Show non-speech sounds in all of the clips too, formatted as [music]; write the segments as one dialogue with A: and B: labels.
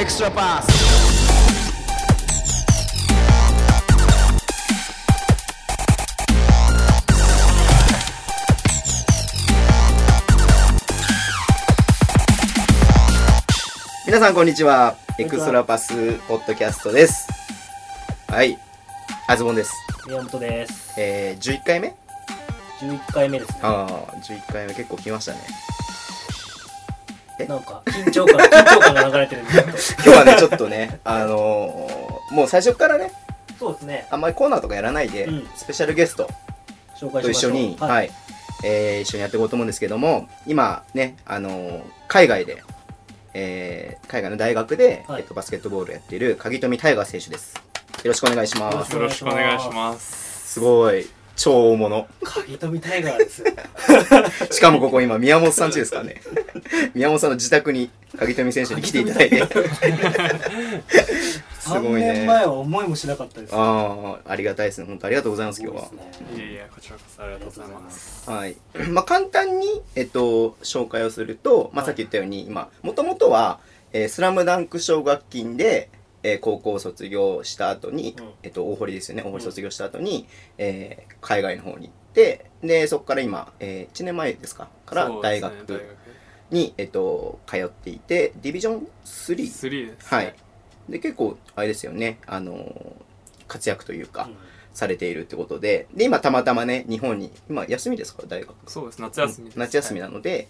A: extra pass. 。
B: 皆さんこんにちは。エクストラパスポッドキャストです。はい。あずぼんです。
C: 宮本です。
B: えー、11回目
C: 11回目ですね。
B: ああ、11回目結構来ましたね。え
C: なんか、緊張感、緊張感が流れてるんで、ちょっ
B: 今日はね、ちょっとね、あのー、もう最初からね、
C: とそうですね。
B: あんまりコーナーとかやらないで、
C: うん
B: スペシャルゲスト
C: 紹介し
B: と
C: ま
B: 一
C: しょ
B: 緒
C: う。
B: に、はい、
C: はい。
B: えー一緒にやっていこうと思うんですけども、今ね、あのー海外で、えー海外の大学で、
C: はい
B: えっと、バスケットボールをやっている鍵富大河選手です。よろしくお願いし
C: よ
B: ま
C: ろ
B: す。
C: く
D: よろしくお願いします。
B: すごい、超大物。
C: 鍵富タイガーです。
B: [laughs] しかもここ今、宮本さん家です [laughs] からね。宮本さんの自宅に、鍵富選手に来ていただい [laughs] て。 [laughs] [laughs] す
C: 3
B: ごい
C: 年
B: ね。
C: 前は思いもしなかったです。
B: ああ、ありがたいですね。本当ありがとうございます、
C: すご
B: 今
C: い
B: 日
C: で
B: は
C: す。ね。
D: いやいや、こちらこそありがとうございます。
B: はい。 [clears throat] まあ、簡単に、えっと、紹介をすると、まあ、
C: はい
B: さっき言ったように、今、もともとは、えースラムダンク奨学金で、えー高校を卒業した後に、
C: うん
B: えっと、大堀ですよね。大堀卒業した後に、えー海外の方に行って、で、そこから今、え1年前ですかから
D: そうで
B: 大
D: すね
B: 学に、えっと、通っていて、ディビジョン
D: 大学
B: 3?
D: 3ですね。
B: はい。で、結構、あれですよね、あのー活躍というか、
C: うん
B: されているってことで、で、今、たまたまね、日本に、今、休みですから、大学。
D: そうです、夏休みです。
B: 夏休み
D: だ。
B: なので、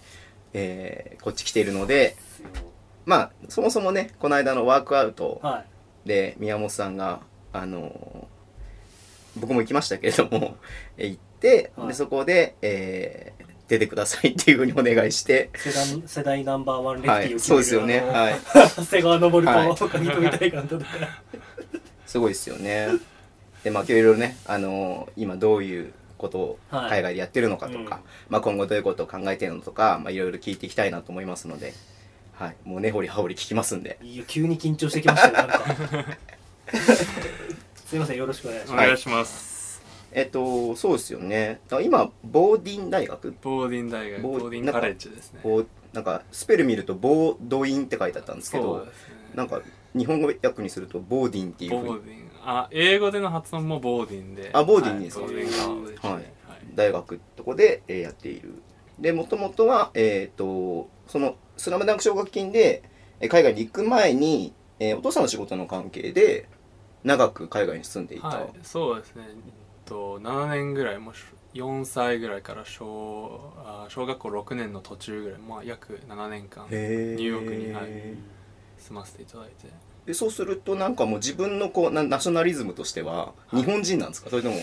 B: えーこっち来ているので
C: ですよ
B: まあそもそもねこの間のワークアウト
C: はい。
B: で宮本さんがあのー僕も行きましたけれども [laughs] えー行って、
C: はい
B: でそこで、えー出てくださいっていうふうにお願いして。
C: 世代世代ナンバーワンレフ
B: は
C: ティーを
B: い、
C: 決
B: そう
C: める
B: ですよね。
C: あの
B: はい、
C: 長谷川登
B: は
C: る
B: い
C: と、鍵富タイガーの戦い。
B: すごいですよね。で、まあ、今日いろいろね、あのー今どういうことを
C: はい
B: 海外でやってるのかとか、
C: うん
B: まあ、今後どういうことを考えてるのとか、まあ、いろいろ聞いていきたいなと思いますので、はい、もう根掘り葉掘り聞きますんで、
C: いや、急に緊張してきましたよ、
B: [laughs]
C: なんか。すいません、よろしくお願いし
D: お
C: ます。
D: 願いします。
B: えっと、そうですよね。だから今、ボーディン大学
D: ボーディン大学、
B: ボ
D: ボ
B: ー
D: ーディンカレッジですね。
B: こう、なんか、スペル見ると、ボードインって書いてあったんですけ
D: そう
B: ど
D: で、すね。
B: なんか、日本語訳にすると、ボーディンっていう
D: ボ
B: ふうに
D: ーディン。あ、英語での発音もボーディンで。
B: あボーディンです
D: はいボーディンカレッジで
B: はい
D: はい。
B: 大学とこで、えーやっている。で、もともとは、えっ、と、その、スラムダンク奨学金で、えー海外に行く前に、えーお父さんの仕事の関係で、長く海外に住んでいた。
D: はい、そうですね、えっと、7年ぐらいもうし4歳ぐらいから小あ小学校6年の途中ぐらい、まあ、約7年間住
B: へー
D: ニューヨークにはいませていただいて
B: でそうするとなんかもう自分のこうなナショナリズムとしては日本人なんですかそれとも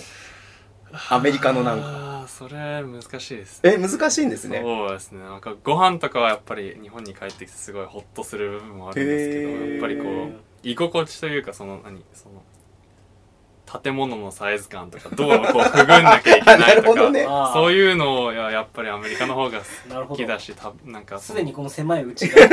B: アメリカのなんか
D: ああそれ難しいです
B: え難しいんですね
D: そうですねなんかご飯とかはやっぱり日本に帰ってきてすごいホッとする部分もあるんですけど
B: へー
D: やっぱりこう居心地というかその何その建物のサイズ感とかどうこうくぐんなきゃいけ
B: あ [laughs]
D: な
B: ないる
D: と
B: ほど
D: か、
B: ね
C: あー
D: そういうのをややっぱりアメリカの方が
C: なるほ
D: 好き
C: ど
D: だ。し、たなんかそ
C: す
D: の
C: でにこの狭いうちが。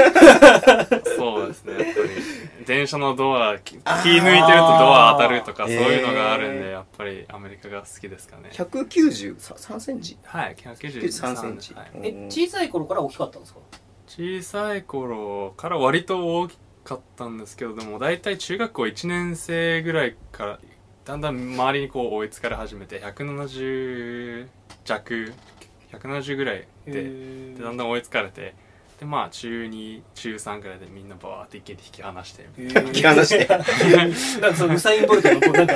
D: そうですね、やっぱり。電車のドア、き気抜いてるとドア当たるとか、
B: あー
D: そういうのがあるん
B: へー
D: で、やっぱりアメリカが好きですかね。
B: 193センチ
D: はい、
B: 93
D: 193
B: センチ、
D: はい
C: え、小さい頃から大きかったんですか
D: 小さい頃から割と大きかったんですけど、でも大体中学校1年生ぐらいから、だんだん周りにこう追いつかれ始めて、170弱、170ぐらいで、でだんだん追いつかれて、で、まあ中2、中3ぐらいでみんなバーって一気に引き離して、
C: 聞
B: き離して
C: なんかそのウサイン・ボルトのこうなんか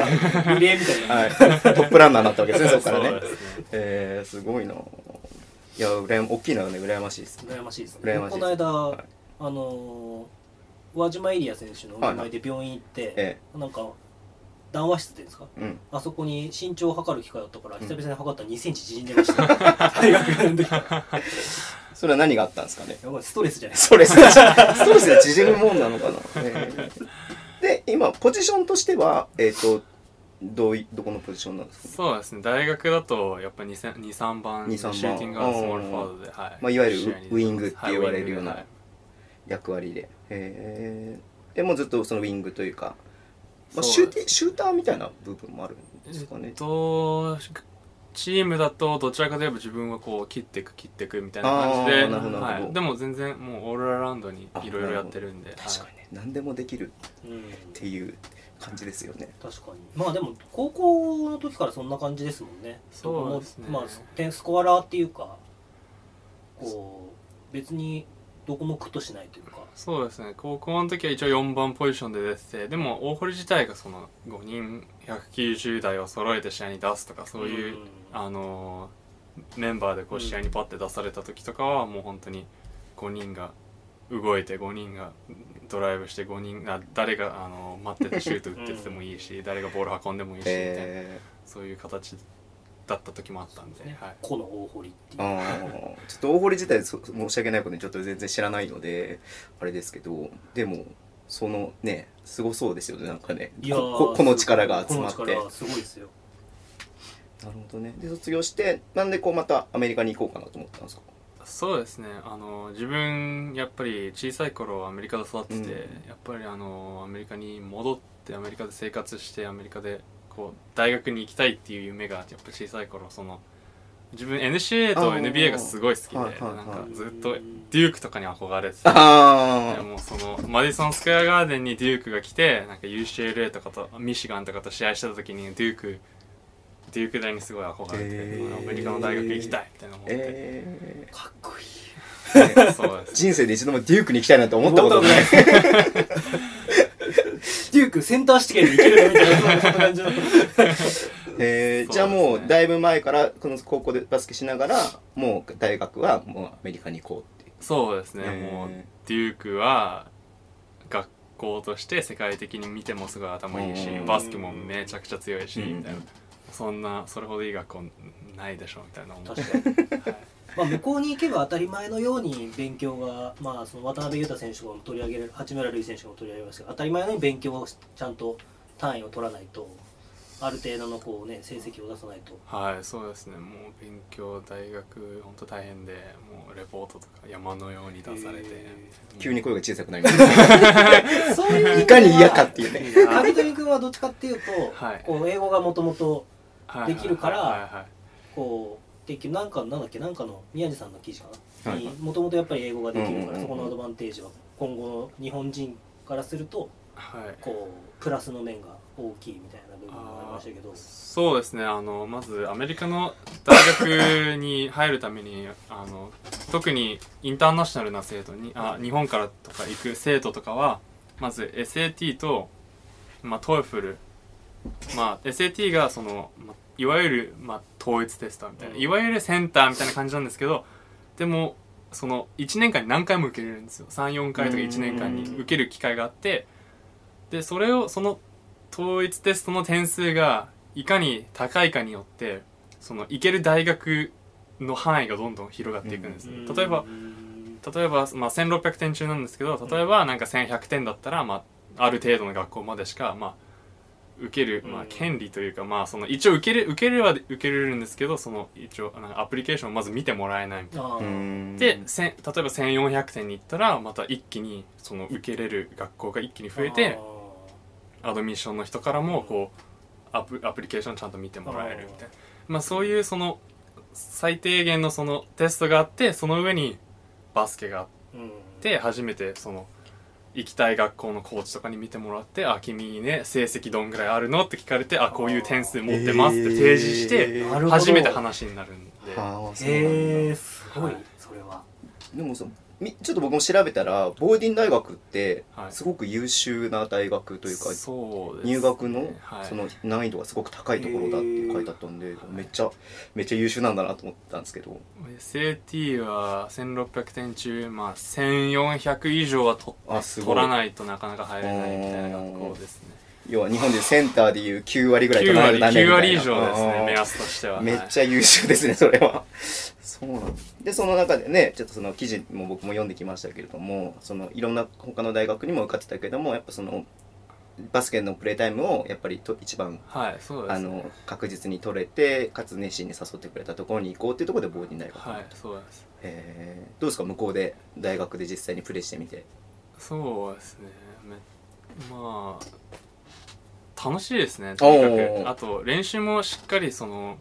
C: リレーみたいな、
B: はい、トップランナーになったわけですねそこから
D: そう
B: ね
D: ですね
B: えー、すごいないやうらや大きいのはね羨ましいです
C: 羨ましいですね
B: 羨ましい
C: こ
B: です
C: の間、
B: はい
C: あのー、輪島エリア選手のお見
B: は
C: 舞
B: い
C: いで病院行って、
B: え
C: なんか談話室っていうんですか
B: えうん
C: あそこに身長を測る機会だったから
B: ん
C: 久々に測ったら2センチ縮んでました、大学の時や
B: それは何があったんですかね
C: ばいストレスじゃないですか
B: ストレスが
D: [laughs]
B: ストレスが縮むもんなのかな、ええで今ポジションとしてはえっ、とどういどこのポジションなんですか
D: そうですね大学だとやっぱり23番
B: 2 3
D: シ
B: 番
D: ューティングアンドスモールフォワードで、はい
B: まあいわゆる
D: 試合に出て
B: ウイングって言われるような
D: はい
B: 役割で。えー、でもうずっとそのウィングというか、まあ、シ
D: そ
B: ュ
D: う
B: ー
D: です
B: ティシューターみたいな部分もあるんですか
D: え
B: ね
D: っ。とチームだとどちらかといえば自分はこう切っていく切っていくみたいな感じ
B: あ
D: で、
B: ー
C: なるほど
B: なるほ
D: は
B: ど
D: い、でも全然もうオールアラウンドにいろいろやってるんで
B: 確かにね何でもできる
C: うん
B: っていう感じですよね
C: 確かにまあでも高校の時からそんな感じですもんね
D: そうですね
C: どこもまあ点スコアラーっていうかこう別にどこも苦としないというか
D: そうですね高校の時は一応4番ポジションで出ててでも大堀自体がその5人190台を揃えて試合に出すとかそういう、
C: ん
D: あのーメンバーでこう試合にパッて出された時とかはもう本当に5人が動いて5人がドライブして5人が誰が、あのー待っててシュート打っててもいいし、誰がボール運んでもいいしみたいな、
B: え
D: そういう形だった時もあったんで、
C: ね
D: はい、
C: この大堀っていう
B: ー、あーちょっと大堀自体そ申し訳ないことにちょっと全然知らないのであれですけどでもそのねすごそうですよねなんかね
C: いやー
B: こここの力が集まって
C: この力はすごいですよ
B: なるほどねで卒業してなんでこうまたアメリカに行こうかなと思ったんですか
D: そうですねあの自分やっぱり小さい頃アメリカで育ってて、
B: うん
D: やっぱりあのアメリカに戻ってアメリカで生活してアメリカでこう大学に行きたいっていう夢がやっぱ小さい頃その自分 NCAA と
B: あー
D: NBA がすごい好きで、
B: はいはいはい
D: なん
B: あ
D: かずっと
C: うん
D: デュークとかに憧れてて。
B: あ
D: でもそのマディソン・スクエア・ガーデンにデュークが来てなんか UCLA とかとミシガンとかと試合してた時にデュークデューク大にすごい憧れて、
B: へー
D: アメリカの大学行きたいみたいな思って、
B: え
C: かっこいい
D: そうです
B: ー、人生で一度もデュークに行きたいなんて思った
C: [laughs]
B: ことない
C: 思ったことないデュークセンター試験でいけるのみたいなそんな感じの
B: えーじゃあもうだいぶ前からこの高校でバスケしながらもう大学はもうアメリカに行こうって
D: そうですね、
B: へー
D: もうデュークは学校として世界的に見てもすごい頭いいし
B: うん
D: バスケもめちゃくちゃ強いし
B: うん
D: みたいなそんなそれほどいい学校ないでしょみたいな思って、
C: 確かに
D: はい
C: まあ、向こうに行けば当たり前のように勉強が、まあ、その渡辺裕太選手も取り上げる八村塁選手も取り上げましたけど当たり前のように勉強をしちゃんと単位を取らないとある程度のこう、ね、成績を出さないと
D: はい、そうですねもう勉強大学本当大変でもうレポートとか山のように出されて、
C: へ
B: 急に声が小さくなりました
C: そういう意味ではい
B: かに嫌かっていうね
C: 上富君はどっちかっていうと、
D: はい
C: こう英語がもともと
D: はい
C: できるから
D: はいはいはい
C: こうできなんかなんだっけなんかの宮地さんの記事かな、
B: はいはい
C: もともとやっぱり英語ができる
B: うんうん
C: から、
B: うんうん
C: そこのアドバンテージは今後の日本人からすると
D: はい
C: こうプラスの面が大きいみたいな部分がありましたけど
D: そうですねあのまずアメリカの大学に入るために [laughs] あの特にインターナショナルな生徒にあ日本からとか行く生徒とかはまず SAT と、まあ、トイフル、まあ、SAT がその、まあ、いわゆる、まあ、統一テストみたいな、
C: うん
D: いわゆるセンターみたいな感じなんですけどでもその1年間に何回も受けれるんですよ34回とか1年間に受ける機会があってでそれをその統一テストの点数がいかに高いかによってその行ける大学の範囲がどんどん広がっていくんですね、例えば例えば、まあ、1600点中なんですけど例えばなんか1100点だったら、まあ、ある程度の学校までしか、まあ、受ける、ま
C: う
D: あ
C: ん、
D: 権利というか、まあ、その一応受ける受けるは受けれるんですけどその一応なんかアプリケーションをまず見てもらえないみたいな。
C: ああ
D: でせん例えば1400点に行ったらまた一気にその受けれる学校が一気に増えてアドミッションの人からもこうアプアプリケーションちゃんと見てもらえるみたいな、まあ、そういうその最低限のそのテストがあってその上にバスケがあって。
C: うん
D: で初めてその行きたい学校のコーチとかに見てもらって「あ君いいね成績どんぐらいあるの?」って聞かれて「あこういう点数持ってます」って提示し
B: え
D: て
B: ー
C: なるほど
D: 初めて話になるんで
B: あーそうなんだ
C: へえすごいそれは
B: でもさみちょっと僕も調べたらボーディン大学って
D: はい
B: すごく優秀な大学というか、
D: そうですね
B: 入学の
D: はい
B: その難易度がすごく高いところだって書いてあったんで、めっちゃめっちゃ優秀なんだなと思ったんですけど
D: SAT は1600点中、まあ、1400以上はと
B: あすごい
D: 取らないとなかなか入れないみたいな学校ですね
B: 要は日本でセンターでいう9割ぐらい
D: 9
B: 取らない
D: 割
B: とダメみたい
D: 9
B: な
D: 割以上です
B: あ
D: ね
B: ー
D: 目安としては
B: めっ
D: はい
B: ちゃ優秀ですね、それは。そうなんで、その中でね、ちょっとその記事も僕も読んできましたけれども、そのいろんな他の大学にも受かってたけども、やっぱその、バスケのプレータイムをやっぱりと一番、
D: はいそうで
B: あ
D: すね
B: の、確実に取れて、かつ熱心に誘ってくれたところに行こうっていうところでボーディン大学。
D: はいそうです
B: えーどうですか、向こうで、大学で実際にプレーしてみて。
D: そうですねめまあ楽しいですねとにか
B: おー
D: くあと練習もしっかりその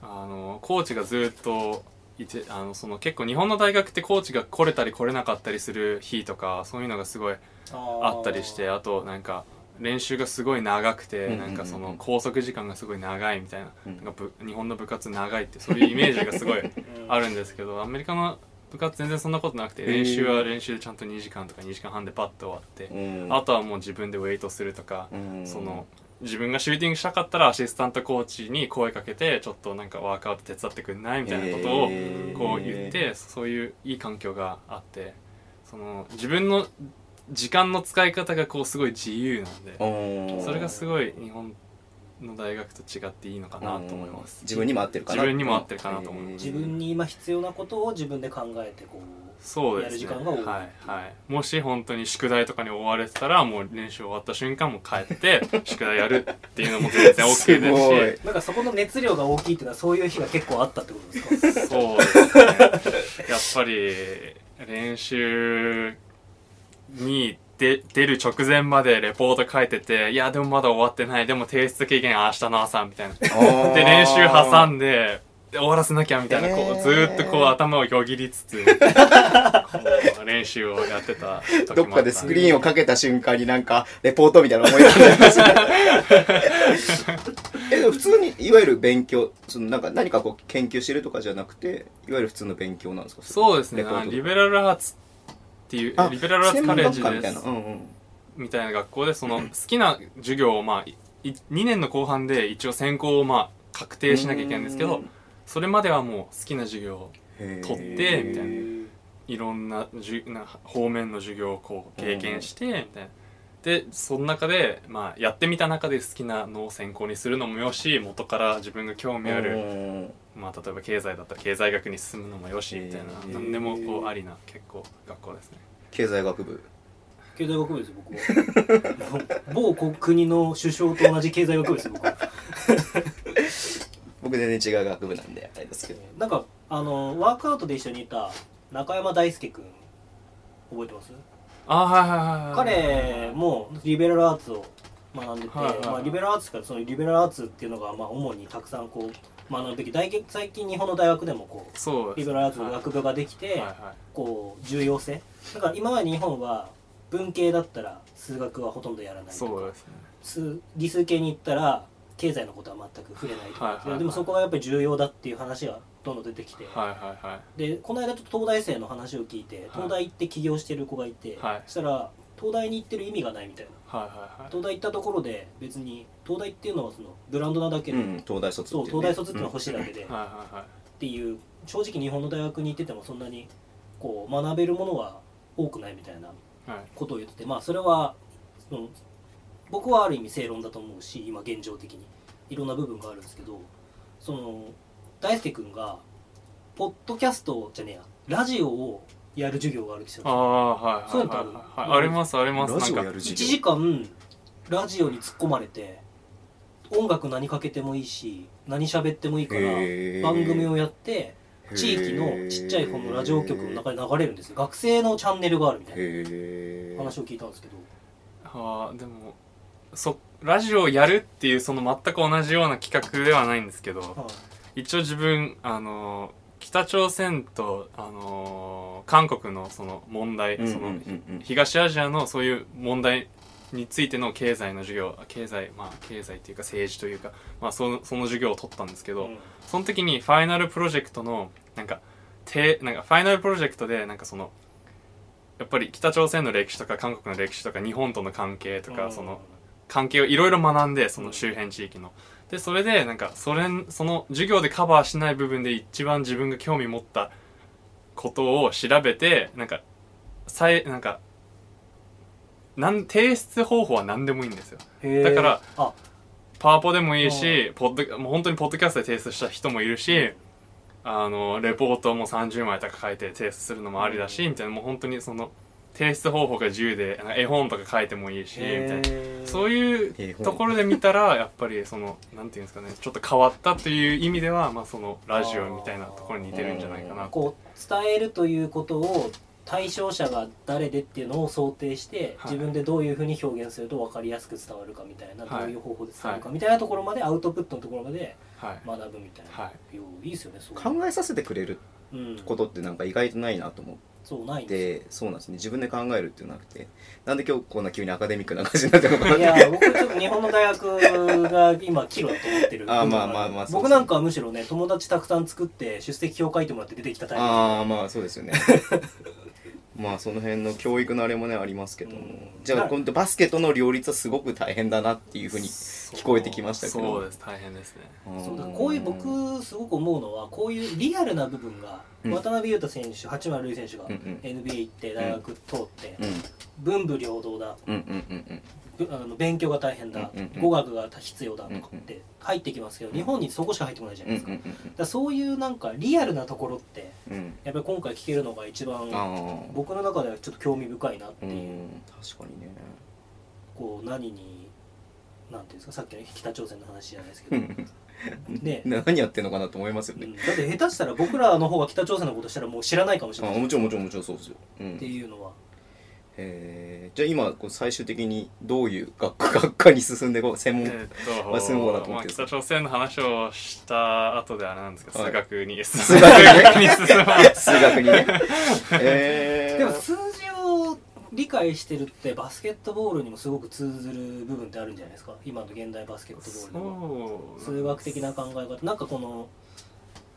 D: あのコーチがずっといてあのその結構日本の大学ってコーチが来れたり来れなかったりする日とかそういうのがすごいあったりしてあとなんか練習がすごい長く
B: うん
D: て、
B: うんうん
D: なんかその拘束時間がすごい長いみたいな,、
B: うん
D: なんかぶ日本の部活長いってそういうイメージがす
B: [laughs]
D: ごいあ
C: る
D: るんですけどアメリカの部活全然そんなことなくて
B: へー
D: 練習は練習でちゃんと2時間とか2時間半でパッと終わって、
B: うん
D: あとはもう自分でウェイトするとか、
B: うん
D: その自分がシューティングしたかったらアシスタントコーチに声かけてちょっとなんかワークアウト手伝ってくんないみたいなこと
B: へ
D: を
B: ー
D: こう言ってそういういい環境があってその自分の時間の使い方がこうすごい自由なんで
B: うん
D: それがすごい日本の大学と違っていいのかなと思います
B: うん自分にも合ってるかな
D: 自分にも合ってるかなと思います
C: 自分に今必要なことを自分で考えてこう
D: そうですね
C: やる時間が多い
D: はいはい、もし本当に宿題とかに追われてたらもう練習終わった瞬間もう帰って宿題やるっていうのも全然
B: [laughs]
D: OK
B: すごい
D: ですし
C: なんかそこの熱量が大きいっていうのはそういう日が結構あったってことですか
D: [laughs] そうですねやっぱり練習にで出る直前までレポート書いてていやでもまだ終わってないでも提出期限明日の朝みたいな
B: あー
D: で練習挟んでで終わらせなきゃみたいな、こ
B: えー
D: うずーっとこう頭をよぎりつ
B: [laughs]
D: つこう練習をやってた時もあたん
B: どっかでスクリーンをかけた瞬間になんかレポートみたいな思い出になりましたね [laughs] えでも普通にいわゆる勉強そのなんか何かこう研究してるとかじゃなくていわゆる普通の勉強なんですか
D: そうですね
B: レポートとか
D: リベラルアーツっていう
B: あ
D: リベラルアーツカレッジ
B: 専門学科みた
D: で
B: いな
D: す
B: うんうん
D: みたいな学校でその好きな授業をまあ2年の後半で一応専攻をまあ確定しなきゃいけないんですけ
B: う
D: ど
B: ん
D: それまではもう好きな授業を
B: へー
D: 取ってみたいないろんなじゅな方面の授業をこう経験してみたいな。でその中で、まあ、やってみた中で好きなのを専攻にするのもよし元から自分が興味あ
B: う
D: る、
B: ん
D: まあ、例えば経済だったら経済学に進むのもよしみたいな
B: へー
D: 何でもこうありな結構学校ですね
B: 経済学部
C: 経済学部ですよ僕は某国の首相と同じ経済学部ですよ [laughs] 僕は
B: 僕全然違う学部なんであれですけど
C: なんかあのワークアウトで一緒にいた中山大輔君覚えてます
D: あはいはいはいはい
C: 彼もリベラルアーツを学んでて、
D: はいはいはい
C: まあ、リベラルアーツからそのリベラルアーツっていうのがまあ主にたくさんこう学ぶべき大学最近日本の大学でもこう
D: そう
C: リベラルアーツの学部ができて、
D: はいは
C: こう重要性だから今まで日本は文系だったら数学はほとんどやらない
D: い、
C: と
D: そう
C: か
D: ですね
C: 数理数系に行ったら経済のことは全く触れないとか、
D: はいはいはい
C: でもそこがやっぱり重要だっていう話がどんどん出てきて、
D: はいはいはい
C: でこの間ちょっと東大生の話を聞いて東大行って起業してる子がいて、
D: はい
C: そしたら東大に行ってる意味がないみたいな
D: はいはいはい
C: 東大行ったところで別に東大っていうのはそのブランドなだけ
B: う
C: で、
B: ん東大卒
C: そう
B: っていね
C: 東大卒っていうのは欲しいだけで、っ
D: はいはいはい
C: ていう正直日本の大学に行っててもそんなにこう学べるものは多くないみたいな
D: はい
C: ことを言っててまあそれはその僕はある意味正論だと思うし今現状的にいろんな部分があるんですけどその大輔君がポッドキャストじゃねえやラジオをやる授業があるんですよ
D: ああはいはい
C: そう
D: は
C: いう
D: い
C: のってあ
D: は
C: る
D: いありますあります
B: ラジオ
D: な
B: や
D: んか
B: る
C: 1
B: 授
C: 時
B: 業
C: 間ラジオに突っ込まれて音楽何かけてもいいし何喋ってもいいから
B: へー
C: 番組をやって地域のちっちゃい方のラジオ局の中で流れるんですよ学生のチャンネルがあるみたい
B: へ
C: な
B: ー
C: 話を聞いたんですけど
D: あーでもそラジオをやるっていうその全く同じような企画ではないんですけど
C: はい
D: 一応自分あのー北朝鮮とあのー韓国のその問題、
B: うんうん
D: そ
B: うんう
D: の
B: ん
D: 東アジアのそういう問題についての経済の授業経済まあ経済というか政治というか、まあ、そのその授業を取ったんですけど、
C: うん
D: その時にファイナルプロジェクトのなんかてなんかファイナルプロジェクトでなんかそのやっぱり北朝鮮の歴史とか韓国の歴史とか日本との関係とか、
C: うん
D: その関係をいろいろ学んでそうの
C: ん
D: 周辺地域の。でそれでなんかそれその授業でカバーしない部分で一番自分が興味持ったことを調べてなんかさいなんかなん提出方法は何でもいいんですよ。
C: へー
D: だから
C: あ
D: パワポでもいいしポッドもう本当にポッドキャストで提出した人もいるしあのレポートも30枚とか書いて提出するのもありだし、みたいなもう本当にその提出方法が自由でなんか絵本とか書いてもいいしみたいなそう
C: いう
D: いうところで見たらやっぱりそのなんていうんですかねちょっと変わったという意味では、まあ、そのラジオみたいなところに似てるんじゃないかな
C: こう伝えるということを対象者が誰でっていうのを想定して、
D: はい
C: 自分でどういうふうに表現すると分かりやすく伝わるかみたいな、
D: はい
C: どういう方法で伝わるか
D: は
C: みたいなところまで、アウトプットのところまで
D: はい
C: 学ぶみたいな、、
D: はい
C: いいですよねそういう
B: 考えさせてくれる
C: うん
B: ことってなんか意外とないなと思
C: そうない
B: っ
C: んで
B: てそうなんですね自分で考えるっていうのなくてなんで今日こんな急にアカデミックな感じになってるの
C: す
B: か
C: よ
B: ない
C: や僕ちょっと日本の大学が今岐路だと思ってる
B: あまあまあまあそう
C: 僕なんかはむしろね友達たくさん作って出席表書いてもらって出てきたタイプ
B: ああまあそうですよねまあその辺の教育のあれもねありますけども、
C: うん
B: じゃあ今度バスケとの両立はすごく大変だなっていうふうに聞こえてきましたけど
D: そうです大変ですね
C: そうだからこういう僕すごく思うのはこういうリアルな部分が
B: うん
C: 渡辺裕太選手八村塁選手が
B: うんうん
C: NBA 行って大学通って
B: うん
C: 文武両道だ
B: うんうんうんうん
C: ぶあの勉強が大変だ
B: うんうんうん
C: 語学が必要だとか
B: うんう
C: っ
B: ん
C: て入ってきますけど日本にそこしか入ってこないじゃな
B: う
C: い
B: ん
C: です
B: う
C: かだ
B: ん
C: からそういうなんかリアルなところって
B: うんうん
C: やっぱり今回聞けるのが一番
B: ああ
C: 僕の中ではちょっと興味深いなって
B: う
C: いうん
B: 確かにね
C: こう何になんていうんですかさっきの北朝鮮の話じゃないですけ
B: う
C: ど
B: ん
C: ね
B: 何やってんのか [laughs] なと思いますよ
C: う
B: ね、
C: んだって下手したら僕らの方が北朝鮮のことしたらもう知らないかもしれ
B: あ
C: ない
B: もちろんもちろんもちろんそうですよ、う
C: って
B: ん、
C: いうのは
B: えー、じゃあ今こう最終的にどういう学科学科に進んでこう専門、
D: えっと、
B: 忘れ物だと思
D: ま
B: っ
D: あ、
B: てる
D: 北朝鮮の話をした後であれなんですけど、
B: はい
D: 数学に
B: 数
D: 数
B: 学
D: 学
B: に
D: に進まない
B: 数学
C: [laughs]
B: にねえー、
C: でも数字を理解してるってバスケットボールにもすごく通ずる部分ってあるんじゃないですか今の現代バスケットボールの
D: そう
C: 数学的な考え方なんかこの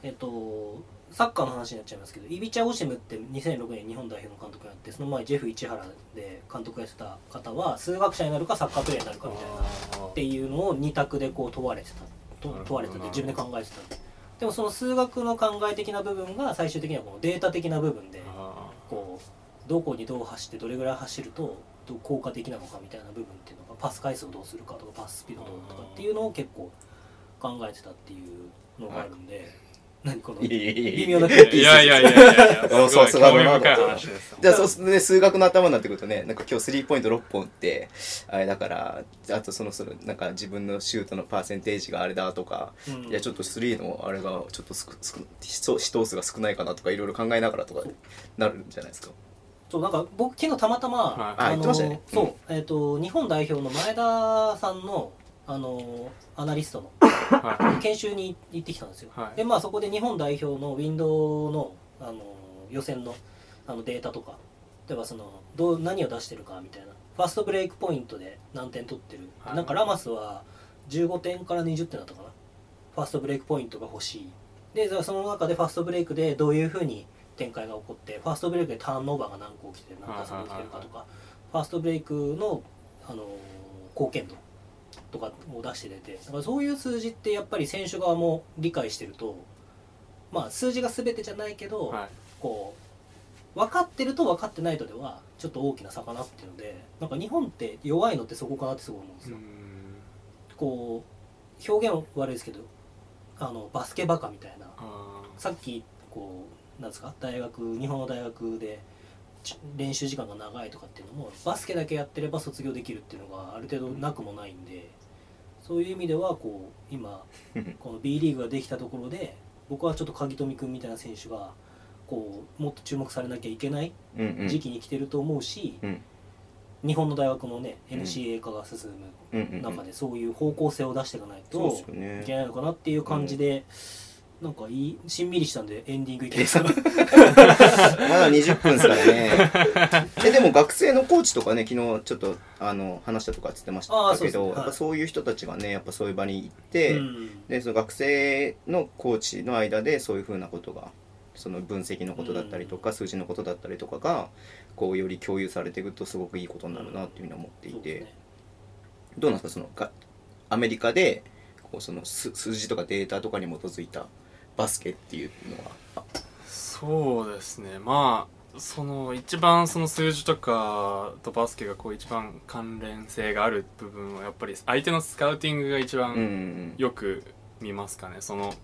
C: えっとサッカーの話になっちゃいますけどイビチャ・オシムって2006年日本代表の監督やってその前ジェフ市原で監督やってた方は数学者になるかサッカープレーヤーになるかみたいなっていうのを2択でこう問われてたと問われてて
D: なるほ
C: 自
D: ど
C: 分で考えてたでもその数学の考え的な部分が最終的にはこのデータ的な部分で
D: あ
C: こうどこにどう走ってどれぐらい走るとどう効果的なのかみたいな部分っていうのがパス回数をどうするかとかパススピードどうとかっていうのを結構考えてたっていうのがあるんで、何この
B: いやいやいやいや
C: 微妙な空
D: ー
C: 気
D: いやいやいやいやいやすごい
B: そうそう
D: 興味深い話です
B: じゃあそうすね数学の頭になってくるとねなんか今日スリーポイント6本ってあれだからあとそのそのなんか自分のシュートのパーセンテージがあれだとか、
C: うん
B: いやちょっとスリーのあれがちょっとすくすく人投数が少ないかなとかいろいろ考えながらとかなるんじゃないですか。
C: そうなんか僕昨日たまたま、
D: はい
B: あ言ってましたね
C: そう、えっ、と日本代表の前田さんのあのアナリストの
D: は
C: 研修に行ってきたんですよ、
D: はい
C: でまあそこで日本代表のウィンドウのあの予選のあのデータとか例えばそのどう何を出してるかみたいなファーストブレイクポイントで何点取ってる、
D: はい
C: なんかラマスは15点から20点だったかなファーストブレイクポイントが欲しいでじゃあその中でファーストブレイクでどういうふうに展開が起こってファーストブレイクでターンオーバーが何個起きて何個起きてるかとかファーストブレイクの、あのー貢献度とかを出して出てだからそういう数字ってやっぱり選手側も理解してるとまあ数字が全てじゃないけど、
D: いはい
C: こう分かってると分かってないとではちょっと大きな差かなっていうのでなんか日本って弱いのってそこかなってすごい思うんです
D: う
C: よ。
D: ん
C: こう表現は悪いですけどあのバスケバカみたいな
D: あ
C: さっきこうなんですか大学日本の大学でち練習時間が長いとかっていうのもバスケだけやってれば卒業できるっていうのがある程度なくもないんでそういう意味ではこ
B: [laughs]
C: う今この B リーグができたところで僕はちょっと鍵富君みたいな選手がこうもっと注目されなきゃいけない
B: うんうん
C: 時期に来てると思うし、
B: うん
C: 日本の大学もね
B: うん
C: NCA 化が進
B: うんう
C: む
B: ん
C: 中でそういう方向性を出していかないと、
B: そうですよ
C: いけ
B: ね。
C: ないのかなっていう感じで、なんかいいしんみりしたんでエンディングいけた
B: まだ20分ですから
C: [laughs]
B: ね。えでも学生のコーチとかね昨日ちょっとあの話したとかって言ってました
C: あーそう
B: け
C: ですね
B: ど、
C: はい
B: やっぱそういう人たちがねやっぱそういう場に行って。
C: うん
B: でその学生のコーチの間でそういうふうなことがその分析のことだったりとか、数字のことだったりとかがこうより共有されていくとすごくいいことになるなっていうふうに思ってい
C: そう
B: て、
C: ですね
B: どうなんですかそのがアメリカでこうその数数字とかデータとかに基づいたバスケっていうのはあ
D: ーそうですねまあその一番その数字とかとバスケがこう一番関連性がある部分はやっぱり相手のスカウティングが一
B: う
D: 番、
B: んうん
D: よく見ますかねその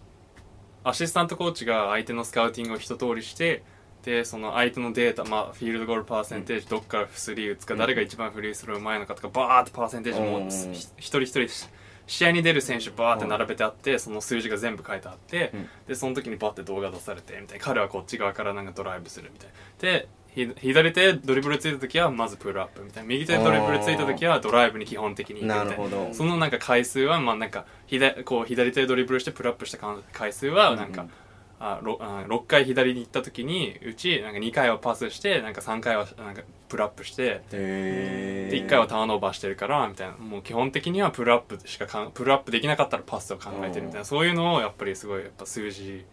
D: アシスタントコーチが相手のスカウティングを一通りしてでその相手のデータ、まあ、フィールドゴールパーセンテージ、どっからスリー打つか、
B: うん
D: 誰が一番フリースローうまいのかとかバーってパーセンテージも、
B: うん
D: ひ一人一人し試合に出る選手バーって並べてあって、その数字が全部書いてあって、
B: うん
D: でその時にバーって動画出されてみたいな彼はこっち側からなんかドライブするみたいなでひ左手ドリブルついた時はまずプルアップみたいな右手ドリブルついた時はドライブに基本的に行くみたい
B: なるほど
D: そのなんか回数はまあなんか左こう左手ドリブルしてプルアップした回数はなんか、
B: うん
D: あろあ6回左に行った時にうちなんか2回はパスしてなんか3回はなんかプルアップして
B: へ
D: で1回はターンオーバーしてるからみたいなもう基本的にはプルアップしかかんプルアップできなかったらパスを考えてるみたい
B: うん
D: なそういうのをやっぱりすごいやっぱ数字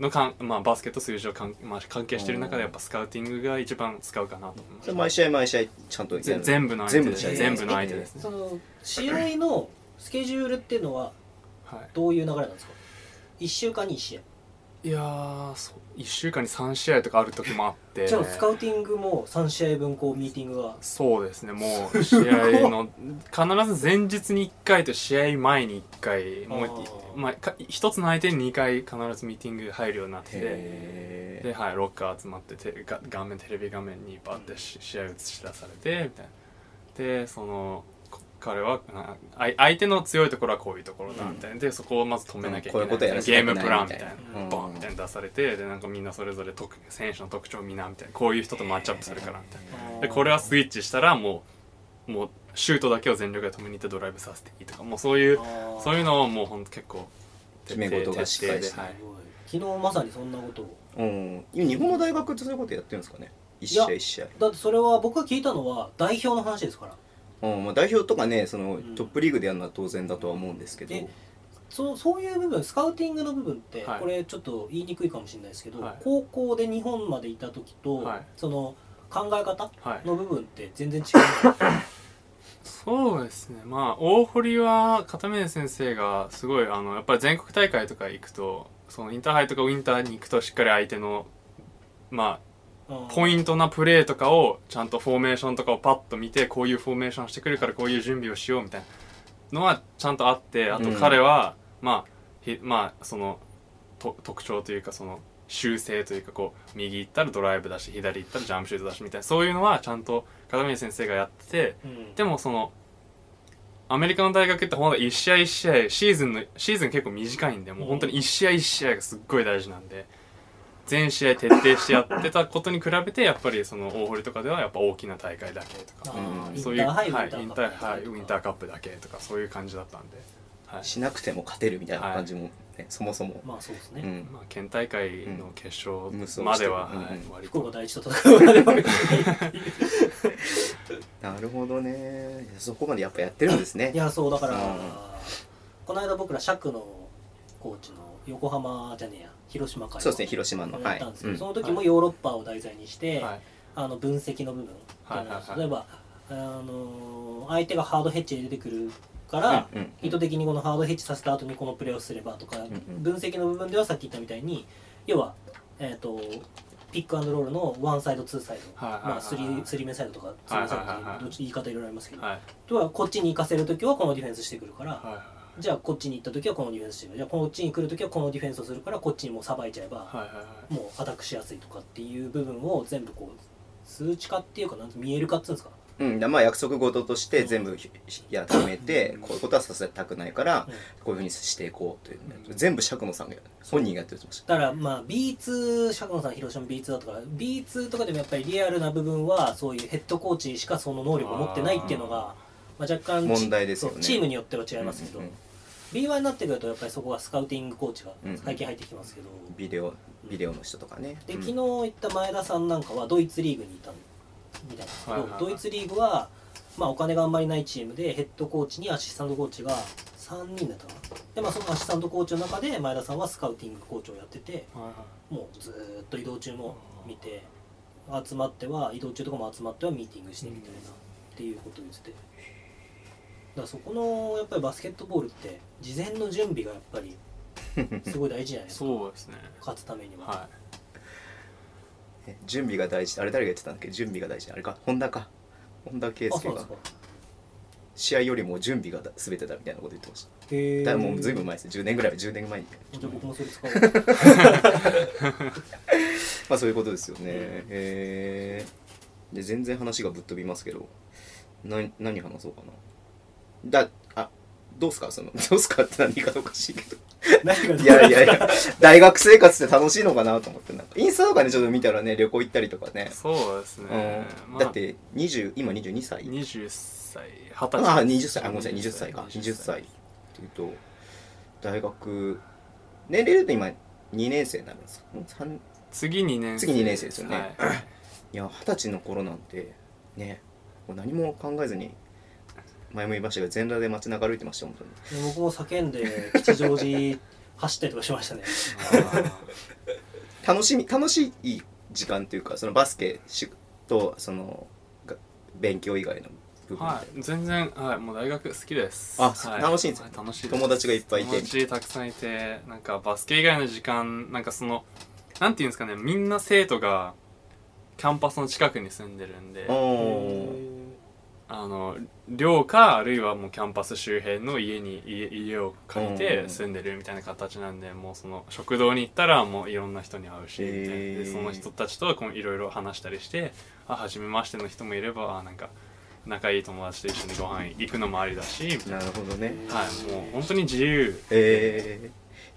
D: のかん、まあ、バスケと数字をかん、まあ、関係してる中でやっぱスカウティングが一番使うかなと思いま
B: そ
D: す
B: れ毎試合毎試合ちゃんと
D: ぜ全部の相手です
C: 全部の試合
D: 全部の相手ですね
C: その試合のスケジュールっていうのは
D: はい
C: どういう流れなんですか1週間に1試合
D: いやーそう1週間に3試合とかある時もあって
C: じゃあスカウティングも3試合分こうミーティングが
D: そうですねもう試合の必ず前日に1回と試合前に1回も
C: あ
D: う
C: ー
D: まあ、か1つの相手に2回必ずミーティング入るようになってて
B: へ
D: で、はい、ロッカー集まっててが画面テレビ画面にバッてし試合映し出されてみたいなでそのこ彼はなあい相手の強いところはこういうところだみたいな、でそこをまず止めなきゃいけ
B: う
D: ない
B: んこういうことやらせ
D: ゲ
B: た
D: ー
B: くない
D: ムプラン
B: み
D: み
B: た
D: た
B: い
D: い
B: な
D: な、
B: うん
D: ボンみたいなの出されてでなんかみんなそれぞれ特選手の特徴を見なみたいなこういう人とマッチアップするからみたいな。でこれはスイッチしたらもうもうシュートだけを全力で止めに行ってドライブさせていいとかもうそういうそういう
C: の
D: のをもうほんと結構
B: 決め事がしっかりして
D: 徹底はい
C: 昨日まさにそんなことを
B: うん今日本の大学ってそういうことやってるんですかね一試合一試合
C: だってそれは僕が聞いたのは代表の話ですから
B: うんまあ、代表とかねその
C: ん
B: トップリーグでやるのは当然だとは思うんですけど、
C: えそうそういう部分スカウティングの部分って、
D: はい
C: これちょっと言いにくいかもしれないですけど、
D: はい
C: 高校で日本までいた時と、
D: はい
C: その考え方
D: はい
C: の部分って全然違うんですよ
D: そうですねまあ大堀は片峰先生がすごいあのやっぱり全国大会とか行くとそのインターハイとかウィンターに行くとしっかり相手のま
B: [laughs]
D: あポイントなプレーとかをちゃんとフォーメーションとかをパッと見てこういうフォーメーションしてくるからこういう準備をしようみたいなのはちゃんとあってあと彼は、まあひまあそのと特徴というかその修正というかこう右行ったらドライブだし左行ったらジャンプシュートだしみたいなそういうのはちゃんと片峰先生がやってて。
C: うん
D: でもそのアメリカの大学ってほんと1試合1試合シーズンのシーズン結構短いんでもう本当に1試合1試合がすっごい大事なんで全試合徹底してやってたことに比べてやっぱりその大堀とかではやっぱ大きな大会だけとか
C: あー
D: そう
C: イ
D: い
C: ン
D: う
C: ターハ
D: は
C: イ
D: い
C: ウィン
D: イン
C: タ
D: タ
C: ー
D: ー
C: ハ
D: ハ
C: イ
D: イウィンターカップだけとかそういう感じだったんで、はい
B: しなくても勝てるみたいな感じも、ねそもそも、
C: まあそうです
B: う
C: ね、
B: ん、
D: まあ、県大会の決勝
B: うん無双
D: までは、
B: してる
D: はい
B: うん
D: 割
C: 福岡
D: と
C: 第一と戦うまで
B: [laughs]
C: は別に
B: なるほどねいやそこまでやっぱやってるんですね
C: いやそうだから、
B: うん
C: この間僕ら尺のコーチの横浜じゃねえや広島から
B: そうですね広島のは
C: やっ
B: い
C: たんですけど、
B: うん
C: その時もヨーロッパを題材にして、
D: はい
C: あの分析の部分、
D: はいはいはい
C: 例えば、あのー相手がハードヘッジで出てくるから、
B: うんうん
C: 意図的にこのハードヘッジさせた後にこのプレーをすればとか、
B: んうん
C: 分析の部分ではさっき言ったみたいに要は、えー、とピックアンドロールのワンサイドツーサイド、
D: はいはいはいはい
C: まあ、スリースリーメンサイドとかツーメンサイド
D: はいはいは
C: っ
D: いは
C: て
D: い
C: どっち言い方いろいろありますけど、
D: はい
C: 要はこっちに行かせる時はこのディフェンスしてくるから、
D: はい
C: じゃあこっちに行った時はこのディフェンスしてくるじゃあこっちに来る時はこのディフェンスをするからこっちにもうさばいちゃえば、
D: はいはい
C: もうアタックしやすいとかっていう部分を全部こう数値化っていうかなんて見える化っていうんですか、
B: うん、でまあ約束事として全部ひや決めて
D: うん
B: こういうことはさせたくないから
C: うん
B: こういうふうにしていこうというのをやって
D: うん
B: 全部釈野さんがやる本人がやってると思いました
C: だからまあ B2 釈野さん広島 B2 だったから B2 とかでもやっぱりリアルな部分はそういうヘッドコーチしかその能力を持ってないっていうのがまあ、若干ち
B: 問題ですよね
C: そうチームによっては違いますけど、
B: うんうん
C: B1 になってくるとやっぱりそこはスカウティングコーチが
B: うん
C: 最近入ってきてますけど、
B: ビデオビデオの人とかね
C: で
B: うん
C: 昨日行った前田さんなんかはドイツリーグにいたみたいなんですけど、
D: はいはいはい
C: ドイツリーグは、まあ、お金があんまりないチームでヘッドコーチにアシスタントコーチが3人だったかなで、まあ、そのアシスタントコーチの中で前田さんはスカウティングコーチをやってて
D: はい
C: もうずーっと移動中も見て集まっては移動中とかも集まってはミーティングしてみたいなっていうことを言っててだからそこのやっぱりバスケットボールって事前の準備がやっぱりすごい大事じゃないですか
D: そうですね
C: 勝つためには。
D: はい
B: え準備が大事あれ誰が言ってたんだっけ準備が大事あれか本田か本田圭
C: あそう
B: 佑
C: なん
B: が
C: ですか
B: 試合よりも準備がだ全てだみたいなこと言ってました
C: へー
B: だからもうずいぶん前ですね10年ぐらい10年前に
C: じゃあ僕もそれ使おう。
B: まあそういうことですよねえーで全然話がぶっ飛びますけどな何話そうかなだあどうすかその、どうすかって何かおかしいけ
D: [laughs]
B: ど。
C: 何が
B: いやいやいや、大学生活って楽しいのかなと思って、なんかインスタとかね、ちょっと見たらね、旅行行ったりとかね。
D: そうですね、
B: うん
D: まあ
B: だって、20、今22歳
D: 20歳20歳
B: ああ、20歳、あ、ごめんなさい、20歳か。20歳っていうと、大学、年齢で言うと今2年生になるんですか三
D: 次2年
B: 次二年生ですよね
D: はい
B: いや、二十歳の頃なんて、ね、もう何も考えずに、前も言いましたけど、全裸で街中歩いてました、本当に。
C: 僕も叫んで吉祥寺走ったりとかしましたね
B: [laughs] 楽しみ楽しい時間というかそのバスケしとそのが勉強以外の部分みたいな、
D: はい、全然、はい、もう大学好きです。
B: あ
D: は
B: 楽しいんです
D: は楽しいです
B: 友達がいっぱいいて
D: 友達たくさんいて、なんかバスケ以外の時間、なんかその、なんていうんですかね、みんな生徒が、キャンパスの近くに住んでるんで、
B: お
D: あの、寮か、あるいはもうキャンパス周辺の家に、家家を借り
B: う
D: て
B: ん
D: 住んでるみたいな形なんで、もうその、食堂に行ったらもういろんな人に会うし、みたいな
B: へ
D: で
B: ー
D: その人たちとこういろいろ話したりして、あ、初めましての人もいれば、あ、なんか、仲いい友達と一緒にご飯行くのもありだし、みたいな
B: ーなるほどね
D: はい、もう本当に自由。
B: え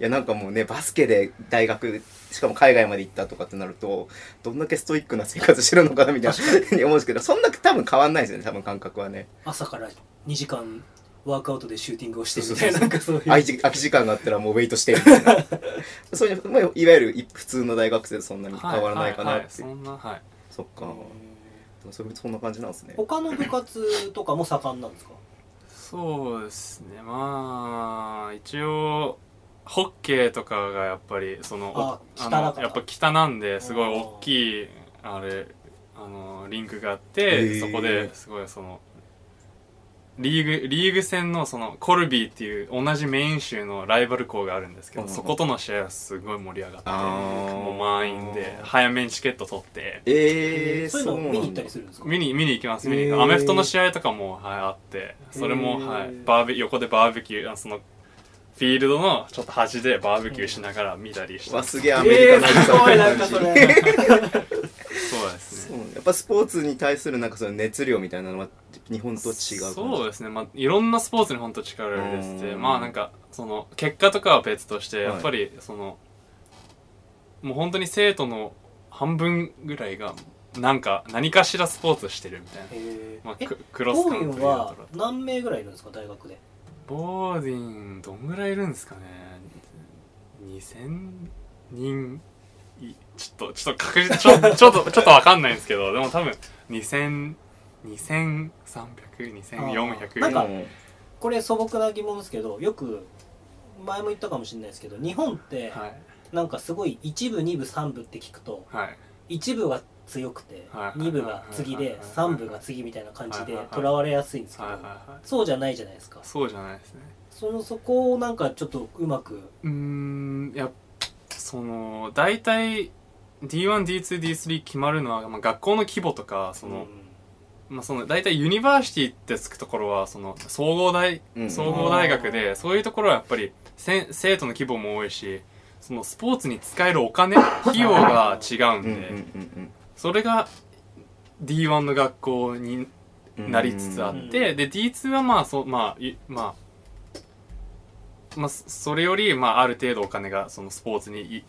B: ー、いやなんかもうねバスケで大学しかも海外まで行ったとかってなるとどんだけストイックな生活してるのかなみたいな [laughs] に思うんですけどそんな多分変わんないですよね多分感覚はね
C: 朝から2時間ワークアウトでシューティングをしてみたいななんかそういう
B: 空き空き時間があったらもうウェイトしてみたい
C: [laughs]
B: なそういう、まあ、いわゆるい普通の大学生とそんなに変わらないか
D: は
B: な
D: は
B: っ
D: は
B: て、
D: そんな、はい。
B: そっかでもそれそんな感じなんですね
C: 他の部活とかも盛んなんですか
D: そうですね、まあ、一応、ホッケーとかがやっぱり、その、
C: あ
D: お
C: 北だか
D: の、
C: ら
D: やっぱ北なんで、すごい
C: あー
D: 大きい、あれ、あの、リンクがあって、
B: へー
D: そこですごいその、リーグ、リーグ戦のその、コルビーっていう同じメイン州のライバル校があるんですけ
B: う
D: ど、
B: ん
D: そことの試合はすごい盛り上がって、
B: あー
D: もう満員で、早めにチケット取って、
B: ええ
C: そういうのを見に行ったり
B: る
C: するんですか
D: 見に見に行きます見に行
B: へ
D: き
B: ー
D: ますアメフトの試合とかも、はい、あってそれも、
C: へー
D: はい、バーベ横でバーベキューあそのフィールドのちょっと端でバーベキューしながら見たりして
B: わすげえアメリ
C: え
B: カ
C: ー、すごいなんかそれ
D: そうです
B: [laughs] そう
D: ね
B: やっぱスポーツに対するなんかその熱量みたいなのは日本と違う感じ
D: そうですね、まあ、いろんなスポーツに本当力を入れてて
B: うん
D: まあなんかその結果とかは別として
B: はい
D: やっぱりその、もう本当に生徒の半分ぐらいがなんか何かしらスポーツしてるみたいな、
C: え
D: まあ、
C: え
D: ククロス
C: ボ
D: カ
C: ーイ
D: ント
C: ン
D: リーだ
C: は
D: とか
C: 何名ぐらいいるんですか大学で
D: ボーディンどんぐらいいるんですかね2000人いちょっとちょっと確実ちょ [laughs] ちょっとちょっとわかんないんですけどでも多分2000 2300,2400
C: なんか
B: うん
C: これ素朴な疑問ですけどよく前も言ったかもしれないですけど日本って
D: はい
C: なんかすごい1部2部3部って聞くと
D: はい
C: 1部が強くて
D: はい
C: 2部が次
D: はい
C: で
D: はい
C: 3部が次みたいな感じで
D: はい
C: とらわれやすいんですけど
D: はいはいはい
C: そうじゃないじゃないですか
D: そうじゃないですね
C: そのそこをなんかちょっとうまく
D: うーんいやその大体 D1D2D3 決まるのは、まあ、学校の規模とかその、まあ、その大体ユニバーシティってつくところはその総合大
B: うん
D: 総合大学でそういうところはやっぱりせん生徒の規模も多いしそのスポーツに使える
B: [laughs]
D: お金費用が違うん
B: うんうん
D: でそれが D1 の学校に
B: うんうん
D: なりつつあってで D2 はまあそうまあいまあまあそそれよりまあある程度お金がそのスポーツにい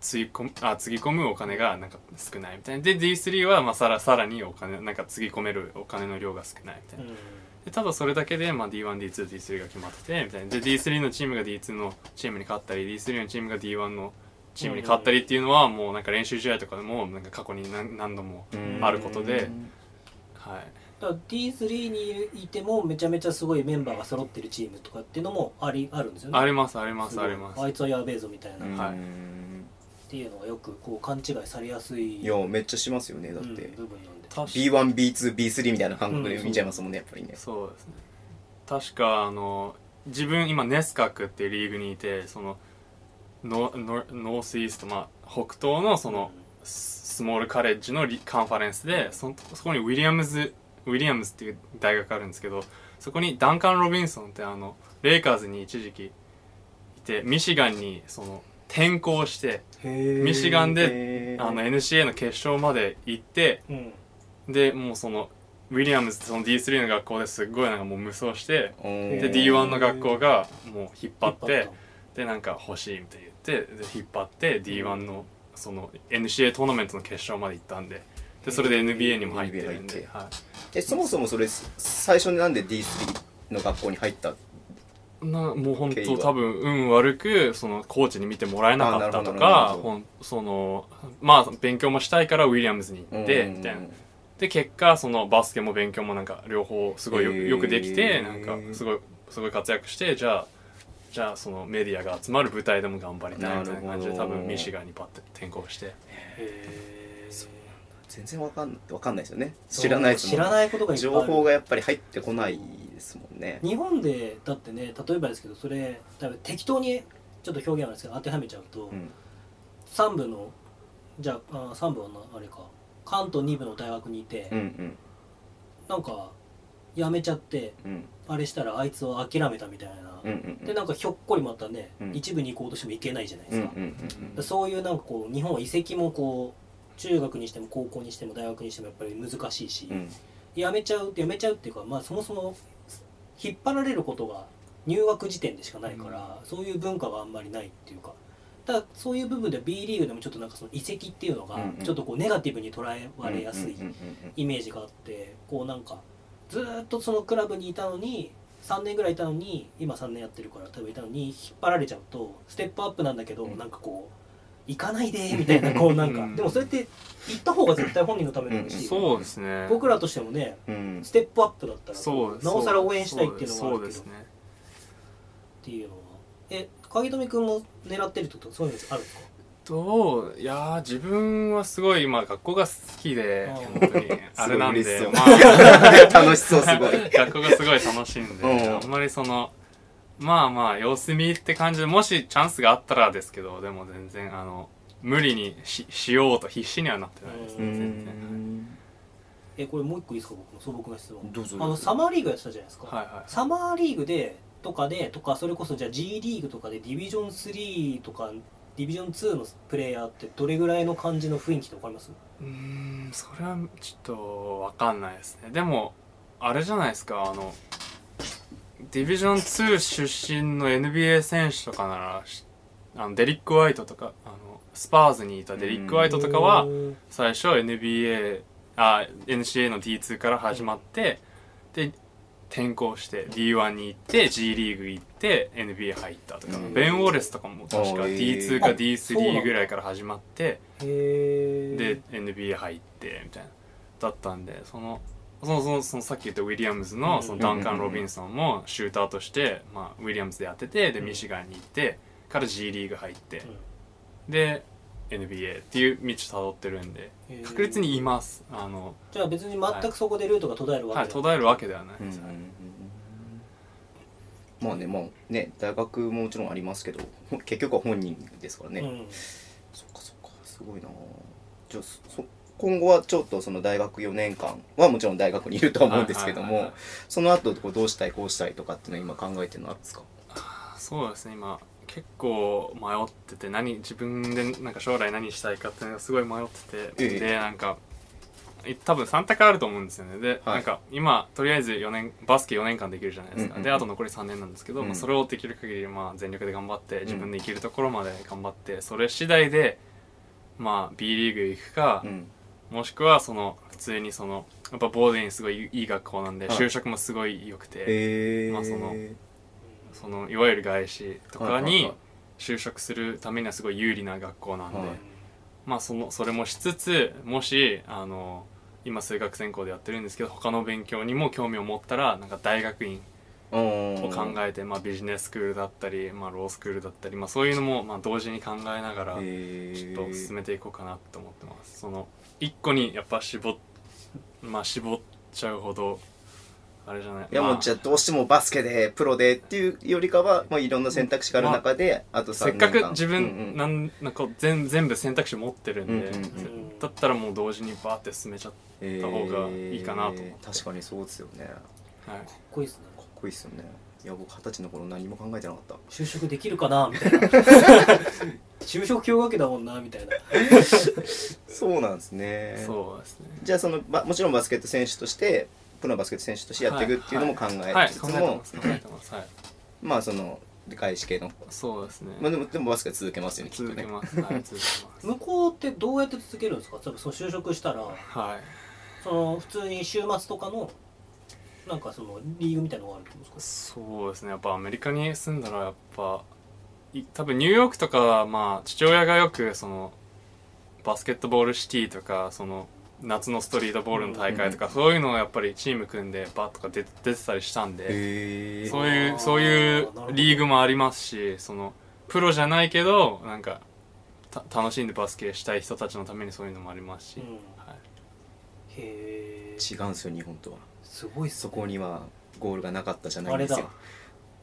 D: つぎ込むあつぎ込むお金がなんか少ないみたいなで D3 はまあさらさらにお金なんかつぎ込めるお金の量が少ないみたいな。でただそれだけで、まあ、D1D2D3 が決まっててみたいなで D3 のチームが D2 のチームに勝ったり D3 のチームが D1 のチームに勝ったりっていうのはもうなんか練習試合とかでもなんか過去に何何度も
B: うん
D: あることではい
C: だから D3 にいてもめちゃめちゃすごいメンバーが揃ってるチームとかっていうのもありあるんですよね
D: ありますあります
C: ごい
D: あります
C: あいつはやべえぞみたいな、
B: うん
C: っ
D: はい
C: ていうのがよくこう勘違いされやすい
B: いやめっちゃしますよねだっ
C: うん部
B: て、
C: 分なんで
D: 確
B: B1B2B3 みたいな感覚で見ちゃいますもんねやっぱりね
D: そうですね確かあの自分今ネスカクっていうリーグにいてそのノノノースイースト、まあ、北東のその、ススモールカレッジのリカンファレンスでそんそこにウィリアムズウィリアムズっていう大学あるんですけどそこにダンカン・ロビンソンってあのレイカーズに一時期いてミシガンにその転校してミシガンで
B: へー
D: あの NCA の決勝まで行って
C: うん
D: でもうそのウィリアムズってその D3 の学校ですっごいなんかもう無双して
B: で
D: で
C: へー
D: D1 の学校がもう引っ張っ
C: 引って
D: でなんか欲しいみたいに言ってで引っ張って D1 のその NCA トーナメントの決勝まで行ったんででそれで NBA にも入ってるん
B: NBA 入っ
D: で
B: て、
D: は
B: えそもそもそれ最初になんで D3 の学校に入った
D: い、なもう本
B: 経緯は
D: 当多分運悪くそのコーチに見てもらえなかったと
B: あなる
D: か
B: ほどなるほど
D: ほんそのまあ勉強もしたいからウィリアムズに行ってみたいなで結果そのバスケも勉強もなんか両方すごいよ,、
B: へー
D: くできてなんかすごいすごい活躍してじゃあじゃあそのメディアが集まる舞台でも頑張りたいみたいな感じで
B: な
D: 多
B: るほど
D: 分ミシガンにパッて転校して
C: へー
B: 全然わかんわかんないですよね知らないですもん
C: 知らないことがいっぱい
B: 情
C: ある
B: 報がやっぱり入ってこないですもんね
C: 日本でだってね例えばですけどそれ多分適当にちょっと表現あるんですけど当てはめちゃうと、
B: うん
C: 3部のじゃああ3部はなあれか関東2部の大学にいて、
B: うんうん
C: なんか辞めちゃって
B: うん
C: あれしたらあいつを諦めたみたいな、
B: うんうん
C: でなんかひょっこりまたね、
B: うん
C: 一部に行こうとしても行けないじゃないで
B: うんう
C: す
B: ん
C: か,、
B: うん
C: そういうなんかこう日本は移籍もこう中学にしても高校にしても大学にしてもやっぱり難しいし、
B: うん
C: 辞めちゃう辞めちゃうっていうか、まあ、そもそも引っ張られることが入学時点でしかないから、そういう文化があんまりないっていうかただそういう部分で B リーグでもちょっとなんかその移籍っていうのが
B: うんうん
C: ちょっとこうネガティブに捉えられやすい
B: うんうん
C: イメージがあってこうなんかずーっとそのクラブにいたのに3年ぐらいいたのに今3年やってるから多分いたのに引っ張られちゃうとステップアップなんだけど、
B: うん
C: なんかこう行かないでみた
B: [laughs]
C: いなこうなんか、
D: うん
C: でもそれって行った方が絶対本人のためだし、
D: そうですね
C: 僕らとしてもね
B: うんうん
C: ステップアップだったら
D: そう
C: なおさら応援したいっていうのがあ
D: そう
C: る
D: で
C: けど
D: すね
C: っていうのはえ影富君も狙ってるってことそういうのあるんですか
D: どういやー自分はすごい今学校が好きで
C: あー
D: 本当
B: [laughs]
D: にあれなんです
B: ごい嬉しそ
D: で
B: う
D: まあ
B: [laughs] 楽しそう [laughs] すごい
D: [laughs] 学校がすごい楽しいんで、
B: うん
D: あんまりそのまあまあ様子見って感じでもしチャンスがあったらですけどでも全然あの無理にししようと必死にはなってないです
B: う
D: ね全然
B: ん
C: えこれもう一個いいですか僕の素朴な質問
B: どうぞ
C: あのサマーリーグやってたじゃないですか、
D: はいはい
C: サマーリーグでとかでとかそれこそじゃあ G リーグとかでディビジョン3とかディビジョン2のプレイヤーってどれぐらいの感じの雰囲気って分かります
D: うーんそれはちょっとわかんないですねでもあれじゃないですかあのディビジョン2出身の NBA 選手とかならしあのデリック・ホワイトとかあのスパーズにいたデリック・ホワイトとかは、
C: うん
D: 最初 NBA あ NCA の D2 から始まって、で転校して D1 に行って G リーグ行って NBA 入ったとか、
B: うん
D: ベン・ウォレスとかも確か
B: あーへー
D: D2 か
C: あそうなんだ
D: D3 ぐらいから始まって
C: へえ
D: で NBA 入ってみたいなだったんでその。そのそのそのさっき言ったウィリアムズのそのダンカン・ロビンソンもシューターとして、まあ、ウィリアムズでやっててでミシガンに行ってから G リーグ入ってで NBA っていう道たどってるんで確率にいますあの
C: じゃあ別に全くそこでルートが途絶える
D: は
C: わ
D: い
C: け
D: 途
C: じゃ
D: 絶えるわけではない
B: うんうんう
D: です、
B: んまあねまあね大学ももちろんありますけどほ結局は本人ですからね、
C: ないうん
B: そっかそっかすごいなじゃあそそ今後はちょっとその大学4年間はもちろん大学にいるとは思うんですけど
D: はいはい
B: も
D: はいはい
B: その後こうどうしたいこうしたいとかっていうのを今考えてるのあるんですか
D: そうですね今結構迷ってて何自分でなんか将来何したいかっていうのがすごい迷ってて、
B: ええ
D: でなんかい多分3択あると思うんですよねで、
B: はい
D: なんか今とりあえず4年バスケ4年間できるじゃないです
B: うん
D: か、
B: うんうん
D: であと残り3年なんですけど、
B: うん
D: まあ、それをできる限りまあ全力で頑張って自分で行けるところまで頑張ってそれ次第でまあ B リーグ行くか、
B: うん
D: もしくはその普通にそのやっぱボーデンにすごいいい学校なんで、
B: はい
D: 就職もすごい良くて、
B: えー
D: まあそのそのいわゆる外資とか
B: はいはいは
D: に
B: い
D: 就職するためにはすごい有利な学校なんで、
B: はい
D: まあそのそれもしつつもしあの今数学専攻でやってるんですけど他の勉強にも興味を持ったらなんか大学院を
B: を
D: 考えて、まあ、ビジネススクールだったり、まあ、ロースクールだったり、まあ、そういうのもまあ同時に考えながらちょっと進めていこうかなと思ってます。その一個にやっぱ絞っまあ絞っちゃうほどあれじゃない
B: いやもうじゃあどうしてもバスケでプロでっていうよりかは、まあ、いろんな選択肢がある中で、あ、と
D: せ
B: 3
D: っ
B: 年
D: か
B: 間
D: く自分、
B: うんうん
D: なんなんか全全部選択肢持ってるんで、
B: うんうんうん
D: だったらもう同時にバーって進めちゃっ
B: えー
D: た方がいいかなと思って
B: 確かにそうですよね
D: て、はい、
C: かっこいいですね
B: かっこいいですよねいや僕二十歳の頃何も考えてなかった
C: 就職できるかなみたいな [laughs] 就職氷河期だもんなみたいな
B: そうなんですね
D: そうですね
B: じゃあそのばもちろんバスケット選手としてプロのバスケット選手としてやっていくっていうのも考
D: は
B: え
D: い
B: つつ
D: 考
B: も、
D: えてます考えてますはい
B: まあその外資系の、
D: そうですね
B: まあ、でもでもバスケは続けますよねきっと
D: 続け
B: ね
D: ますはい続け
B: [laughs]
D: ます
C: 向こうってどうやって続けるんですか例えばその就職したら
D: はい
C: その普通に週末とかのなんかそのリーグみたいなのがあるってことです
D: そうですねやっぱアメリカに住んだらやっぱい多分ニューヨークとかまあ父親がよくそのバスケットボールシティとかその夏のストリートボールの大会とか、そういうのをやっぱりチーム組んでバッとか出て出てたりしたんで、
B: へえ
D: そう
C: あ
D: い
C: ー
D: うそうい
C: な
D: う
C: るほど
D: リーグもありますしそのプロじゃないけどなんかた楽しんでバスケしたい人たちのためにそういうのもありますし、
C: か、うん、
D: はい、
C: へえ
B: 違うんですよ日本とは
C: すごいっす
B: そ
C: ね
B: こにはゴールがなかったじゃないんですよ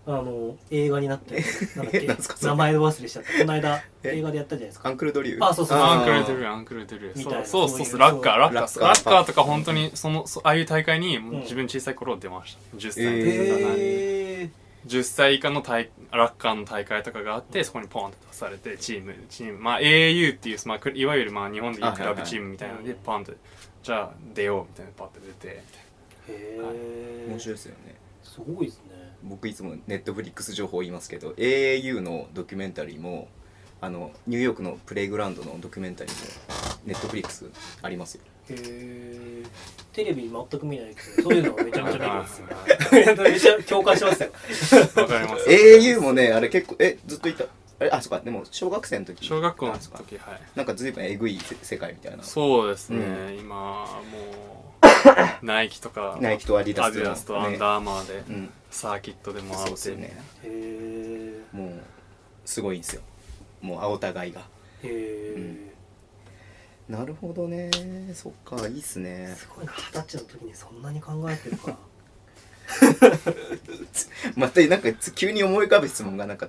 C: あの映画になってる
B: [laughs]
C: なんだっけ
B: えなんすかそれ
C: 名前忘れしちゃったこの間
B: え
C: 映画でやったじゃないです
B: ア
C: か
B: ンクルドリュー
C: あそうそう
D: ア
B: あー
D: ンクル・デルアンクル・デル
C: みたいな
D: そうそうそう
C: そういう
D: ラッカーラッカー
B: ラ
D: ラ
B: ッ
D: ッ
B: カー
D: カーとか本当にそのそああいう大会に
C: ん
D: 自分小さい頃出ました、10歳
B: え
D: とかな、
C: へえ
D: 10歳以下の大ラッカーの大会とかがあってそこにポンと出されてチームチームまあ AAU っていう、まあ、くいわゆるまあ日本でいうクラブチームみたいなの
C: はい
D: で
C: はい
D: ポンとじゃあ出ようみたいなパッて出てみたい
C: へえ
B: 面白いですよね
C: すごいですね
B: 僕いつもネットフリックス情報言いますけど AAU のドキュメンタリーもあのニューヨークのプレイグラウンドのドキュメンタリーもネットフリックスありますよ
C: へえテレビ全く見ないけどそういうのめちゃめちゃ見るんで
B: [laughs]
C: すよ
D: な
C: めちゃ共感しますよ
D: わかります
B: AAU もねあれ結構えずっといたあれあそうかでも小学生の時
D: 小学校の
B: あそうか
D: 時はい
B: なんかずいぶんえぐいせ世界みたいな
D: そうですね、
B: う
D: 今もうナイキとか
B: [laughs] ナイキとアディダ
D: ア
B: ス
D: ディダスとアン
B: ね
D: ダーマー
B: う
D: で、
B: ん
D: サーキットでもあ
B: そう
D: って
B: ですよね
C: へえ
B: もうすごいんですよもう青互いが
C: へえ
B: なるほどねそっかいいっすね
C: すごいな二十歳の時にそんなに考えてるか
B: またなんかつ急に思い浮かぶ質問がなんか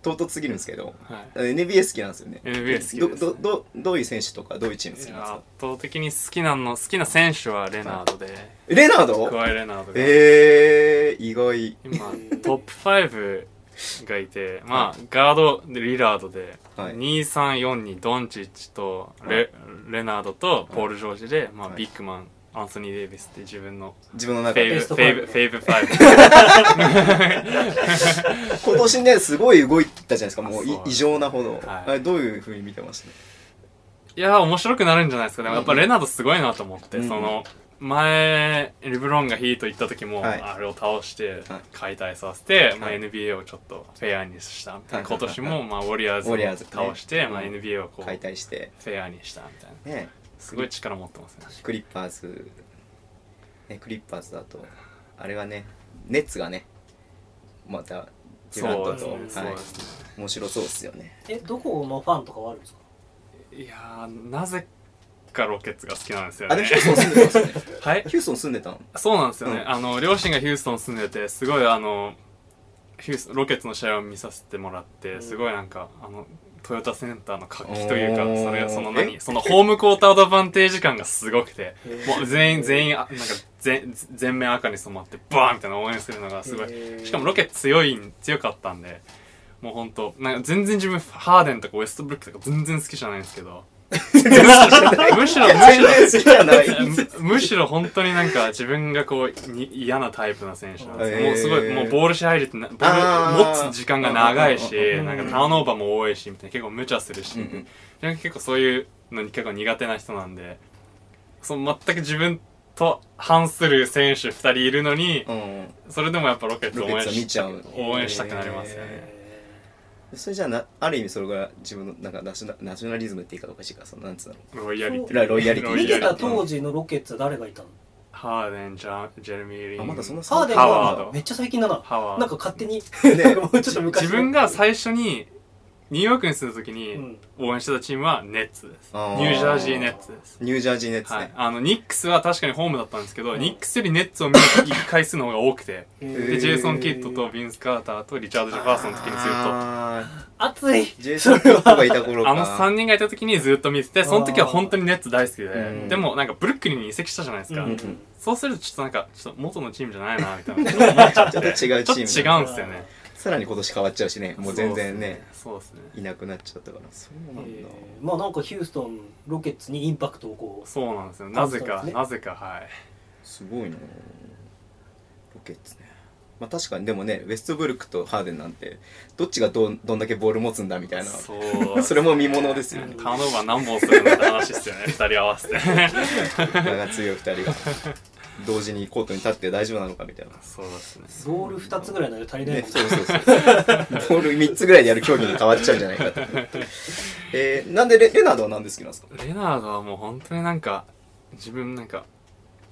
B: 唐突すぎるんですけど
D: はい、
B: NBA 好きなんですよね
D: NBA 好きですね
B: どどどどういう選手とかどういうチーム好き
D: い
B: なんで
D: や
B: す
D: 圧
B: か
D: 倒的に好きなの好きな選手はレナードで
B: レナード
D: クワイ・レナードが、
B: えー、意外
D: 今トップ5が
B: [laughs]
D: いてまあガードでリラードで、
B: はい
D: 234にドンチッチとレ,、レナードとポール・ジョージで、まあ、
B: はい
D: ビッグマンアンソニー・デイビスって自分の
B: 自分の
D: フ
B: 中
D: ェイ
B: で
D: ブ
C: ベス
D: フ
C: ト
D: ェイブ
C: フ
D: フ
C: ァ
D: ェ
C: イ
D: イ
B: [laughs]
D: ブ5
B: 今年ねすごい動いたじゃないですかもうい
D: あそう
B: 異常なほど、
D: はい
B: あれどういうふうに見てました
D: いやー面白くなるんじゃないですかでもやっぱレナードすごいなと思って、
B: うんうん
D: その前リブロンがヒート行った時も、
B: はい
D: あれを倒して
B: はい
D: 解体させて、まあ、
B: はい
D: NBA をちょっとフェアにしたみたいな、
B: はい
D: 今年も、まあ、ウォリアーズ
B: ウォリアーズ
D: を倒して、
B: ね
D: まあ、
B: うん
D: NBA をこう
B: 解体して
D: フェアにしたみたいな
B: ね
D: すごい力持ってますね
B: クリッパーズ、ね、クリッパーズだとあれはねネッツがねまたデュラン
D: そう
B: ト
D: で
B: と、
D: すね、そう
B: はい
D: ですね
B: 面白そうですよね
C: えどこのファンとかはあるんですか
D: いやーなぜかロケッツが好きなんですよ
B: あれ
D: ね
B: ヒューソン住んでたんですね
D: はい
B: ヒューソン住んでたの
D: そうなんですよね、
B: うん
D: あの両親がヒューストン住んでてすごいあのヒュースロケッツの試合を見させてもらって、
C: うん
D: すごいなんかあのトヨタセンターの活気というか
B: おー
D: それその
B: え
D: 何そのホームコーターアドバンテージ感がすごくて
C: へー
D: もう全員全員あなんか全全面赤に染まってバーンみたいな応援するのがすごい
C: へー
D: しかもロケッツ強いん強かったんでもうほんとなんか全然自分ハーデンとかウェストブルックとか全然好きじゃないんです
C: [laughs]
D: けどむしろむしろ
B: [laughs] 全然好きじゃない
D: む [laughs] むしろ本当になんか自分がこうに嫌なタイプな選手なんですよ、
B: へー
D: もうすごいもうボール支配率なボ
B: あ
D: ー
B: ー
D: ル持つ時間が長いし
B: うん
D: なんかターンオーバーも多いしみたいな結構無茶する
B: う
D: し、
B: んうん
D: なんか結構そういうのに結構苦手な人なんでその全く自分と反する選手2人いるのに
B: うん
D: それでもやっぱロケット
B: ロ
D: 応
B: ケッ
D: 援
B: ツは見
D: し
B: ちゃう
D: 応援したくなりますよね。
C: へー
B: それじゃあなある意味それが自分のなんかナショナナショナリズムって言い方おかしいからそのなんつうの
D: ロイヤリテ
B: ロ
D: ィ。
B: ロイヤリティ
C: 見てた
B: と
C: 当時のロケッツは誰がいたの
D: ハーデン、ジャジェレミー・リン。
B: あまだそんな
C: ハーデン
D: ハワー
C: が
D: ド
C: めっちゃ最近だな
D: ハワード
C: なんか勝手に
B: [laughs] ね
C: [laughs] もうちょっと昔
D: 自分が最初にニューヨークに住んだ時に応援してたチームはネッツです、
B: あー
D: ニュージャージーネッツです
B: ニュージャージーネッツね、
D: はい、あのニックスは確かにホームだったんですけど、
C: うん
D: ニックスよりネッツを見に行く回数の方が多
B: [laughs]
D: くて、
C: へ
D: で
B: ー
D: ジェイソン・キッドとビンス・カーターとリチャード・ジェファーソンの時にずっと
B: あ
C: 熱い
B: ージェイソン・キッドがいた頃か
D: あの3人がいた時にずっと見ててその時は本当にネッツ大好きで、
B: うん
D: でもなんかブルックリンに移籍したじゃないですか、
C: うん
B: ん
D: そうするとちょっとなんかちょっと元のチームじゃないなみたい
B: [laughs]
D: なこと思っちゃって
B: ちょっと違うチーム
D: ちょっと違うんですよね
B: さらに今年変わっちゃうしねもう全然ね
D: そうですね
B: いなくなっちゃったからそうなんだ、
C: えーまあなんかヒューストンロケッツにインパクトをこう
D: そうなんですよなぜか、
C: そうですね
D: なぜかはい
B: すごいなロケッツねまあ確かにでもねウェストブルクとハーデンなんてどっちがどんどんだけボール持つんだみたいなそ
D: そう
B: れも見ものですよね
D: ターンオーバー何本するのって話ですよね二人合わせて
B: 我が強い2人が同時にコートに立って大丈夫なのかみたいな
D: そうですね
C: ボール2つぐらいなら足りない
B: ね
C: もん、
B: そうそうそうボール3つぐらいでやる競技に変わっちゃうんじゃないかと、えーなんでレレナードは何で好きなんですか
D: レナードはもう本当になんか自分なんか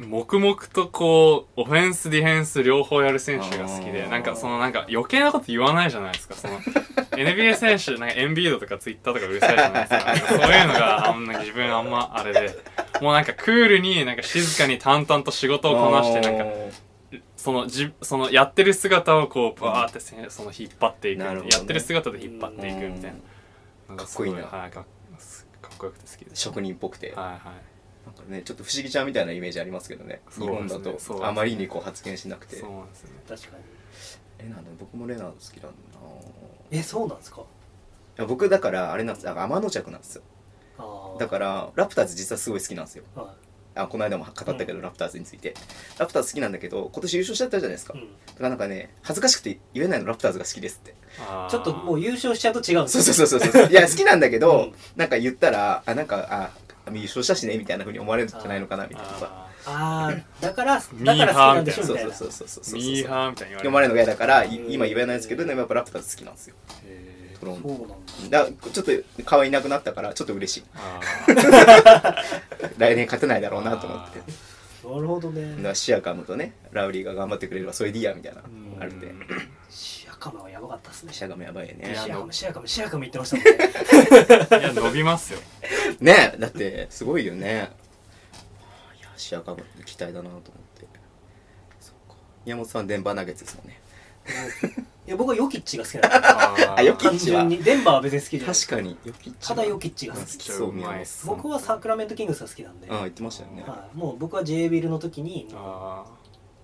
D: 黙々とこうオフェンスディフェンス両方やる選手が好き
B: あ
D: で
B: ー
D: なんかそのなんか余計なこと言わないじゃないですかその NBA 選手なんかエンビードとかツイッターとかうるさいじゃないですかなんかそういうのがあんな自分あんまあれでもうなんかクールになんか静かに淡々と仕事をこなしてなんかそのじそのやってる姿をこうバーってせその引っ張っていくみたい
B: な
D: な
B: るほどね
D: やってる姿で引っ張っていくみたいななん
B: かっこいいな
D: すごはいかっかっこよくて好きです
B: 職人っぽくて、
D: はいはい
B: なんかねちょっと不思議ちゃんみたいなイメージありますけどね
D: そ
B: 日
D: う
B: 本
D: です
B: だ
D: ね
B: と
D: そうですね
B: あまりにこう発言しなくて
D: そうなんですよね
C: 確かに
B: レナード僕もレナード好きなんだな
C: えそうなんですか
B: いや僕だからあれなんですよ天の弱なんですよ
C: ああ
B: だからラプターズ実はすごい好きなんですよ
C: ら、は
B: あこの間も語ったけど、
C: う
B: ラプターズについてラプターズ好きなんだけど今年優勝しちゃったじゃないですか、
C: いうん
B: だからなんかね恥ずかしくて言えないのラプターズが好きですって
C: ちょっともう優勝しちゃうと違うんです
B: そう
C: よ
B: そうそうそうそういや好きなんだけど、
C: うん
B: なんか言ったらあなんかあ優勝したしねみたいなふうに思われるんじゃないのかなみたいなさ
D: あ
C: ああだからだ
D: ミ
C: か
D: ー
C: ら好きな
D: ハー
C: ん
D: み
C: で
D: た
C: し
D: い
C: ょ
D: な
C: み
B: そう
C: たい
B: そうそうそ
C: な
B: うそう
D: ー
B: そう
D: ミーハーみたいに
B: 読
D: 言
B: ま
D: わ
B: れるの
D: れる
B: が嫌だからい
C: うん
B: 今言えないですけどでもやっぱラプターズ好きなんですよ
D: へ
B: トロン
C: そう
B: ト
C: なんだ
B: だからちょっと可愛いなくなったからちょっと嬉しい
D: ーあー
B: 来年勝てないだろうなと思って
D: あ
C: なるほど
B: だか
C: ね
B: らシアカムとねラウリーが頑張ってくれればそれでいいやみたいな
D: ー
B: [laughs] あるんで
D: うん
C: シアカムはやばかったですね
B: シアカムやばいよね
D: いや
C: シアカムシアカムシアカム言ってましたもん
B: [laughs]
C: ね
D: いや伸びますよ
B: ねだってすごいよねいやシアカム期待だなと思ってそうか宮本さん電波ナゲッツですもんね
C: いや僕はヨキッチが好きなんですよ
D: あ
B: あよき
C: 単純にデンバーは別に好きじゃない
B: 確かにヨキッチ
C: ただヨキッチが好き
B: きそう宮本さん
C: 僕はサクラメントキングスが好きなんで、
B: ああ言ってましたよね
C: はい、もう僕は J ビルの時に
D: あ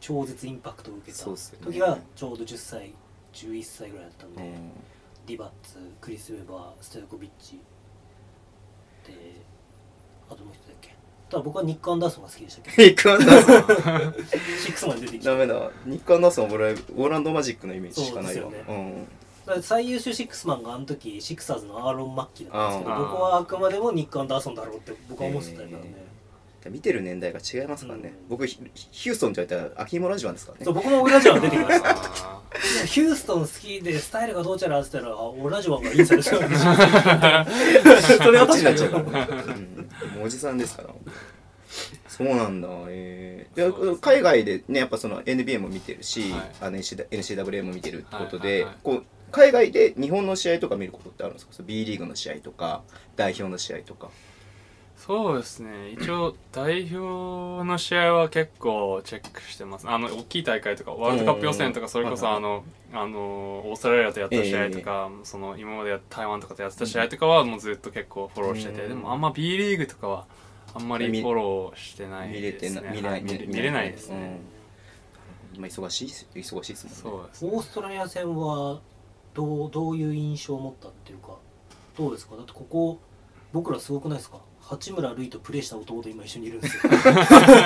C: 超絶インパクトを受けた
B: そうっすよね
C: 時はちょうど10歳11歳ぐらいだったんで、
B: うん
C: ディバッツクリス・ウェバーストヤコビッチであともう一人だっけただ僕はニック・アンダーソンが好きでしたけ
B: [laughs]
C: [laughs] ど
B: ニック・アンダーソン
C: シックスまで出てきた
B: ダメだニック・アンダーソンは俺オーランド・マジックのイメージしかない
C: そう
B: よ
C: です
B: うん
C: だから最優秀シックスマンがあの時シックサーズのアーロン・マッキーだったんですけ
D: あ
C: ど
D: ー
C: 僕はあくまでもニック・アンダーソンだろうって僕は思ってたからね、
B: 見てる年代が違いますからね
C: うん
B: 僕ヒヒューストンって言われたらアキーモ・ラジワンですから
C: そう
B: ね
C: 僕もオラジワン出てきました [laughs]
D: あ
C: ヒューストン好きでスタイルがどうちゃらって言ったらあオラジワンがいいんじゃないですか
B: [laughs]
C: それは
B: こっち
C: 確
B: に
C: か
B: なっち
C: に
B: ゃうからねうんもうおじさんですからそうなんだえー
D: そうです
B: で
D: ね
B: 海外でねやっぱその NBA も見てるし
D: はい
B: あの NC NCAA も見てるってこと
D: はい
B: で
D: はいはい
B: こう海外で日本の試合とか見ることってあるんですかそう B リーグの試合とか代表の試合とか
D: そうですね一応代表の試合は結構チェックしてますあの大きい大会とかワールドカップ予選と
B: うん
D: かそれこそ
B: はいはい
D: あのあのオーストラリアとやった試合とか、その今までやった台湾とかとやってた試合とかはもうずっと結構フォローしてて、
B: うん
D: でもあんま B リーグとかはあんまり
B: 見
D: フォローしてない
B: 見れて
D: です
B: な
D: ね
B: 見れな
D: はい見れ見れないです
B: う
D: ね、
B: ん今忙しいっす忙しいですもんね
D: そうですね
C: オーストラリア戦はどうどういう印象を持ったっていうかどうですかだってここ僕らすごくないですか八村塁とプレーした男と今一緒にいるんですよ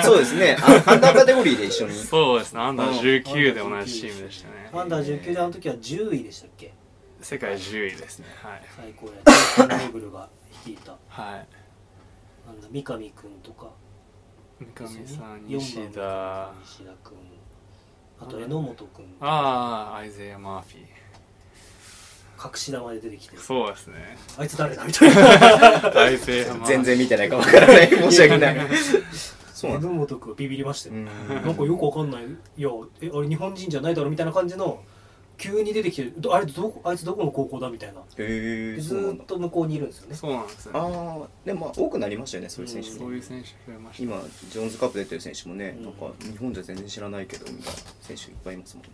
B: そうですねあのアンダーカテゴリーで一緒に
D: そうですねアンダー19で同じチームでした
C: ア
D: ね
C: ンダー19であの時は10位でしたっけ
D: 世界10位ですねはい
C: 最高やジェイソン・レイブルが率いた
D: はい
C: なんだ三上君とか
D: 三上
C: ですね
D: さん
C: 四番
D: 西田
C: の
D: あ
C: 西田君あと榎本君
D: あアイゼイア・マーフィー
C: 隠し玉で出てきて
D: そうですね。
C: あいつ誰だみたいな
D: 大勢
B: 全。然見てないかわからない申し訳ない [laughs] そうなんだ
C: 榎本君はビビりましたよ、
B: うん
C: なんかよくわかんないいやえあれ日本人じゃないだろみたいな感じの急に出てきてどあれどこあいつどこの高校だみたいな
B: へえ
C: ず
B: そうなん
C: ー
B: だ
C: っと向こうにいるんですよね
D: そうなんですね。
B: ああでもまあ多くなりましたよねそういう選手
D: そ
B: も
D: ういう選手増えました。
B: 今ジョーンズカップ出てる選手もね、
C: うん
B: なんか日本じゃ全然知らないけどみたいな選手いっぱいいますもんね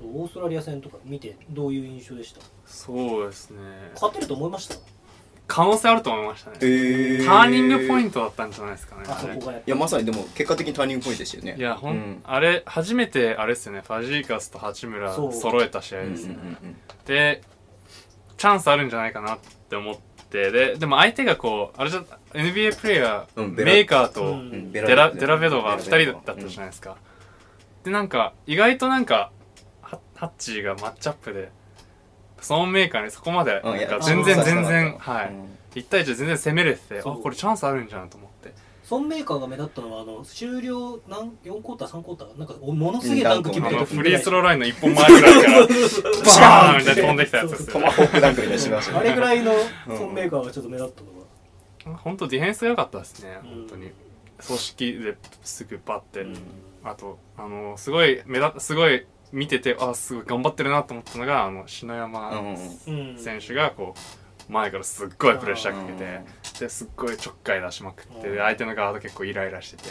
C: そうオーストラリア戦とか見てどういう印象でした
D: そうですね。
C: 勝てると思いました
D: 可能性あると思いましたね。
B: へ
D: ターニングポイ
B: ト
D: ントだったんじゃないですかね。
C: あそ
D: あれ
C: こがやっ
B: いやまさにでも結果的にターニングポイントでしたよね
D: いや、ほ
B: う
D: ん、
B: ん
D: あれ、初めて、あれですよね、ファジーカスと八村
C: そう
D: 揃えた試合
B: うんうんう
D: で
B: ん
D: すよね。
B: うん
D: で、チャンスあるんじゃないかなって思ってででも相手がこうあれじゃ NBA プレイヤー、
B: うんベラ
D: メーカー
C: う
D: と
C: ん
B: うん
D: デラ
B: ベ
D: デラベドが2
B: ベラベ
D: 人
B: ド
D: だったじゃないですか、でなんか意外となんかハハッチーがマッチアップでそのメーカーにそこまで
B: うんうんい
D: なん
B: や
D: か全然
C: あー
D: 全
B: う
D: 然
B: ん
D: はい、1対1全然攻めれててあ
C: そう
D: これチャンスあるんじゃんと思って
C: ソンメーカーが目立ったのはあの終了何4クォーター3クォーターなんかおものすげえダンク
D: あ
C: 決めて
D: の
C: る
D: フリースローラインの1本前ぐらいからバーンみたいな飛んできたやつです
B: ト
D: よ
B: マ
D: ね
B: ホークダンクみたいにしました
C: あれぐらいの
B: うん
C: ソンメーカーがちょっと目立ったのは
D: 本当ディフェンスが良かったですね
C: うん
D: 本当に組織ですぐバッて、
C: うん
D: あとあのすごい目立すごい見ててあすごい頑張ってるなと思ったのがあの篠
B: うん
D: 山
C: うん
D: 選手がこう前からすっごいプレッシャーかけてですっごいちょっかい出しまくって
C: うん
D: で相手のガード結構イライラしてて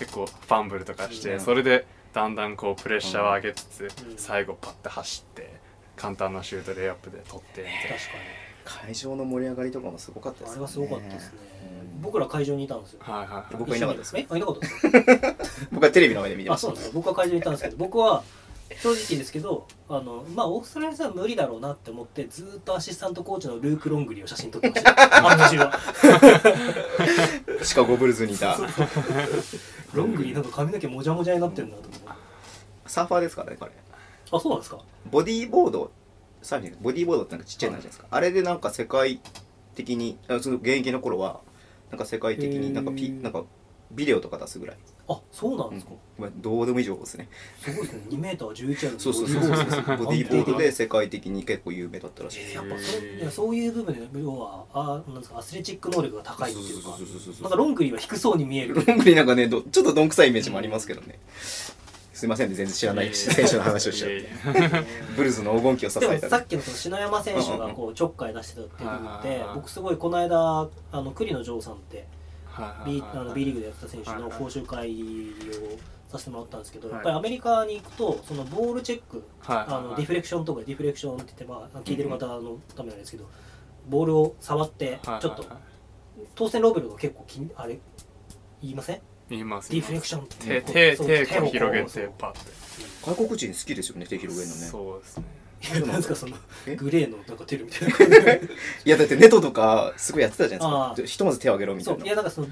D: 結構ファンブルとかし
B: う
D: て
B: ん
D: それでだんだんこうプレッシャーを上げつつ
C: うん
D: 最後パッて走って簡単なシュートレイアップで取ってみたいな
C: 確か
B: 会場の盛り上がりとかもすごかったで
C: に
B: す
C: あれはすごかったですね
B: うん
C: 僕ら会場にいたんですよ
D: はいはいはい
B: 僕はいなかったです
C: えあいなかったです
B: 僕はテレビの前で見て
C: あ
B: まし
C: そう
B: た
C: なんですよ僕は会場にいたんですけど僕は正直ですけどあのまあオーストラリアさんは無理だろうなって思ってずーっとアシスタントコーチのルーク・ロングリーを写真撮ってましたあの中
D: [laughs]
C: は
B: シカゴブルズにいた
C: ロングリーなんか髪の毛もじゃもじゃになってるなと思って
B: サーファーですからね彼
C: あそうなんですか
B: ボディーボードサーフィンボディーボードってなんかちっちゃいのあるじゃないですかあれでなんか世界的にあその現役の頃はなんか世界的になんか
C: へ
B: ピ
C: ー
B: なんかビデオとか出すぐらい、
C: あそうなん
B: う
C: で
B: ん
C: すか、
B: まあどうでもいい情報ですね
C: すごいですね 2m11 ある
B: そうそうそうそうボディーボードで
C: で
B: 世界的に結構有名だったらしいです
C: やっぱそれいやそういう部分で要はあなんですかアスレチック能力が高いっていうか
B: そうそうそうそうそう
C: なんかロングリーは低そうに見える
B: ロングリーなんかねどちょっとどんくさいイメージもありますけどねすいませんね全然知らない選手の話をしちゃっ
D: いえい
B: て
D: え
B: ブルズの黄金期を支
C: でも
B: え
C: さ
B: た
C: っきのその篠山選手がこうちょっかい出してたっていう部分
D: はいはい
C: で
D: はい
C: 僕すごいこの間あの栗野城さんって
D: はいはい
C: B,
D: はい
C: あの B リーグでやってた選手
D: はい
C: の
D: はい
C: 講習会をさせてもらったんですけど
D: はい
C: やっぱりアメリカに行くとそのボールチェック
D: はい
C: あの
D: は
C: ディ
D: い
C: フレクションとかディフレクションって言ってまあ聞いてる方のためなんですけどボールを触ってちょ
D: は
C: っ
D: い
C: と当選ロベルが結構気にあれ言いません
D: 言います
C: ディフレクション
D: 手手
C: そう
D: 手
C: を
D: こ
C: こ
D: う
C: う
D: 広げ
C: そ
D: て
C: う
D: パッて
B: 外国人好きですよね手広げるのね
D: そうですね
C: いや [laughs] なんですかその
B: え
C: グレーのなんかテルみたいな感じで
B: いやだってネトとかすごいやってたじゃない
C: あ
B: です
C: ー
B: かひとまず手を挙げろみた
C: そ
B: いうない
C: やなんかその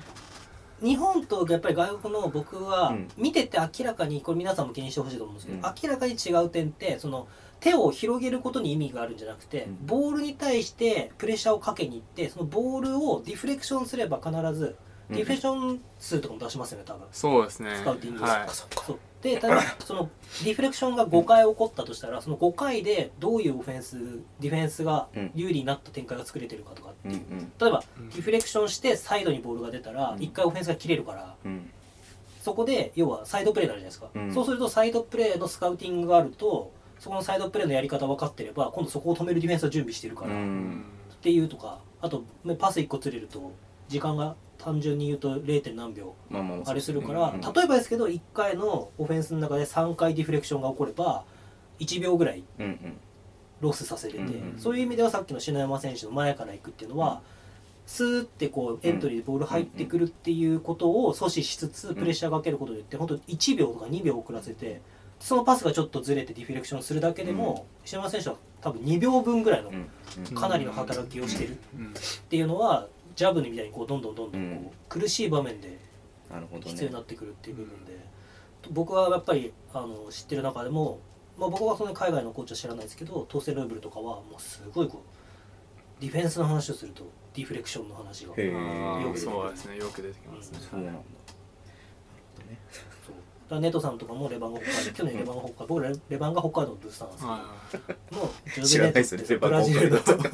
C: 日本とやっぱり外国の僕
B: う
C: は
B: ん
C: 見てて明らかにこれ皆さんも気にしてほしいと思うんですけど、
B: うん
C: 明らかに違う点ってその手を広げることに意味があるんじゃなくて、
B: うん
C: ボールに対してプレッシャーをかけに行ってそのボールをディフレクションすれば必ず
B: うん
C: ディフレクション数とかも出しますよね多分、
D: そうですね
C: スカウティング
D: は
B: あそっか
C: そうで
B: [laughs]
C: ただそのディフレクションが5回起こったとしたらその5回でどういうオフェンスディフェンスが
B: うん
C: 有利になった展開が作れてるかとか
B: うんうん
C: 例えば
D: うん
C: ディフレクションしてサイドにボールが出たら
B: うん
C: 1回オフェンスが切れるから
B: うん
C: そこで要はサイドプレーになるじゃないですか、
B: うん
C: そうするとサイドプレーのスカウティングがあるとそこのサイドプレーのやり方分かってれば今度そこを止めるディフェンスを準備してるか
B: う
C: ら、っ
D: いうんん
C: ていうとかあとねパス1個釣れると時間が単純に言うと 0. 何秒
B: まあまあまあ
C: あれするから、
B: うん
C: 例えばですけど1回のオフェンスの中で3回ディフレクションが起これば1秒ぐらい
B: うんうん
C: ロスさせれて、
B: うんうん
C: そういう意味ではさっきの篠山選手の前から行くっていうのは、スーってこうエントリーでボール入ってくるっていうことを阻止しつつ、プレッシャーかけることによって本当に1秒とか2秒遅らせてそのパスがちょっとずれてディフレクションするだけでも、篠山選手は多分2秒分ぐらいの
B: うん
C: かなりの働きをしてるっ
D: うん
C: ていうのはジャブみたいにこうどんどんどんどんこう苦しい場面で
B: なるほど
C: 必要にな
B: ね
C: ってくるっていう部分で、僕はやっぱりあの知ってる中でも、まあ、僕はそんなに海外のコーチは知らないですけど当選ルーブルとかはもうすごいこうディフェンスの話をするとディフレクションの話が
B: へえ
D: あ
C: よ
D: ー
C: く
D: そうですねよく出てきますね
B: そうなんだ
C: そうだからネトさんとかもレバンガ北
D: [laughs]
C: 海道去年レバンガ北海道僕レレバンガ北海道のブースターなんですけど、
D: はいはい
C: のジョ
B: 知
C: ゼ
B: らない
C: ネット
B: で
C: っ
B: すね
C: て
B: レバン
C: ブラ
B: ガ
C: ジ
B: 北海
C: ルの
B: 道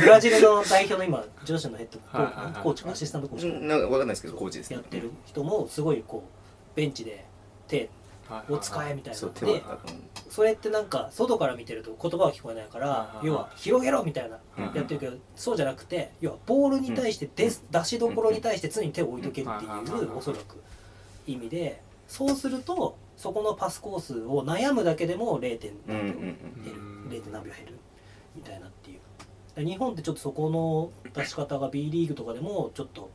C: ブラジルの代表の今女子のヘッドコ
D: はいはい
C: ー
D: はい
C: チコーチアシスタントコーチ
B: うんなんかわかんないですけどコーチですね
C: やってる人もすごいこうベンチで手
D: はい
C: を使えみたいな
B: そう手
C: で
B: は
C: それってなんか外から見てると言葉は聞こえないか
D: はい
C: ら
D: はい
C: 要は広げろみたいな
B: うん
C: やってるけどそうじゃなくて要はボールに対して出す出しどころに対して常に手を置いとけってい
D: はいはいはいう
C: おそらく意味でそうするとそこのパスコースを悩むだけでも 0.
B: うんうん
C: 何
B: う
C: 秒
B: ん
C: 減る
D: うん
C: 0. 何秒減るみたいなっていうだから日本ってちょっとそこの出し方が B リーグとかでもちょっと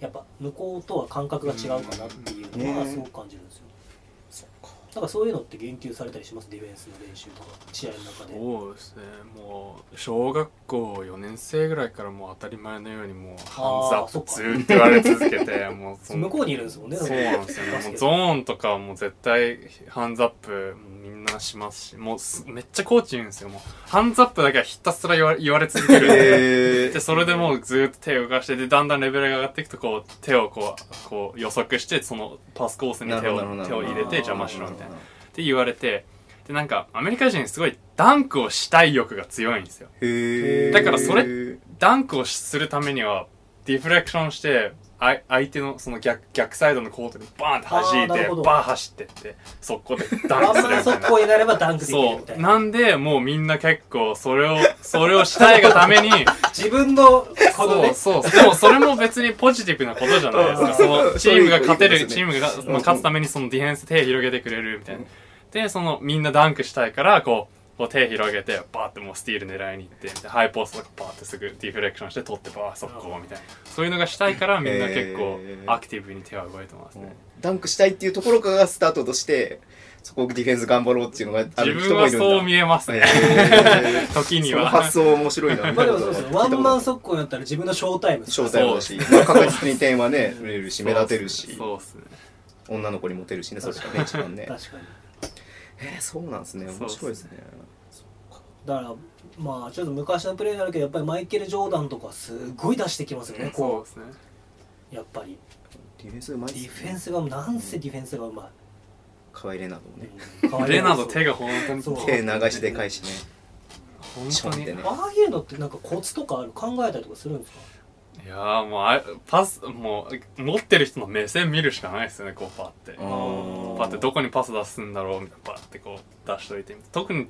C: やっぱ向こうとは感覚が違うかなっていうのはすごく感じるんですよ。
B: そっか
C: なんかそういうのって言及されたりしますディフェンスの練習とか試合の中で
D: そうですねもう小学校4年生ぐらいからもう当たり前のようにもうハンズア
C: そ
D: ッ
C: っ
D: プ
C: か
D: ずーっと言われ続
C: [laughs]
D: けてもう
C: 向こうにいるんですもんね
D: そう
C: だから
D: なんですよ
C: バ
D: ね
C: ス
D: も
C: ケ
D: うゾーンとかはもう絶対ハンズアップみんなしますしもうすめっちゃコーチ言うんですよもうハンズアップだけはひたすら言わ言われ続けるんで
B: え
D: でそれでもうずーっと手を動かしてでだんだんレベルが上がっていくとこう手をこうこう予測してそのパスコースに手を手を入れて邪魔しろみたいな。って言われてでなんかアメリカ人すごいダンクをしたい欲が強いんですよ
B: へー
D: だからそれダンクをするためにはディフレクションしてあ相手のその逆逆サイドのコートにバーンって弾い
C: あーな
D: て
C: るほど
D: バーン走ってって速攻でダ
C: あ
D: ンク
C: んま
D: する
C: り
D: み [laughs] た
C: 速
D: い
C: 攻
D: な
C: になればダンクできるみ
D: そ
C: たいうな
D: なんでもうみんな結構それをそれをしたいがために
C: 自分のこの
D: そ
C: ね
D: うそうでもそれも別にポジティブなことじゃないですかそのチームが勝て
B: そういうことで
D: る
B: すね
D: チームが、
B: ん
D: まあ、勝つためにそのディフェンス手広げてくれるみたいなでそのみんなダンクしたいからこうこう手広げてバーってもうスティール狙いに行ってみたいなハイポストとかバーってすぐディフレクションして取ってバー速攻みたいなそういうのがしたいからみんな結構
B: へー
D: アクティブに手は動いてますね、
B: ダンクしたいっていうところからスタートとしてそこをディフェンス頑張ろうっていうのがある人
D: 自分
B: も
D: はい
B: るんだ
D: そう見えますね、
B: え
D: [laughs] 時に
B: その
D: は
B: 発想面白いな
C: まあでもそうです
D: [laughs]
C: よワンマン速攻になったら自分のショータイム
B: ショータイムだし、まあ、確実に点はね取れるし目立てるし
D: そうっすね
B: 女の子にモテるしねそれがね一番ね
C: 確かに
B: えー、そうなんですね面白いですね
C: だからまあちょっと昔のプレーになるけどやっぱりマイケル・ジョーダンとかすごい出してきますよね
D: そう
C: こ
D: ですね
C: うやっぱり
B: ディフェンスうまい
C: デ
B: っすね
C: ィフェンスがなんせディフェンスがうま
B: 可愛いレナードも
C: い
B: ね
C: うん可愛い
D: レナード手が本当に
C: そう
B: 手流しで返しね
D: 本
B: ちょんっ
D: 当
B: て
D: に
B: ね
C: ああいうのってなんかコツとかある考えたりとかするんですか
D: いやーもうあパスもう持ってる人の目線見るしかないですよねこうパって
B: うん
D: パってどこにパス出すんだろうみたいなパってこう出しといて特に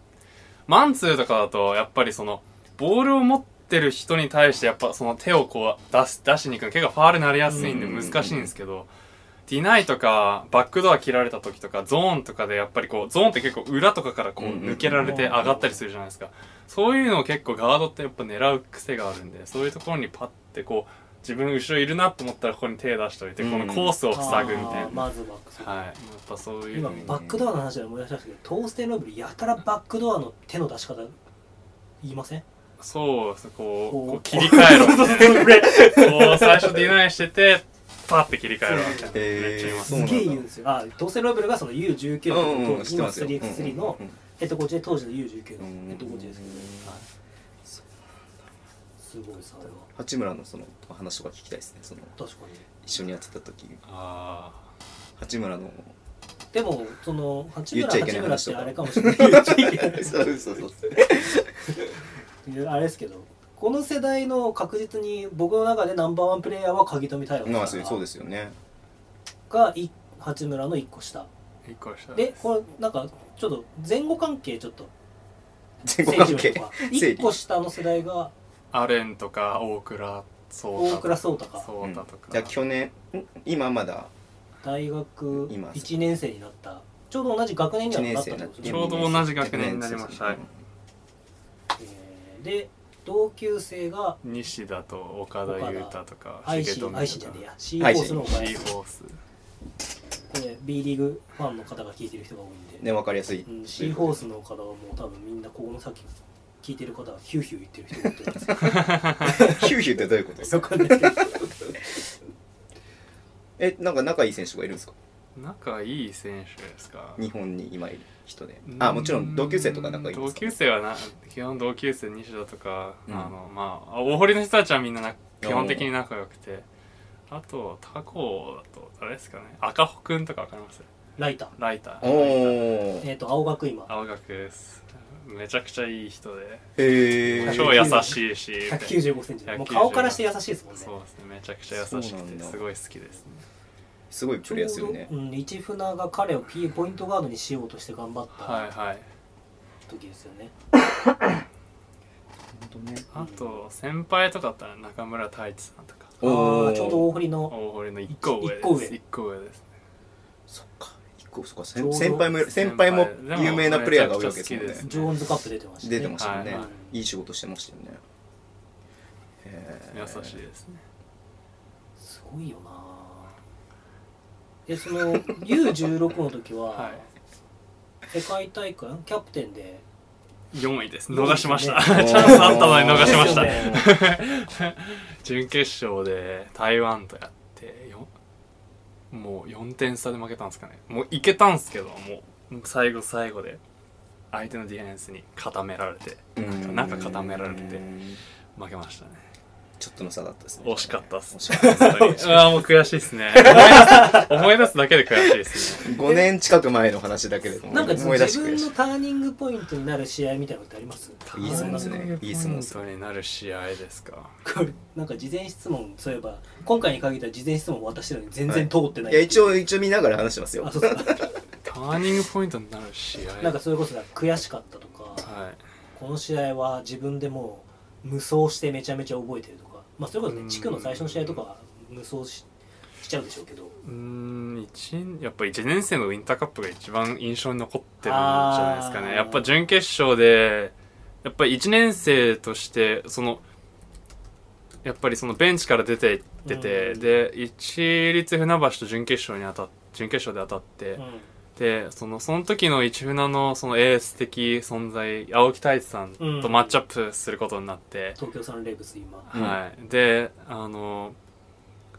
D: マンツーとかだとやっぱりそのボールを持ってる人に対してやっぱその手をこう出す出しに行くの結構ファールになりやすいんで
B: うん
D: 難しいんですけどディナイとかバックドア切られた時とかゾーンとかでやっぱりこうゾーンって結構裏とかからこう
B: うん
D: 抜けられて上がったりするじゃないですかそういうのを結構ガードってやっぱ狙う癖があるんでそういうところにパッてこう自分後ろいるなと思ったらここに手出しといて
B: うん
D: このコースを塞ぐみたい
C: あ
D: な
C: ー。まずは
D: はい、やっぱそういう
C: 今
D: のに
C: バックドアの話で思い出したんですけどトーステン・ロブリーやたらバックドアの手の出し方言いません
D: そうそうこう
C: こう
D: こう切り替 [laughs] えろ
C: そうそうそう
D: こう最初ディナイしててパッて切り替えろみたいな
B: へー
D: めっちゃ言います
B: そう
C: す
B: なんだ
C: げえ言うんですよあトーステン・ロブリーがその U19 の
B: うんうん
C: 当
B: うん知って
C: 時今
B: ますよ
C: 3x3 の
B: うんうん
C: ヘッドコーチで当時の U19
B: うんうんうん
C: のヘッドコーチですけど、はい
B: そう
C: すごいさあれは
B: 八村のその話とか聞きたいですねその
C: 確かに
B: 一緒にやってた時
D: あ
B: 八村の
C: でもその八
B: 言っ
C: 村
B: ちゃいけない話と
C: 八村って
B: か
C: あれかもしれない言っちゃいけない
B: そうそうそう
C: あれですけどこの世代の確実に僕の中でナンバーワンプレイヤーは鍵富太郎
B: まあ
C: さ
B: そ
C: ん
B: うそうですよね
C: がい八村の一個下
D: あ一個下
C: でこれなんかちょっと前後関係ちょっと
B: 前後関
C: 整理
B: 係
C: とか
B: 整理
C: 一個下の世代が
D: アレンとか大倉壮
C: 大倉
D: 太
C: 颯太か
D: 壮
B: うん
D: 太とか
B: じゃあ去年ん今まだ
C: 大学
B: います
C: 1年生になったちょうど同じ学年に
B: 一年
C: はなっ
B: 生
C: た
B: な
C: ってことで
D: ち
C: す
D: ょう
C: ね、
D: ど同じ学年になりましたはい
C: えーで同級生が
D: 西田と岡田優太とか
C: IC
D: 重
C: IC じゃ
D: 富とか
C: ねえや C コースのお
D: シ
C: 金
D: ーホース
C: これ B リーグファンの方が聞いてる人が多いんで、
B: ね分かりやすい
C: うん、シーホースの方はもう多分みんなここの先聞いてる方はヒューヒュー言ってる人が多いと思うんですけど
B: [laughs] ヒューヒューってどういうことですか
C: わかんないですけど
B: えなんか仲いい選手がいるんですか
D: 仲いい選手ですか
B: 日本に今いる人であもちろん同級生とか仲いいんで
D: う同
B: すか
D: 級生はな基本同級生西田とか、
B: うん
D: あのまあ大堀の人たちはみんなな基本的に仲良くてあと他校だと誰ですかね赤穂くんとかわかります
C: ライター
D: ライター
B: おお
C: えっ、と青学今
D: 青学ですめちゃくちゃいい人で
B: へえ
C: ー
D: 超優しいし
C: 1 9 5ンチ
D: 190
C: もう顔からして優しいですもんね
D: そうですねめちゃくちゃ優し
B: そう
D: く
B: なん
D: て
B: だ
D: すごい好きですね
B: すごい
C: ち
B: プ
C: ょ
B: レーヤーするね
C: うど、うん、市船が彼を P ポイントガードにしようとして頑張っ
D: はい
C: た
D: はい
C: 時ですよね、
B: 本当ね
D: あと先輩とかだったら中村太一さんとか
B: おー
C: あーちょうど大堀の
D: 大堀の1個上で
C: 一個上
D: す1個上です
B: そっか一個そっか
C: ちょ
B: 先
C: うど
B: 先輩も先輩も
D: でも
B: 有名なプレイヤーが多いわけですもん
D: めちゃくちゃ好きです
B: ね
D: ね
C: ジョーンズカップ出てましたね
B: 出てましたもんね、、
D: はい
C: はい
B: い仕事してましたよねへ
D: 優
B: ー
D: しいですね
C: すご
B: [laughs]
C: いよなえその U16 の時は、
D: はい
C: 世界大会キャプテンで
D: 4位です逃しました [laughs] チ
C: 四
D: ャ
B: 位
D: ン
B: ですね
D: スあったのに逃しました、
C: ですよ
D: 準決勝で台湾とやってよもう4点差で負けたんですかねもういけたんですけどもう最後最後で相手のディフェンスに固められてなんか固められて負けま [laughs] したね
B: ちょっとの差だったですね
D: 惜しかったっす
B: 惜しかった
D: 本当に [laughs] うわもう悔しいです [laughs] ね思い出す思い出すだけで悔しいですね
B: 5年近く前の話だけれども
C: なんか自
B: 思い出してくれ
C: 分のターニングポイントになる試合みたいなのってあります
B: いい質問ですねいい質問です
D: ポイントになる試合ですか
C: [laughs] これなんか事前質問そういえば今回に限っては事前質問渡してるのに全然通ってない,、
B: いや一応一応見ながら話してますよ
C: あそうそう
D: ターニングポイントになる試合
C: なんかそれこそなんか悔しかったとか
D: はい
C: この試合は自分でもう無双してめちゃめちゃ覚えてるとか、まあ、それこそ
D: う
C: ね
D: ん
C: 地区の最初の試合とかは無双ししちゃうでしょうけど
D: うーん一やっぱ1年生のウィンターカップが一番印象に残ってるんじゃないですか
C: あー
D: ねやっぱ準決勝でやっぱり1年生としてそのやっぱりそのベンチから出ていってて、
C: うん
D: で一律船橋と準決勝に当たっ準決勝で当たって、
C: うん
D: でそのその時の一船のそのエース的存在青木太一さんとマッチアップすることになって、
C: 東京サンレイブス今
B: うん
D: はい、であの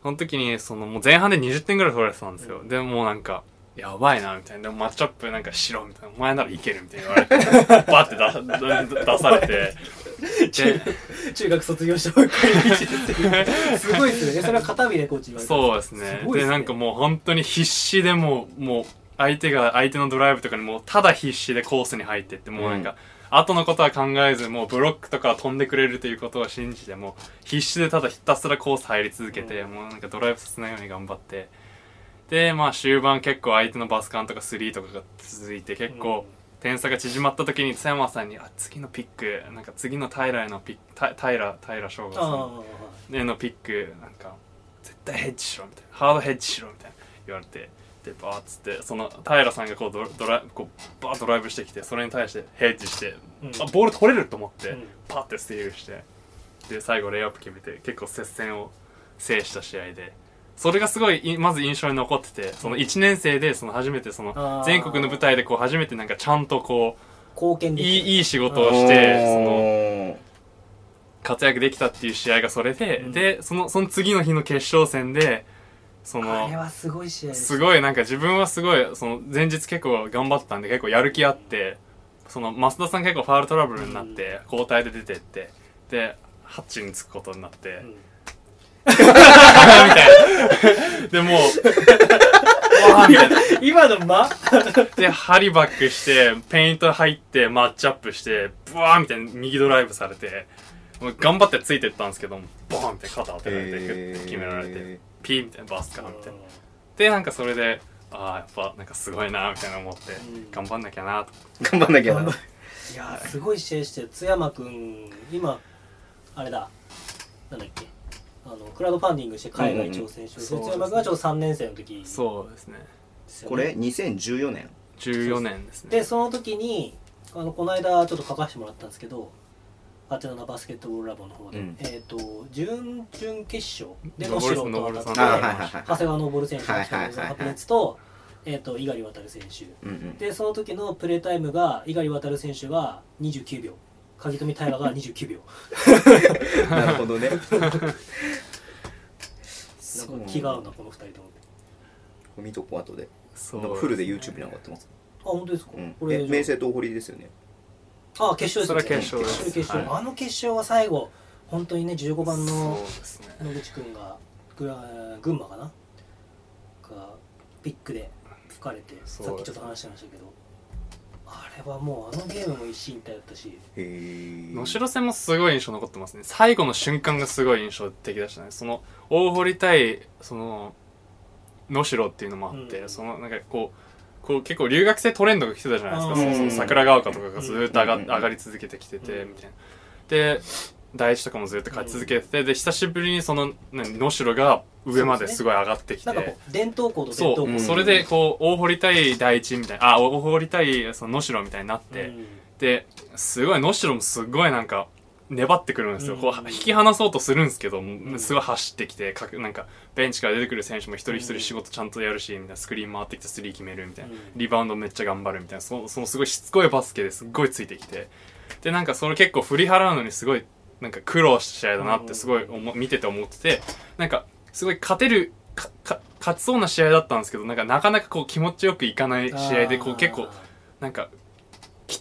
D: その時にそのもう前半で20点ぐらい取られてたんですよ、でもうなんかやばいなみたいなでもマッチアップなんかしろみたいなお前ならいけるみたいな言われてバッて出出さ [laughs] れてで
C: [laughs] 中学卒業したばっかりの一年生すごいですねそれは [laughs] 片身でコーチに言われて
D: そう
C: う
D: ですね
C: すごいっすね
D: でなんかもう本当に必死でもうもう相手が相手のドライブとかにもうただ必死でコースに入ってってもうなんか、後のことは考えずもうブロックとか飛んでくれるということを信じてもう必死でただひたすらコース入り続けて、もうなんかドライブさせないように頑張ってでまあ終盤結構相手のバスカンとかスリーとかが続いて結構、点差が縮まった時に津山さんにあ次のピックなんか次の平へのピックた平平翔吾さんの
C: ああ
D: でのピックなんか絶対ヘッジしろみたいなハードヘッジしろみたいな言われてでバーッつってその平さんがこうドラドラこうバーッドライブしてきてそれに対してヘッジして、
C: うん
D: あボール取れると思って、
C: うん
D: パッてスティールしてで最後レイアップ決めて結構接戦を制した試合でそれがすごいいまず印象に残っててその1年生でその初めてそ
C: あ
D: の
C: ー
D: 全国の舞台でこう初めてなんかちゃんとこ
C: 貢献
D: う
C: で
D: い
C: き
D: い
C: た
D: いい仕事をしてその
B: の
D: 活躍できたっていう試合がそれで、
C: うん
D: でそのその次の日の決勝戦でそ
C: あれ
D: の
C: はすごい試合です
D: すごいなんか自分はすごいその前日結構頑張ってたんで結構やる気あってその増田さん結構ファウルトラブルになって、交代で出てってでハッチにつくことになって、
C: うん
D: みたいなでもう
C: [laughs]
D: わーみたいな
C: 今の間
D: でハリバックしてペイント入ってマッチアップしてブワーみたいな右ドライブされてもう頑張ってついてったんですけどボーンって肩当てられてグッて決められて
B: え
D: ピーみたいなバスカーみたいなでなんかそれでああやっぱなんかすごいなみたいな思って
C: うん
D: 頑張んなきゃなと
B: ー頑張んなきゃな
C: うんいやーすごい試合して津山君今あれだなんだっけあのクラウドファンディングして海外挑戦して、
D: うんうんうん
C: 津山君がちょうど3年生の時ですよね、
D: そうですね
B: これ2014年
D: 14年ですね
C: でその時にあのこの間ちょっと書かせてもらったんですけど87バスケットボールラボの方で、
B: うん
C: えっ、と準々決勝で
D: 登
C: 能
D: さ
C: 代と当たっ
D: ん登さん
C: て
B: あはい
C: 長
B: はいはいはい
C: 谷川昇選手
B: はいはいはい
C: の白熱と,、えっと猪狩渉選手
B: うんうん
C: でその時のプレータイムが猪狩渉選手が29秒鍵富平が29秒
D: [laughs]
B: なるほどね
C: なんか
B: そう
C: 気が合うなこの2人とも
B: 見とこう後で
D: そ
B: な
D: うん
B: かフルで YouTube に上がってます
C: あ本当ですか、
B: うん
C: こ
B: え
C: れ
B: 明星と堀ですよね
C: あ決勝です
D: それは決勝です
C: それ決勝、
D: はい
C: あの決勝は最後本当にね15番の
D: そうですね
C: 野口君がぐら群馬かながピックで吹かれてさ
D: そう
C: っきちょっと話してましたけどあれはもうあのゲームも一進一退だったし
B: へえ
D: 能代戦もすごい印象残ってますね最後の瞬間がすごい印象的でしたねその大堀対その能代っていうのもあって、
C: うん
D: そのなんかこうこう結構留学生トレンドが来てたじゃないですか、
C: うん
D: そのその桜ヶ丘とかがずーっと上が,、
B: うん
D: 上がり続けてきてて、
C: うん
D: みたいなで第一とかもずっと勝ち続けてて、で久しぶりにその何能代が上まですごい上がってきて、
C: なんかこう伝統校と伝
D: そ
C: 統
D: う、
C: 校
B: ん
D: それでこう大堀対第一みたいなあ大堀対その能代みたいになっ
C: う
D: て、
C: ん
D: ですごい能代もすごいなんか粘ってくるんですよ、
C: うん
D: こう引き離そうとするんですけど、
C: ん
D: すごい走ってきてかくなんかベンチから出てくる選手も一人
C: う
D: 一人
C: ん
D: 仕事ちゃんとやるしみたいなスクリーン回ってきてスリー決めるみたいな、
C: うん
D: リバウンドめっちゃ頑張るみたいなそそのすごいしつこいバスケですっごいついてきてでなんかそれ結構振り払うのにすごいなんか苦労した試合だなってすごい思見てて思っててなんかすごい勝てるかか勝ちそうな試合だったんですけどなんかなかなかこう気持ちよくいかない試合でこ
C: あ
D: う
C: ー
D: 結構なんかき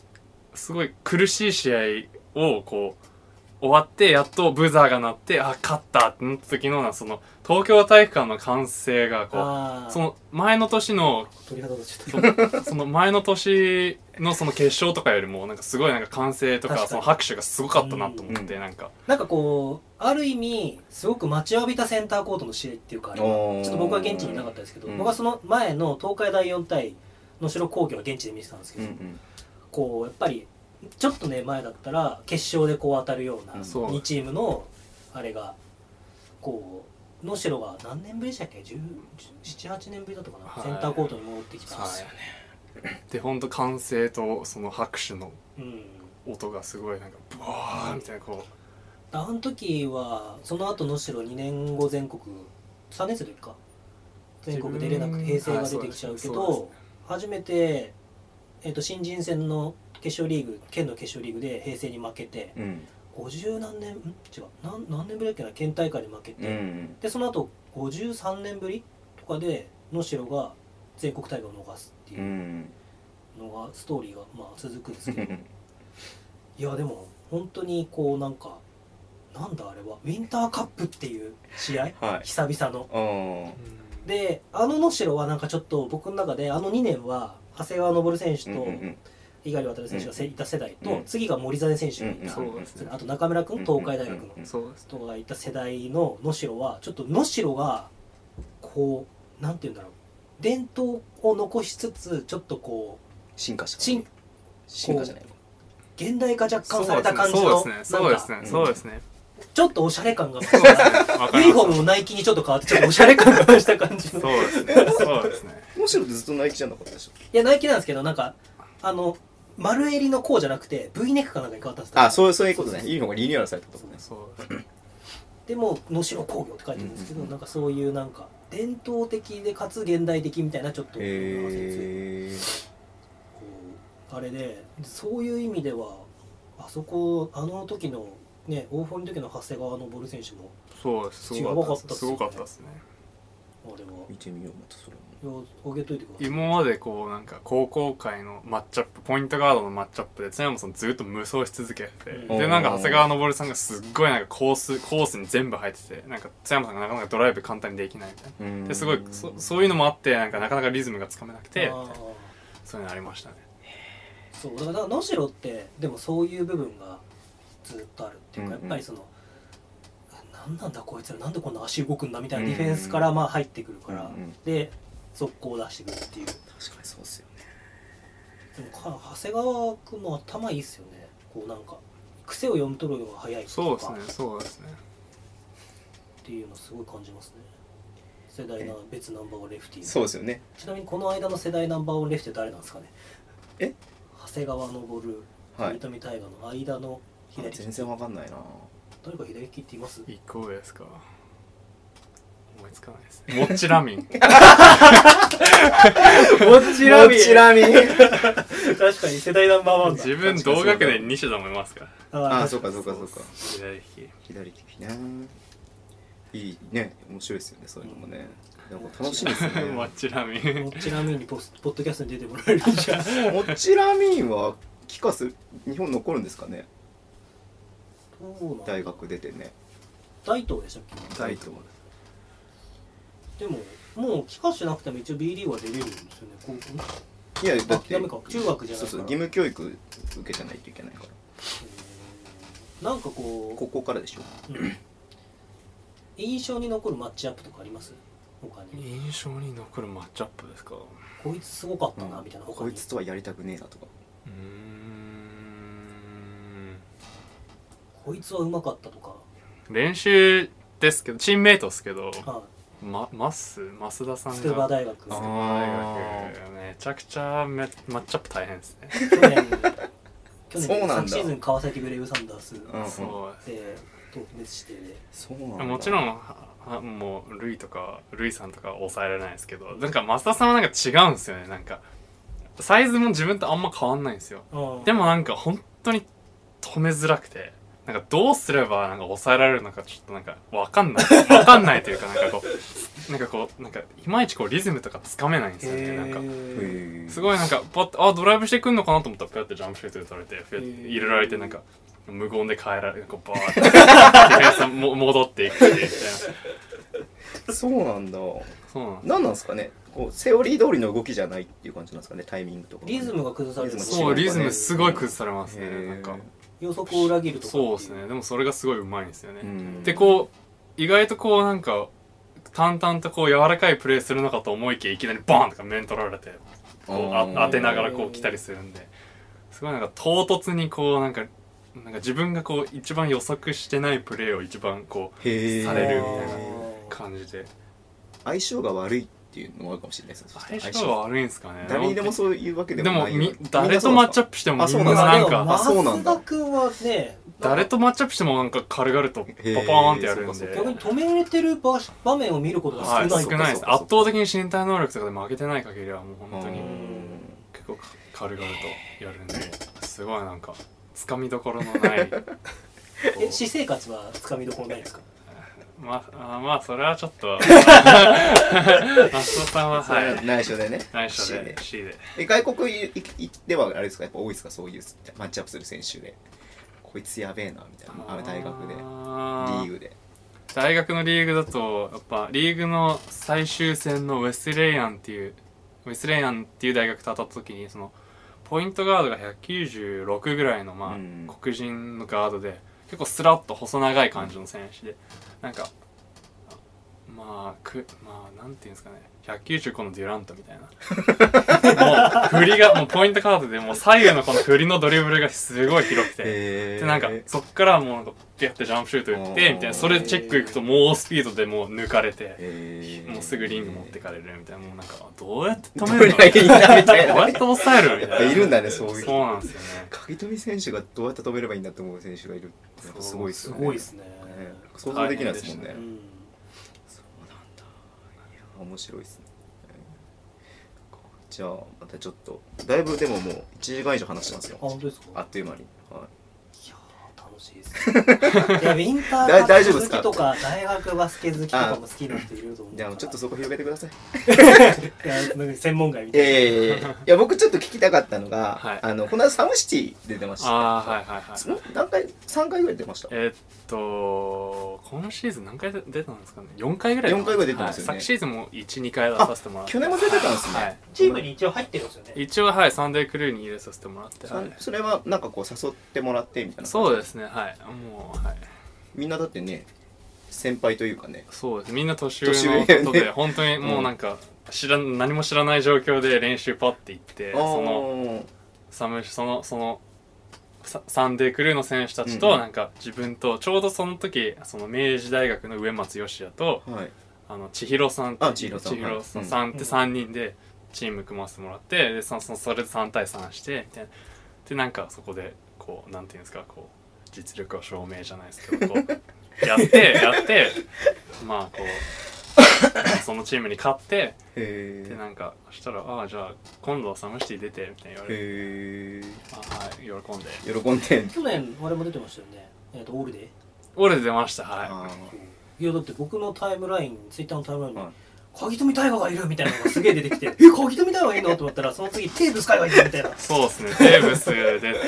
D: すごい苦しい試合をこう終わってやっとブザーが鳴ってあ勝ったってなった時のその東京体育館の歓声がこ
C: あ
D: う
C: ー
D: その前の年の
C: 鳥肌立ち
D: そ
C: ゃっ [laughs]
D: のその前の年のその決勝とかよりもなんかすごいなんか歓声と
C: 確か
D: か
C: に
D: その拍手がすごかったなと思って、
B: う
D: なんか
C: たなんかこうある意味すごく待ちわびたセンターコートの試合っていうかあれは
B: おー
C: ちょっと僕は現地にいなかったですけど、
B: うん
C: 僕はその前の東海第4対能代工業は現地で見てたんですけ
B: うん
C: ど、
B: うん
C: こうやっぱりちょっとね前だったら決勝でこう当たるような
B: うん
D: そう
C: 2チームのあれがこう能代が何年ぶりでしたっけ178年ぶりだったかな、
D: はい
C: センターコートに戻ってきたん
D: は
C: ですよ、
D: いで本当歓声とその拍手の
C: うん
D: 音がすごいなんかブワーみたいなこう
C: あの時はその後能代2年後全国3年生の時か全国出れなくて平成が出てきちゃうけど、
D: はいそうですね
C: 初めて、えっと新人戦の決勝リーグ県の決勝リーグで平成に負けて
B: うん
C: 50何年ん違う何何年ぶりだっけな県大会に負け
B: うんう
C: て、
B: ん
C: でその後53年ぶりとかで能代が全国大会を逃すって
B: う
C: いうんのが、ストーリーがまあ続くんです
B: う
C: けど
B: ん
C: いやでも本当にこうなんかなんだあれはウィンターカップっていう試合
B: はい
C: 久々の
B: あー
C: であの能代はなんかちょっと僕の中であの2年は長谷川昇選
B: う
C: 手
B: ん
C: と
B: うん
C: 猪狩渡選手がせいた世代と、
B: うん
C: 次が森薗選手が
B: う
C: い
B: ん
C: た、
D: そうですね
C: あと中村君東海大学の
B: うん
D: そうです
C: 人がいた世代の能代はちょっと能代がこうなんて言うんだろう伝統を残しつつちょっとこう
B: 進化した
C: 進
B: 進化じゃないの
C: 現代化若干された感じ
D: そ
C: の
D: うですねそうです
C: なんか
D: ねそうですね
C: ちょっとおしゃれ感が
D: そうですねわか
C: ユ
D: り
C: ニ
D: ま
C: フォームもナイキにちょっと変わってちょっとおしゃれ感が増した感じ
D: す
C: の
D: そうですねそうですね
B: むしろずっとナイキじゃなかったでしょ
C: いやナイキなんですけどなんかあの丸襟のこうじゃなくて V ネックかなんかに変わったんですよ
B: あそうそういうことねいいのがリニューアルされたことね
D: そう
C: でも能代工業って書いてるんですけど、
B: うん
C: なんかそういうなんか伝統的でかつ現代的みたいなちょっと組み合わせですよ
B: へー
C: こうあれでそういう意味ではあそこあの時のね大堀の時の長谷川昇選手も
D: そうですすごかったです
C: 違
D: す
C: う
D: ご
C: か
D: か
C: っ
D: ったた
C: っ
D: ですすね
C: あれは
B: 見てみようまたそれも
C: よあげといてください
D: 今までこうなんか高校会のマッチアップポイントガードのマッチアップで津山さんずっと無双し続けてて、
C: うん
D: でなんか長谷川昇さんがすっごいなんかコースコースに全部入っててなんか津山さんがなかなかドライブ簡単にできないみたいな
B: うん
D: ですごいそそういうのもあってなんかなかなかリズムがつかめなくて
C: あー
D: そういうのありましたね
C: そうだから能代ってでもそういう部分がずっとあるっていうか、
B: うんうん
C: やっぱりその何なんだこいつらなんでこんな足動くんだみたいなディフェンスからまあ入ってくるから、
B: うんうん
C: で速攻を出してくるっていう
B: 確かにそうっすよね
C: でもか長谷川君も頭いいっすよねこうなんか癖を読み取るのが早いってい
D: そう
C: う
D: です
C: か
D: ねそうですね
C: っていうのすごい感じますね世代の別ナンバーをレフティー
B: そうですよね
C: ちなみにこの間の世代ナンバーをレフティーは誰なんですかね
B: え
C: 長谷川昇
B: はい
C: 富大河の間の左利き
B: 全然わかんないな
C: 誰か左利きっています
D: 一個ですか思いつかないですねもっちラミン
C: もち
B: もちらみ
C: 確かに世代ナンバーワンだ
D: [laughs] 自分同学年2種だもいますから
C: あ
B: あ
C: あ
B: そうかそうかそうか
D: 左利き
B: 左利きねいいね面白いですよねそういうのもねなんか楽しみです [laughs]
D: [laughs]
B: ね
D: もっちラミン
C: もちなみにポスポッドキャストに出てもらえ
B: [laughs]
C: るんじゃん
B: もちらみんは帰化する日本残るんですかね
C: どうなん
B: 大学出てね
C: 大東でしたっ
B: 大東
C: けでももう帰化しなくても一応 B リーグは出れるんですよね高校
B: いやだって
C: ダメか中学じゃないから
B: そうそう義務教育受けてないといけないから
C: うんなんかこ
B: 高校からでしょ
C: う、うん印象に残るマッチアップとかあります他に
D: 印象に残るマッチアップですか
C: こいつすごかったなみたいな他
B: こ
C: に
B: いつとはやりたくねえなとか
D: うーん
C: こいつはうまかったとか
D: 練習ですけどチームメイトですけど、
C: は
D: ま、マス増田さ
C: い
D: ん
C: 筑波
D: が
C: 大学
D: 筑
B: あ
D: 波大学めちゃくちゃめマッチアップ大変ですね
C: 去年去年
B: そうなんだ
C: 昨シーズン川崎ブレイブサンダース
B: うんうん
D: [laughs] そうで
C: で特滅して
B: そうなん
D: す
B: だ
D: もちろんははもうルイとかルイさんとかは抑えられないですけどなんか増田さんはなんか違うんですよねなんかサイズも自分とあんま変わんないんですよ
C: うん
D: でもなんか本当に止めづらくてなんかどうすればなんか抑えられるのかちょっとなんかわかんないわかんないというかなんかこうなんかこうなんかいまいちこうリズムとかつかめないんですよねなんか
C: へ
B: へー
D: すごいなんかパッとあドライブしてくんのかなと思ったらピャってジャンプシュート打たれてピャって入れられてなんか無言で帰られこうバー [laughs] ってディフェンスも戻っていくっていうみたいな
B: そうなんだ
D: そうなんで
B: 何
D: す
B: なんですかねこうセオリー通りの動きじゃないっていう感じなんですかねタイミングとか
C: リズムが崩される
B: リズム
D: そうリズムすごい崩
C: さ
D: されます
B: へ
D: ね
B: ー
D: なんか
C: 予測を裏切るとかってい
D: そうですねでもそれがすごい上手いんですよね、
B: うん
D: でこう意外とこうなんか淡々とこう柔らかいプレーするのかと思いきやいきなりバーンとか面取られてこうあ
B: あー
D: 当てながらこう来たりするんですごいなんか唐突にこうなんかなんか自分がこう一番予測してないプレーを一番こ
B: へえ
D: されるみたいなう
C: あ
D: 感じで
B: 相性が悪いっていうのもあるかもしれないです
D: 相性が悪いんですかね
B: 誰にでも
D: う
B: そういうわけで
D: で
B: も
D: も
B: ないよ
D: み誰とマッチャップしても
B: あ
D: み
B: そうんな
D: なん
B: だ
C: ー
D: なん
C: でも
D: か
B: そうなんだ
C: 松田君はね
D: 誰とマッチャップしてもなんか軽々とパパーンってやるん
B: へーそうか
D: で
B: そう
C: 逆に止められてる場所場面を見ることが少
D: は
C: ない
D: い、
C: と
D: 少な
B: そう
D: いです
B: かそうか
D: 圧倒的に身体能力とかで負けてない限りはもう本当
B: う
D: に
B: ん
D: 結構か軽々とやるんですごいなんかつかみどころのな
B: [laughs]
D: いこう
C: え私生活はつかみどころないですか
D: まああまあそれはちょっ
B: [laughs]
D: と松尾さんは
B: それ
D: は
B: はい内緒でね
D: 内緒で C で
B: え外国いい行ってはあれですかやっぱ多いですかそういうマッチアップする選手でこいつやべえなみたいなあ大学でリ
D: あ
B: ー
D: ー
B: グで
D: 大学のリーグだとやっぱリーグの最終戦のウェスレイアンっていうウェスレイアンっていう大学と当たった時にそのポイントガードが196ぐらいのまあ、
B: うん
D: 黒人のガードで結構スラッと細長い感じの選手でなんかまあくまあなんていうんですかね195のデュラントみた
B: [laughs]
D: いなもう振りがもうポイントガードでもう左右のこの振りのドリブルがすごい広くて。
B: で
D: でなんかそっからもうなんかピャってジャンプシュート打ってみたいなそれチェックいくともうスピードでもう抜かれてもうすぐリング持ってかれるみたいなもうなんかどうやって止めるの
B: どれだけい
D: [laughs]
B: いなみ
D: どう
B: たいな
D: やって抑えるみ
B: やっ
D: たい
B: ぱ
D: ない
B: るんだねそういう人
D: そうなんですよね
B: 鍵富選手がどうやって止めればいいんだって思う選手がいるってやっぱすごいです
C: す
B: よね
C: ごいですね
B: ね想像できないですもんね
C: う
D: 大変
C: ん
B: そうなんだいや面白いですねじゃあまたちょっとだいぶでももう1時間以上話してます
C: あ
B: よ
C: 本当ですか
B: あっという間に、はい
C: やー楽しいですねいやウィンター
B: だ
C: カ
B: 大丈
C: ッ
B: 夫で
C: プ
B: す
C: 好
B: か
C: きとか大学バスケ好きとかも好きな人いると思う
B: い、
C: か
B: じゃ
C: ら
B: あちょっとそこ広げてください
C: いやなんか専門外み
B: い
C: たい
B: やいやいやいやいや僕ちょっと聞きたかったのが、
D: はい
B: あのこの間サムシティで出ました
D: ああはいはいはい
B: ん何回3回ぐらい出ました
D: えーっとこのシーズン何回出たんですかね4回ぐらい
B: 四回ぐらい出てますよね
D: はい昨シーズンも12回出させてもらって
B: 去年も出てたんですね、
D: はい
C: チームに一応入ってるんですよね
D: 一応はいサンデークルーに入れさせてもらって、
B: そ
D: はい
B: それはなんかこう誘ってもらってみたいな
D: そう
B: す
D: ですねはいもうはい
B: みんなだってね先輩というかね
D: そうですみんな年上
B: 年上
D: の
B: ね
D: ことで本当にもうなんか知らん何も知らない状況で練習パッて行ってその
B: の
D: サムそのそのササンデークルーの選手たち
B: うんう
D: と
B: ん
D: なんか自分とちょうどその時その明治大学の上松義也と
B: はい
D: あの千尋さん
B: あ千尋さん
D: 尋さん
B: はい
D: さんって3人でチーム組ませてもらってでそそそれで3対3してみたいなでなんかそこでこうなんていうんですかこう実力を証明じゃないですけどこう
B: [laughs]
D: やってやってまあこう [coughs] そのチームに勝って
B: へ
D: で
B: え
D: なんかそしたら「ああじゃあ今度はサムシティ出て」みたいな言われて
B: へえ
D: 「あはい喜んで
B: 喜んで
C: 去年あれも出てましたよねえっとオールで」
D: 俺出ましたはい
B: あ
C: いやだって僕のタイムラインツイッターのタイムラインに
B: はい
C: 「鍵富大河がいる」みたいなのがすげえ出てきて「え鍵富大河がいるの?」と思ったらその次「テーブス海がいる」みた
B: [laughs]
C: いな
D: そうですねテーブス出て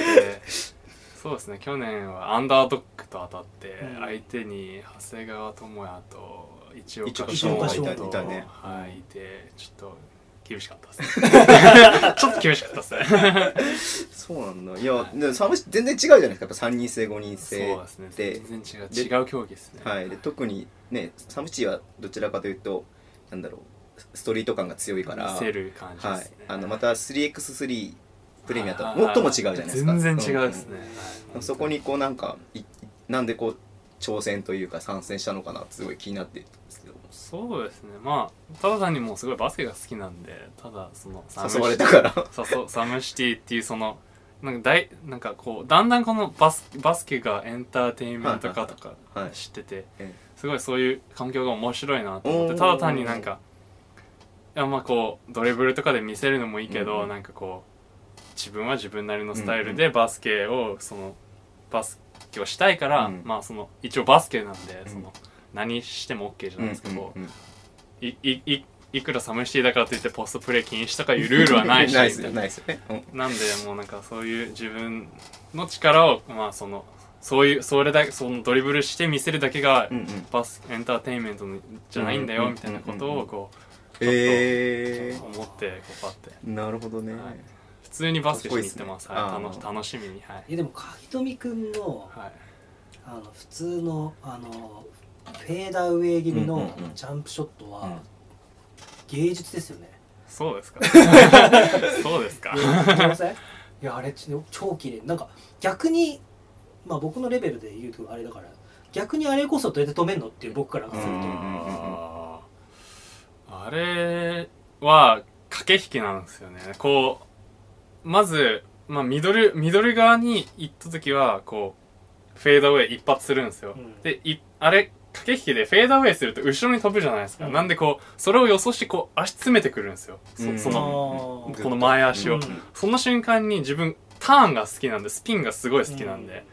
D: そうですね去年はアンダードッグと当たって
C: うん
D: 相手に長谷川智也と一岡
B: 一岡
C: 翔
D: 翔
C: がいた
D: と
B: いたね
D: はいいてちょっと厳しかったで
B: [laughs]
D: すねちょっと厳しかったですね
B: ーそうなんだいやでもサムシティ全然違うじゃないですかやっぱ3人制5人
D: そ
B: 制
D: うですね
B: で
D: 全然
B: で
D: 違う違う競技ですね
B: はい、で特にねサムシティはどちらかというとなんだろうストリート感が強いから
D: 見せる感じで
B: はい
D: すね、
B: あのまた 3x3 プレミアと
D: は
B: はい
D: はい
B: もっとも違うじゃないですか
D: 全然違うですね、
C: うん
D: はい
B: うんうんそこにこうなんかいなんでこう挑戦というか参戦したのかなってすごい気になってるんですけど
D: そうですねまあただ単にもうすごいバスケが好きなんでただそのサムシ
B: 誘われたから
D: そうそうサムシティっていうそのなんか大なんかこうだんだんこのバスバスケがエンターテインメント化とか
B: はいはい
D: 知ってて
B: [laughs] え
D: すごいそういう環境が面白いなと思っ
B: お
D: て
B: ー
D: ただ単になんかいやまあこうドリブルとかで見せるのもいいけど、
B: うんうん
D: なんかこう自分は自分なりのスタイルでバスケをそのバスケをしたいから、
B: うん
D: まあその一応バスケなんで
B: うん
D: その何しても OK じゃないですけど、
B: うんうん
D: いいいいくらサムシティだからといってポストプレー禁止とかいうルールはないし
B: ないです
D: みた
B: よ
D: いな
B: ないですよね、うん
D: なんでもうなんかそういう自分の力をまあそのそういうそれだけそのドリブルして見せるだけが
B: うんうん
D: バスエンターテインメントのじゃないんだ
B: うん
D: よ
B: うん
D: みたいなことをこう
B: え
D: ちょっと思ってこうパって
B: ー、なるほどね、
D: はい普通にバスケしに行ってます
B: かっこいいっす
D: は
B: ね
D: い楽
B: あ
D: し
B: ー
D: 楽しみにはい
C: いやでも鍵富君の
D: はい
C: あの普通のあのフェーダーウェイ気味
B: うん
C: の
B: うんうん
C: ジャンプショット
B: うん
C: は芸術ですよね。
D: そうです
B: [laughs]
D: かそうですか
C: いや思いませんいやあれち超綺麗なんか逆にまあ僕のレベルで言うとあれだから逆にあれこそどうやって止めんのっていう僕からすると、
B: うん
D: あーあれは駆け引きなんですよねこうまず、まあ、ミドルミドル側に行った時はこうフェードアウェイ一発するんですよ、
C: うん
D: でいあれ駆け引きでフェードアウェイすると後ろに飛ぶじゃないですか、
C: うん
D: なんでこうそれを予想してこう足詰めてくるんですよそ
B: うん
D: そ
C: あ
D: の
C: ー
D: この前足を、
C: うん
D: その瞬間に自分ターンが好きなんでスピンがすごい好きなんで、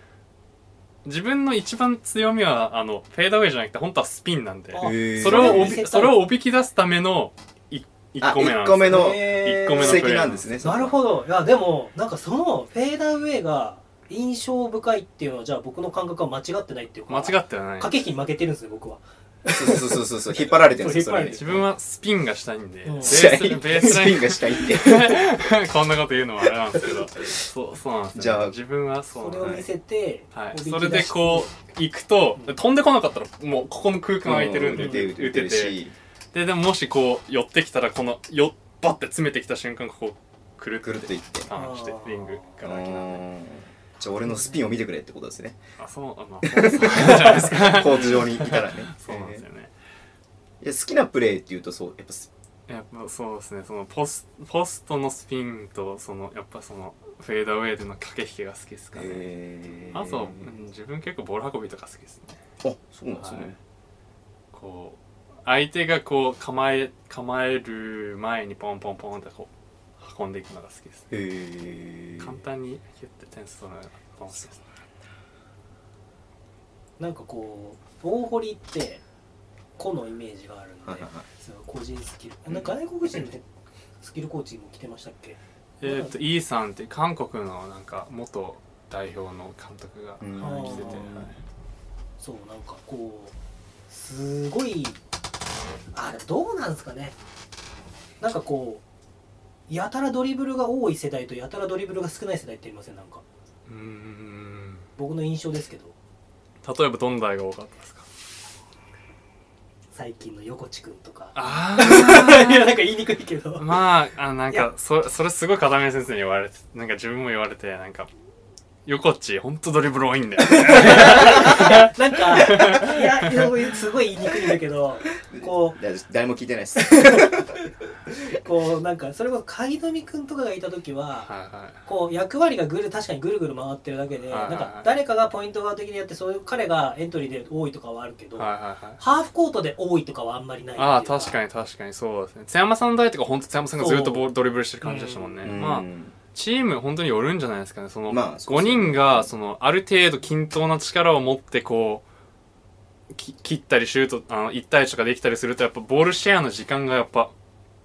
D: 自分の一番強みはあのフェードアウェイじゃなくて本当はスピンなんで
C: あ
B: えー
D: それをお
C: 見せた
D: び
C: い
D: それをおびき出すためのい
B: あ
D: 1個目な
B: 1
D: んです
B: 個目の
C: へー
D: 一個目の
B: 布石なんですね
C: なる
B: ど
C: ほどいやでもなんかそのフェーダーウェイが印象深いっていうのはじゃあ僕の感覚は間違ってないっていうか
D: 間違ってはない
C: 駆け引きに負けてるんですね僕は
B: そうそうそうそうそう引っ張られてるんですよ
C: そう引っ張られて
D: 自分はスピンがしたいんで、
C: うん
D: ベー
B: 試
D: ス
B: 合
D: ベース
B: [laughs] ス
D: ラ
B: ピ
D: イ
B: ンがしたいって
D: ン [laughs] こんなこと言うのもあれなんですけどそうそうなんですよ、
B: じゃあ
D: 自分はそ
C: そうれ
D: なん
C: を
D: で
C: 見
D: す
C: せて、
D: はい、
C: おびき
D: それ
C: 出
D: で
C: して
D: こう行くと飛んでこなかったらもうここの空間空いてるんで
B: 打て
D: 打
B: る
D: て
B: 打てる
D: て
B: し
D: ででももしこう寄ってきたらこのよバッて詰めてきた瞬間ここくる
B: くる
D: っ
B: っと
D: て
B: いって
D: ターンして
C: あー
D: リングから開きなんで
B: うんじゃあ俺のスピンを見てくれってことですね
D: あそうあまあそうそうじゃないですか
B: [laughs] コート上にいたらね
D: そうなんですよね
B: えーいや好きなプレーっていうとそうやっぱス
D: やっぱそうですねそのポスポストのスピンとそのやっぱそのフェードアウェイでの駆け引きが好きですかね、
B: えー
D: あと、うん自分結構ボール運びとか好きですね
B: あそうなんですね、
D: はいこう相手がこう構え構える前にポンポンポンってこう運んでいくのが好きです、
B: へえ
D: 簡単にヒュッて点数取るのが楽しいですね
C: なんかこう大堀って個のイメージがあるので、
B: はいはいはい
C: その個人スキル
B: ん
C: なんか外国人のスキルコーチも来てましたっけ
D: えーっとイーさんって韓国のなんか元代表の監督が、
B: うん
D: はい来てて、はい
C: そうなんかこうすごいあれどうなんですかねなんかこうやたらドリブルが多い世代とやたらドリブルが少ない世代って言いませんなんか
D: うーん
C: 僕の印象ですけど
D: 例えばどんな台が多かったですか
C: 最近の横地君とか
D: あ
C: い [laughs] やなんか言いにくいけ
D: あ
C: ど
D: まああなん
C: いや
D: かそそれすごい片目先生に言われてなんか自分も言われてなんか横っちほんとドリブル多いんだよ
C: なんかいやでもすごい言いにくいんだけどこう
B: いや誰も聞いてない [laughs] です
C: こうなんかそれこそ鍵富君とかがいた時は
D: はいはい
C: こう役割がぐる確かにぐるぐる回ってるだけで
D: はいはい
C: なんか誰かがポイントガード的にやってそういう彼がエントリーで多いとかはあるけど
D: はいはいはい
C: ハーフコートで多いとかはあんまりないっていう
D: ああ確かに確かにそうですね津山さんの代とかほんと津山さんがずっとボールドリブルしてる感じでしたもんねまあチーム本当によるんじゃないですかねその、
B: まあそう
D: 5
B: ですね
D: 人がそのある程度均等な力を持ってこうき切ったりシュートあの1対1とかできたりするとやっぱボールシェアの時間がやっぱ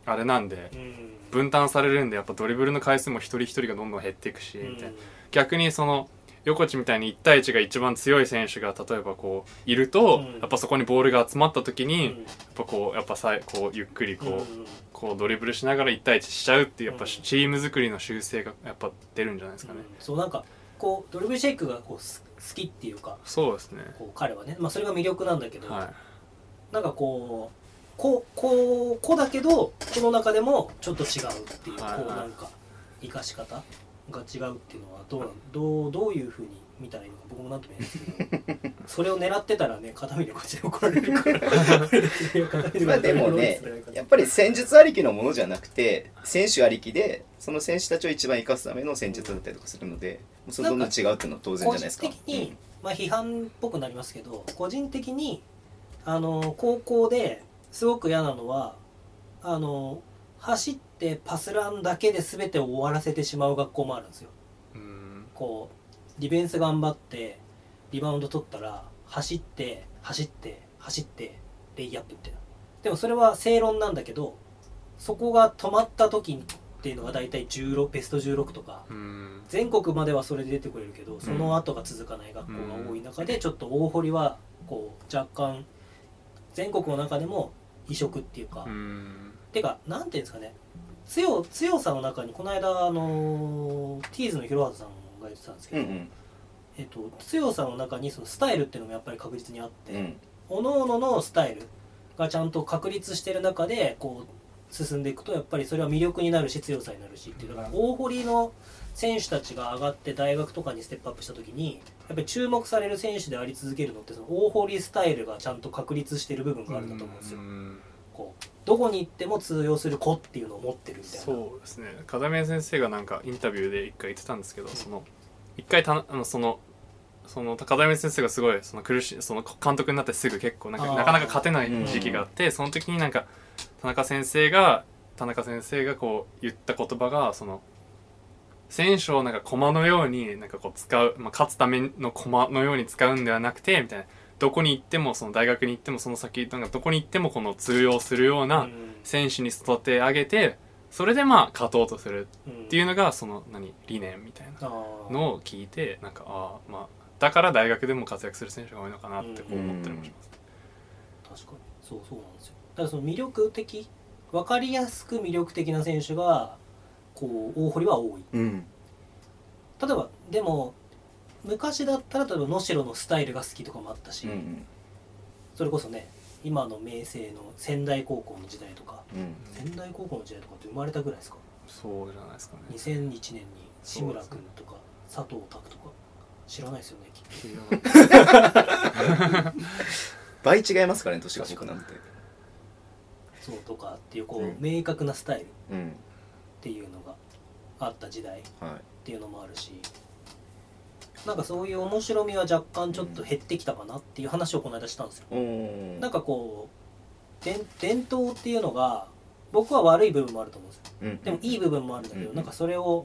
D: あれなんで
C: うん
D: 分担されるんでやっぱドリブルの回数も一人一人がどんどん減っていくし、
C: うん
D: みたいな逆にその横地みたいに1対1が一番強い選手が例えばこういると、
C: うん
D: やっぱそこにボールが集まった時
C: う
D: に、やっ
C: ん
D: ぱこうやっぱさいこうゆっくりこう,、
C: うん
D: こうドリブルしながら1対1しちゃうっていうやっぱ
C: うん
D: チーム作りの修正がやっぱ出るんじゃないですかね。
C: そうなんかこうドリブルシェイクがこうす好きっていうか
D: そうですね。
C: こう彼はねまあそれが魅力なんだけど
D: はい。
C: なんかこうこうこうこうだけどこの中でもちょっと違うっていう、
D: はいはい
C: こうなんか生かし方が違うっていうのはどうなんどうどういうふうに見たらいいのか僕もなんとも言えないですけどそれを狙ってたらね片目でこっちで怒られ
B: [laughs]
C: るから [laughs] 片目
B: まあでもね、やっぱり戦術ありきのものじゃなくて、選手ありきで、その選手たちを一番生かすための戦術だったりとかするので、もうそれどんどん違うっていうのは当然じゃない
C: 個人
B: ですか。
C: 的に、まあ、批判っぽくなりますけど個人的にあの高校ですごく嫌なのはあの走ってパスランだけで全てを終わらせてしまう学校もあるんですよ。
D: うん
C: こうディフェンス頑張ってリバウンド取ったら走って走って走ってレイアップみたいなでもそれは正論なんだけどそこが止まった時っていうのが大体16ベスト16とか
D: うん
C: 全国まではそれで出てくれるけどその後が続かない学校が多い中でちょっと大堀はこう若干全国の中でも異色っていうか、
D: うん
C: てかなんていうんですかね強強さの中にこの間あのーティーズの広和さんが言ってたんですけ
B: うん
C: ど、
B: うん
C: えっと、強さの中にそのスタイルっていうのもやっぱり確実にあって、
B: うん
C: 各々のスタイルがちゃんと確立してる中でこう進んでいくとやっぱりそれは魅力になるし強さになるしっていうだから大堀の選手たちが上がって大学とかにステップアップした時にやっぱり注目される選手であり続けるのってその大堀スタイルがちゃんと確立してる部分があるんだと思うんですよ。
D: うん
C: こうどこに行っても通用する子っていうのを持ってるみたいな
D: そうですね風宮先生がなんかインタビューで一回言ってたんですけどその一回たなあのそのその風宮先生がすごいその苦しいその監督になってすぐ結構なんか
C: あー
D: なかなか勝てない時期があって、その時になんか田中先生が田中先生がこう言った言葉がその選手をなんか駒のようになんかこう使う、まあ、勝つための駒のように使うんではなくてみたいなどこに行ってもその大学に行ってもその先なんかどこに行ってもこの通用するような、選手に育て上げてそれでまあ勝とうとする
C: うん
D: っていうのがその何理念みたいな
C: あー
D: のを聞いてなんかああまあだから大学でも活躍する選手が多いのかなってこう思ったりもします、
C: 確かにそうそうなんですよだからその魅力的分かりやすく魅力的な選手がこう大堀は多い
B: うん
C: 例えばでも昔だったら例えば能代のスタイルが好きとかもあったし、
B: うん
C: それこそね今の明星の仙台高校の時代とか
B: うん
C: 仙台高校の時代とかって生まれたぐらいですか
D: そうじゃないですかね
C: 2001年に志村君とか佐藤拓とか知らないですよねきっと
B: 倍違いますからね、年が僕なんて。
C: そうとかっていうこ
B: うん
C: う明確なスタイルっ
B: うん
C: ていうのがあった時代
B: は
C: っていうのもあるしなんかそういう面白みは若干ちょっと減ってきたかなっていう話をこの間したんですよ
B: い。お
C: なんかこう伝伝統っていうのが僕は悪い部分もあると思うんですよでもいい部分もあるんだけど、
B: うん
C: なんかそれを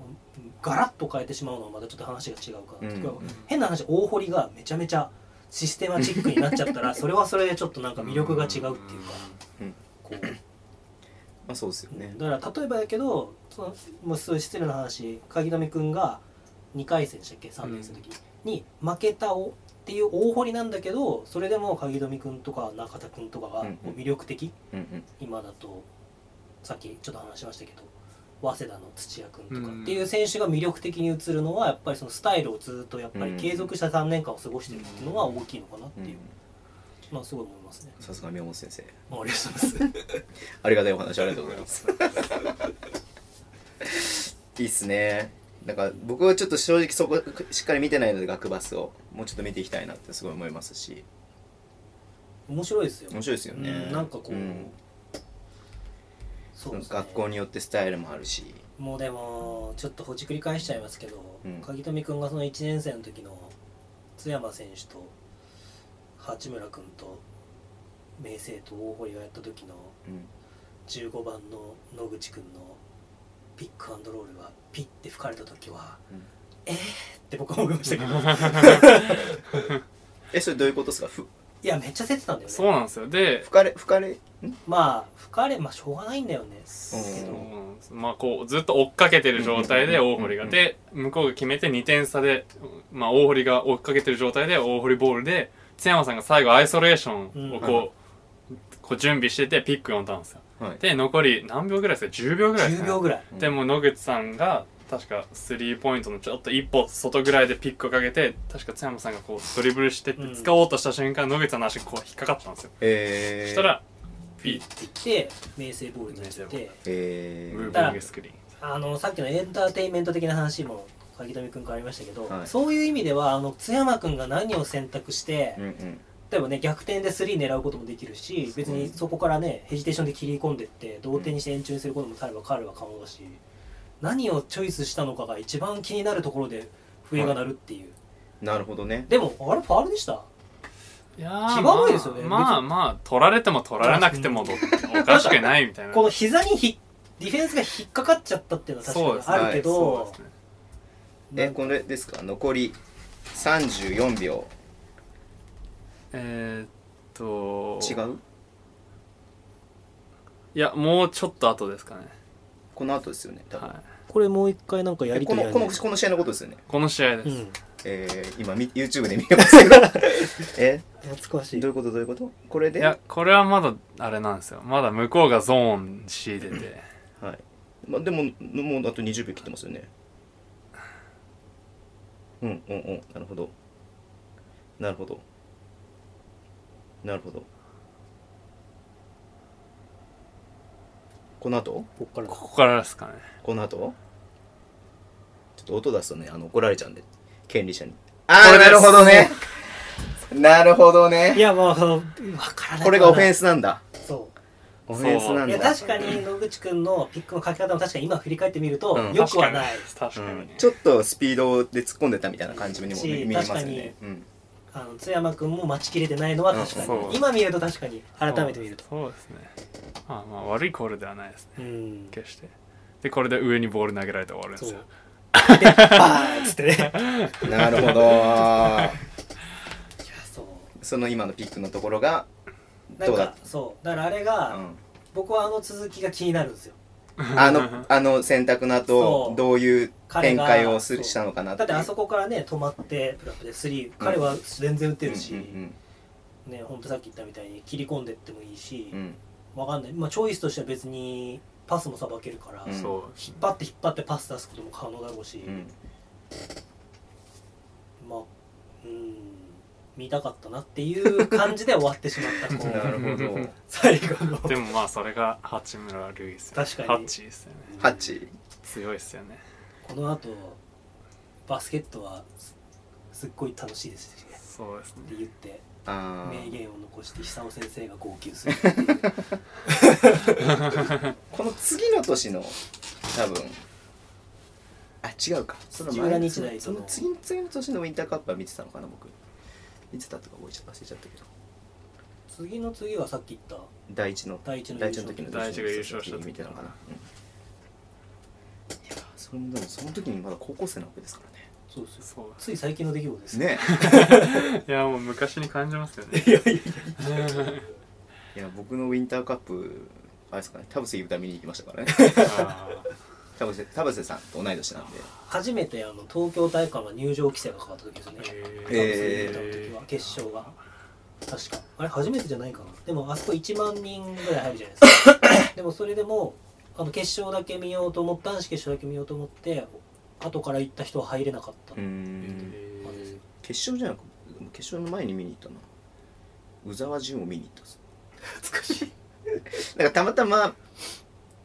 C: ガラッと変えてしまうのはまたちょっと話が違うかな、
B: うん
C: これ変な話大堀がめちゃめちゃシステマチックになっちゃ
B: [laughs]
C: ったらそれはそれでちょっと [laughs] なんか魅力が違うっていうかこう
B: まあそうですよね。
C: だから例えばやけどそのもうすごい失礼な話鍵留君が2回戦でしたっけ3年生の時に負けたおっていう大堀なんだけどそれでも鍵留君とか中田君とかが
B: うんうん
C: こう魅力的、
B: うんうん
C: 今だとさっきちょっと話しましたけど早稲田の土屋君と
D: う
C: か
D: ん
C: っていう選手が魅力的に映るのはやっぱりそのスタイルをずっとやっぱり継続した3年間を過ごしてるっていうのは大きいのかなっ
B: う
C: てい
B: ん
C: う、まあすごい思いますね。
B: さすが宮本先生。
C: ありがとうございます。
B: ありがたいお話ありがとうございます。いいっすね。なんか僕はちょっと正直そこしっかり見てないので学バスをもうちょっと見ていきたいなってすごい思いますし
C: 面白いですよ。
B: 面白いですよね、
C: うんなんかこう、
B: ん
C: そうですね
B: 学校によってスタイルもあるし
C: もうでもちょっとほじくり返しちゃいますけど、
B: うん
C: 鍵富君がその1年生の時の津山選手と八村君と明星と大堀がやった時の
B: うん
C: 15番の野口君のピックアンドロールがピッて吹かれた時は、
B: うん
C: えーって僕は思いましたけど
B: えそれどういうことですかふ
C: いやめっちゃ競ってたんだよ
D: そう
C: ね
D: なんですよで
B: 吹かれ吹かれん
C: まあ吹かれまあしょうがないんだよね
D: そうなんですまあこうずっと追っかけてる状態で
B: うん
D: 大堀がで向こうが決めて2点差で、まあ、大堀が追っかけてる状態で大堀ボールで津山さんが最後アイソレーションをこう,、こう準備しててピック読んだんですよ
B: はい
D: で残り何秒ぐらいですか10秒ぐらいです
C: 10
D: か、
C: 秒ぐらい
D: でも野口さんが確かスリーポイントのちょっと一歩外ぐらいでピックをかけて確か津山さんがこうドリブルしてって
C: うん
D: 使おうとした瞬間、野口さんの足がこう引っかかったんですよ、
B: えー、
D: そしたらピ
C: って言って明星ボールになっちゃっ
D: 明
C: て
B: え
D: ッ
B: ー
D: ム
C: だ
D: ービ
C: か
D: ン
C: ら
D: グスクリーン
C: あのさっきのエンターテインメント的な話も鍵富君からありましたけど、
B: はい
C: そういう意味ではあの津山君が何を選択して、
B: うんうん
C: 例えばね逆転で3狙うこともできるし別にそこからねヘジテーションで切り込んでって同点にして延長にすることも彼は彼は可能だし何をチョイスしたのかが一番気になるところで笛が鳴るっていう、
B: なるほどね
C: でもあれファールでした
D: いやー
C: 気悪いですよね
D: まあまあまあ取られても取られなくてもど
C: [laughs]
D: おかしくないみたいな
C: この膝にひディフェンスが引っかかっちゃったっていうのは
D: そう
C: 確
D: です
C: か
D: ね
C: にあるけ
D: そう
C: ど
D: ですね
B: えこれですか残り34秒
D: えーっと
B: 違う
D: いやもうちょっと後ですかね、
B: この後ですよね多分、
D: は
C: これもう一回なんかや
B: えこのこのこの試合のことですよね
D: い、この試合です、
C: うん
B: えー、今み YouTube で見てますけどえ
C: 懐かし
B: どういうことどういうことこれ
D: い
B: で
D: やこれはまだあれなんですよまだ向こうがゾーン敷いてて
B: はいまあ、でももうあと20秒切ってますよねうんうんうんなるほどなるほどなるほどこの後
C: こっから
D: ここからですかね
B: この後ちょっと音出すとねあの怒られちゃうんで権利者にあ
D: これです
B: なるほど
C: い
B: ね
C: やまあその分からない
B: これがオフェン
C: ス
B: スなんだ
C: そ
B: オフェンスな
C: うんい
B: だ
C: や確かに野口君のピックの書き方も確かに今振り返ってみると、
B: うん
C: よくはない
D: 確かに、
B: う
D: 確
B: ん
D: かに
B: ちょっとスピードで突っ込んでたみたいな感じにも
C: し
B: 見えますよ
C: 確かに
B: ね、うん
C: あの津山君も待ちきれてないのは確かに、
D: うんそう
C: 今見ると確かに改めて見ると
D: そうですねまあまあ悪いコールではないです
C: う
D: ね
C: ん
D: 決してでこれで上にボール投げられて終わるんで
C: そ
D: す
C: う
D: よ
C: でバーンっつって
B: [laughs]
C: ねいや
B: なるほど
C: そう
B: その今のピックのところが
C: なん
B: どうだ
C: かそうだからあれ
B: う
C: が、
B: ん
C: 僕はあの続きが気になるんですよ
B: あのあの選択の
C: そ
B: 後
C: う
B: どういう
C: 彼
B: 展
C: が
B: 開をす
C: そう
B: るしたのかな
C: だってあそ
B: こ
C: こからね止まってプラップで3彼は全然打てるし、
B: うんうん
C: ねほんとさっき言ったみたいに切り込んでってもいいし
B: うん、う、ん
C: わかんない、まあ、チョイスとしては別にパスもさばけるから、
B: うん
C: 引っ
D: [laughs] そうですね
C: 張って引っ張ってパス出すことも可能だろうし、
B: うん
C: まあうん見たかったなっていう感じで終わってしまった
B: [laughs]
C: こ
B: な
C: う
B: るほど
C: 最後の
D: でもまあそれが八村塁ですよね
C: 確かに
D: ハッチですよね
B: ハッチ
D: 強いですよね
C: この後バスケットはすすっごい楽しいですね
D: そうですね
C: って言って
B: あ
C: 名
B: ー
C: 言を残して久尾先生が号泣するっていう
B: この次の年の多分あ違うかその
C: 土浦
B: 前
C: 日大と
B: そ
C: の
B: の次の次の年のウィンターカップは見てたのかな僕見てたとか覚えちゃった忘れちゃったけど
C: 次の次はさっき言った
B: 第一の
C: 第一の
B: 第一の時の
D: 第一が優勝した時
B: 見てたのかな、うんいやーそれもでもその時にまだ高校生なわけですからね
C: そうですよ
D: そう
C: つい最近の出来事です
B: ね
D: いやもう昔に感じますよね
B: [laughs] いや僕のウィンターカップあれですかね田臥勇太見に行きましたから [laughs] ね
D: あ
B: 田臥田臥さんと同い年なんで
C: 初めてあの東京大会の入場規制がかかった時ですよね
D: ー
B: え
C: カップスリーの時は決勝が確かあれ初めてじゃないかなでもあそこ1万人ぐらい入るじゃないですかでもそれでもあの決勝だけ見ようと思った男子決勝だけ見ようと思って後から行った人は入れなかった、
B: うーん
D: え
C: まあですよ
B: 決勝じゃなく決勝の前に見に行ったな宇沢潤を見に行ったんです
C: 懐かしい
B: なんかたまたま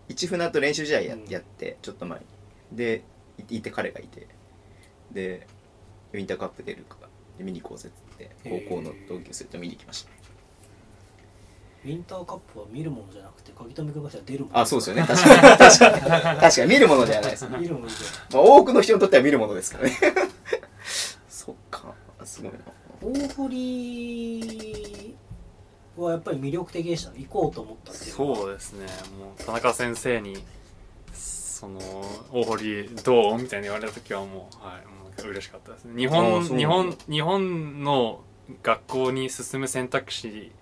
B: 一船と練習試合や,、
C: うん
B: やってちょっと前にでいいて彼がいてでウィンターカップ出るからで見に行こうぜっつって
C: へー
B: 高校の同級生と見に行きました
C: ウィンターカップは見るものじゃなくて鍵富君がしたら出るもの
B: あそうですよね確かに確かに確かに見るものではないです、ま
C: 見るものじゃ
B: あ、多くの人にとっては見るものですからね [laughs] そっかすごいな
C: 大堀はやっぱり魅力的でした行こうと思ったっていうのは
D: そうですねもう田中先生にその大堀どうみたいに言われた時はもうはいもう嬉しかったですね日
B: あ
D: 本
B: ーそう
D: 日本日本の学校に進む選択肢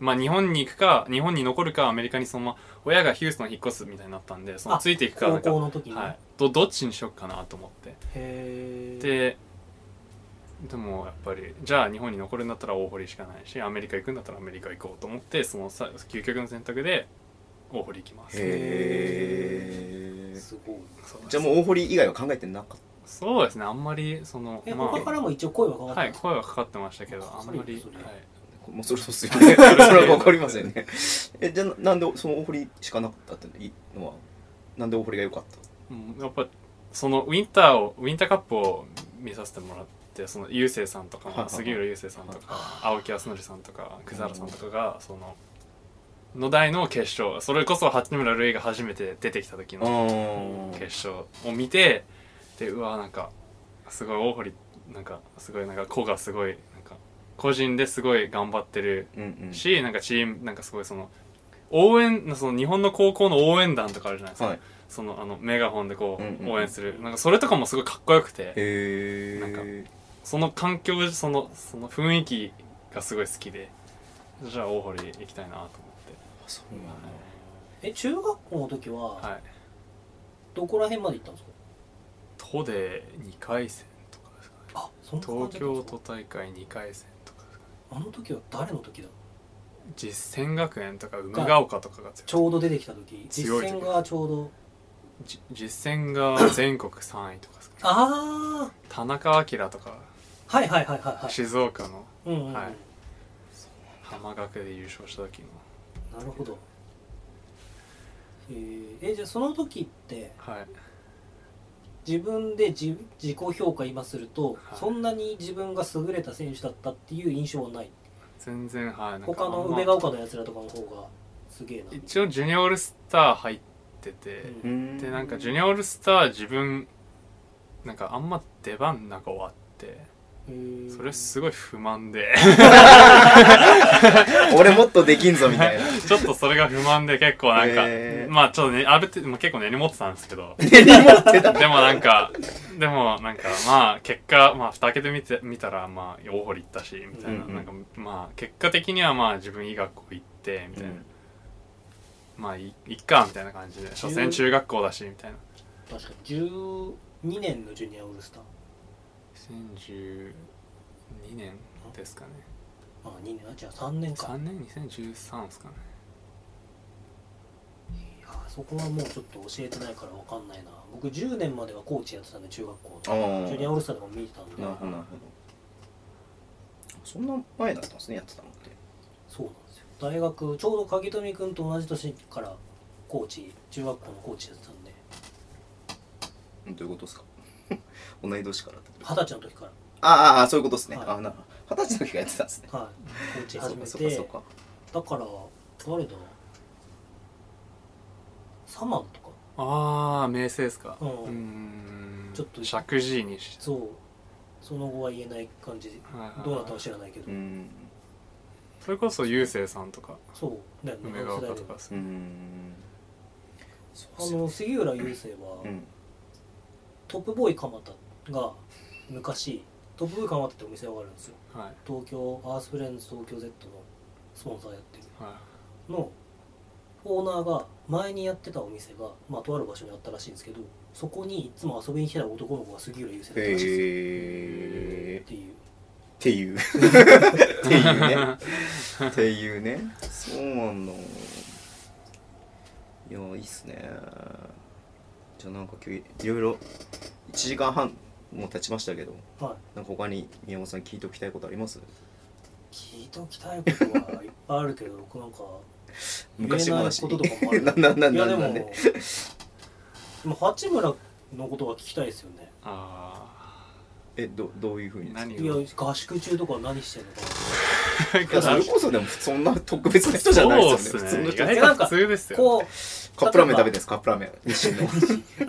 D: まあ日本に行くか日本に残るかアメリカにそのまま親がヒューストン引っ越すみたいになったんでその
C: あ
D: ついていくかなんか
C: 高校の時に、
D: はい、どどっちにしよっかなと思って
C: へえ
D: ででもやっぱりじゃあ日本に残るんだったら大堀しかないしアメリカ行くんだったらアメリカ行こうと思ってそのさ究極の選択で大堀行きます
B: へえ
C: すごい
D: そう
B: じゃあもう大堀以外は考えてなかった
D: そうですねあんまりその
C: え、
D: ま
C: 他からも一応声はかか
D: あ
C: ったん
D: はい
C: ですか、
D: 声はかかってましたけど
C: か
D: あん
C: か
D: ま
C: るよ
D: り、はい
C: それ、
B: もうそろそろ
D: [laughs]
B: ですよね。それは怒りますよね。え、じゃあななんでその大堀しかなかったっていうのは、なんで大堀が良かった
D: うんやっぱそのウィンターをウィンターカップを見させてもらってその雄星さんと
B: はいはい
D: か
B: はい
D: 杉浦雄星さんとか青木康則さんとか葛原さんとかがそのの代の決勝それこそ八村塁が初めて出てきた時の
B: うん
D: 決勝を見てでうわなんかすごい大堀なんかすごいなんか子がすごいなんか個人ですごい頑張ってる
B: うん
D: し、なんかチームなんかすごいその応援その日本の高校の応援団とかあるじゃないです
B: うん
D: か、
B: はい
D: そのあのメガホンでこ
B: うんうん
D: う
B: うん
D: 応援する、なんかそれとかもすごいかっこよくて
B: へえ
D: なんかその環境そのその雰囲気がすごい好きでじゃあ大堀行きたいなと思っ
B: そうなの
C: え中学校の時
D: ては
C: はいどこら辺まで行ったんですか、
D: 都で2回戦とかですかね
C: あそんな感
D: 東
C: じだったん
D: 京
C: ですか
D: 都大会2回戦とかですかね
C: あの時は誰の時だ
D: 実践学園とか梅ヶ丘とかが
C: ち
D: 強い
C: ょうど出てきた時実
D: [laughs] 強い時
C: 践がちょうど
D: じ実践が全国3位とかですかね
C: ああ
D: 田中彰とか
C: はいはいはいはいはい
D: 静岡の
C: うんうんうん、
D: はい浜学で優勝した時の
C: なるほどえーえじゃあその時って
D: はい
C: 自分で自自己評価今すると、
D: はい
C: そんなに自分が優れた選手だったっていう印象はない
D: 全然はいなんか
C: 他の
D: あんま
C: 梅ヶ丘のやつらとかの方がすげえな
D: 一応ジュニアオールスター入ってて、
C: う
B: うんん
D: でなんかジュニアオールスター自分なんかあんま出番なく終わって
C: えー
D: それすごい不満で
B: [laughs]
D: [laughs]
B: 俺もっとできんぞみたい
D: [laughs]
B: な
D: ちょっとそれが不満で結構なんか、
B: へー
D: まあちょっとねある程度まあ結構根に持ってたんですけど
B: 手に持って
D: で
B: た
D: もなんかでもなんかまあ結果まあ蓋開けてみてみたらまあ大堀行ったしみたいな,、
B: うんうん
D: なんかまあ結果的にはまあ自分いい学校行ってみたいな、まあいいっかみたいな感じで所詮中学校だしみたいな
C: 確かに12年のジュニアオールスター
D: 2012年ですかね
C: あ2年あじゃあ3年か
D: 3年2013ですかね
C: いやーそこはもうちょっと教えてないからわかんないな僕10年まではコーチやってたんで中学校
B: あー
C: のジュニアオールスターとかも見てたんで
B: なるほどなるほどそんな前だったんですねやってたのって
C: そうなんですよ大学ちょうど鍵富君と同じ年からコーチ中学校のコーチやってたんで
B: うんどういうことですか [laughs] 同い年からってこと
C: 二十歳の時か
B: あああそういうことですね、
C: はい
B: ああなるほど二十歳の時からやってたんですね
C: ら
B: [laughs]
C: はいコーチ
B: そう
C: 始
B: か
C: め
B: そうか
C: て
B: そうか
C: だから誰だサマンとか
D: ああ明星ですか
C: う
D: うんーん
C: ちょっと
D: 石神井にし
C: そうその後は言えない感じで
D: はいはいはい
C: どうなったか知らないけど、
B: うん
D: それこそ雄星さんとか
C: そうだよね
D: 梅ヶ丘とかです
B: う
D: ね
B: ん
C: あの杉浦雄星は、
B: うん
C: トップボーイ蒲田が昔トップボーイ蒲田ってお店があるんですよ
D: はいはい
C: 東京アースフレンズ東京 Z のスポンサーやってるのオーナーが前にやってたお店が、まあ、とある場所にあったらしいんですけどそこにいつも遊びに来てた男の子が杉浦雄星だったらしいですよ
B: へえ
C: っていう
B: っていうっていうねっていうねそうなんだいやいいっすねじゃあなんか今日いろいろ1時間半も経ちましたけど
C: はい
B: なんか他に宮本さん聞いておきたいことあります
C: 聞いておきたいことはいっぱいあるけど [laughs] 僕なんか言え
B: 昔
C: ないこ
B: 話
C: ととかもある
B: なんなんなん
C: いや
B: な
C: で
B: ん
C: も
B: なんで
C: でも八村のことが聞きたいですよね
D: あ
B: えどどういうふうにですか
D: 何
C: いや合宿中とか何してんのかな
B: いやそれ
D: あ
B: こそでもそんな特別な人じゃないですよね
D: そうっ
B: 普
D: 意
B: 通の
C: ね
B: 人
D: 外と普通ですよ
C: こう
B: カップラーメン食べてんですカップラーメン日清の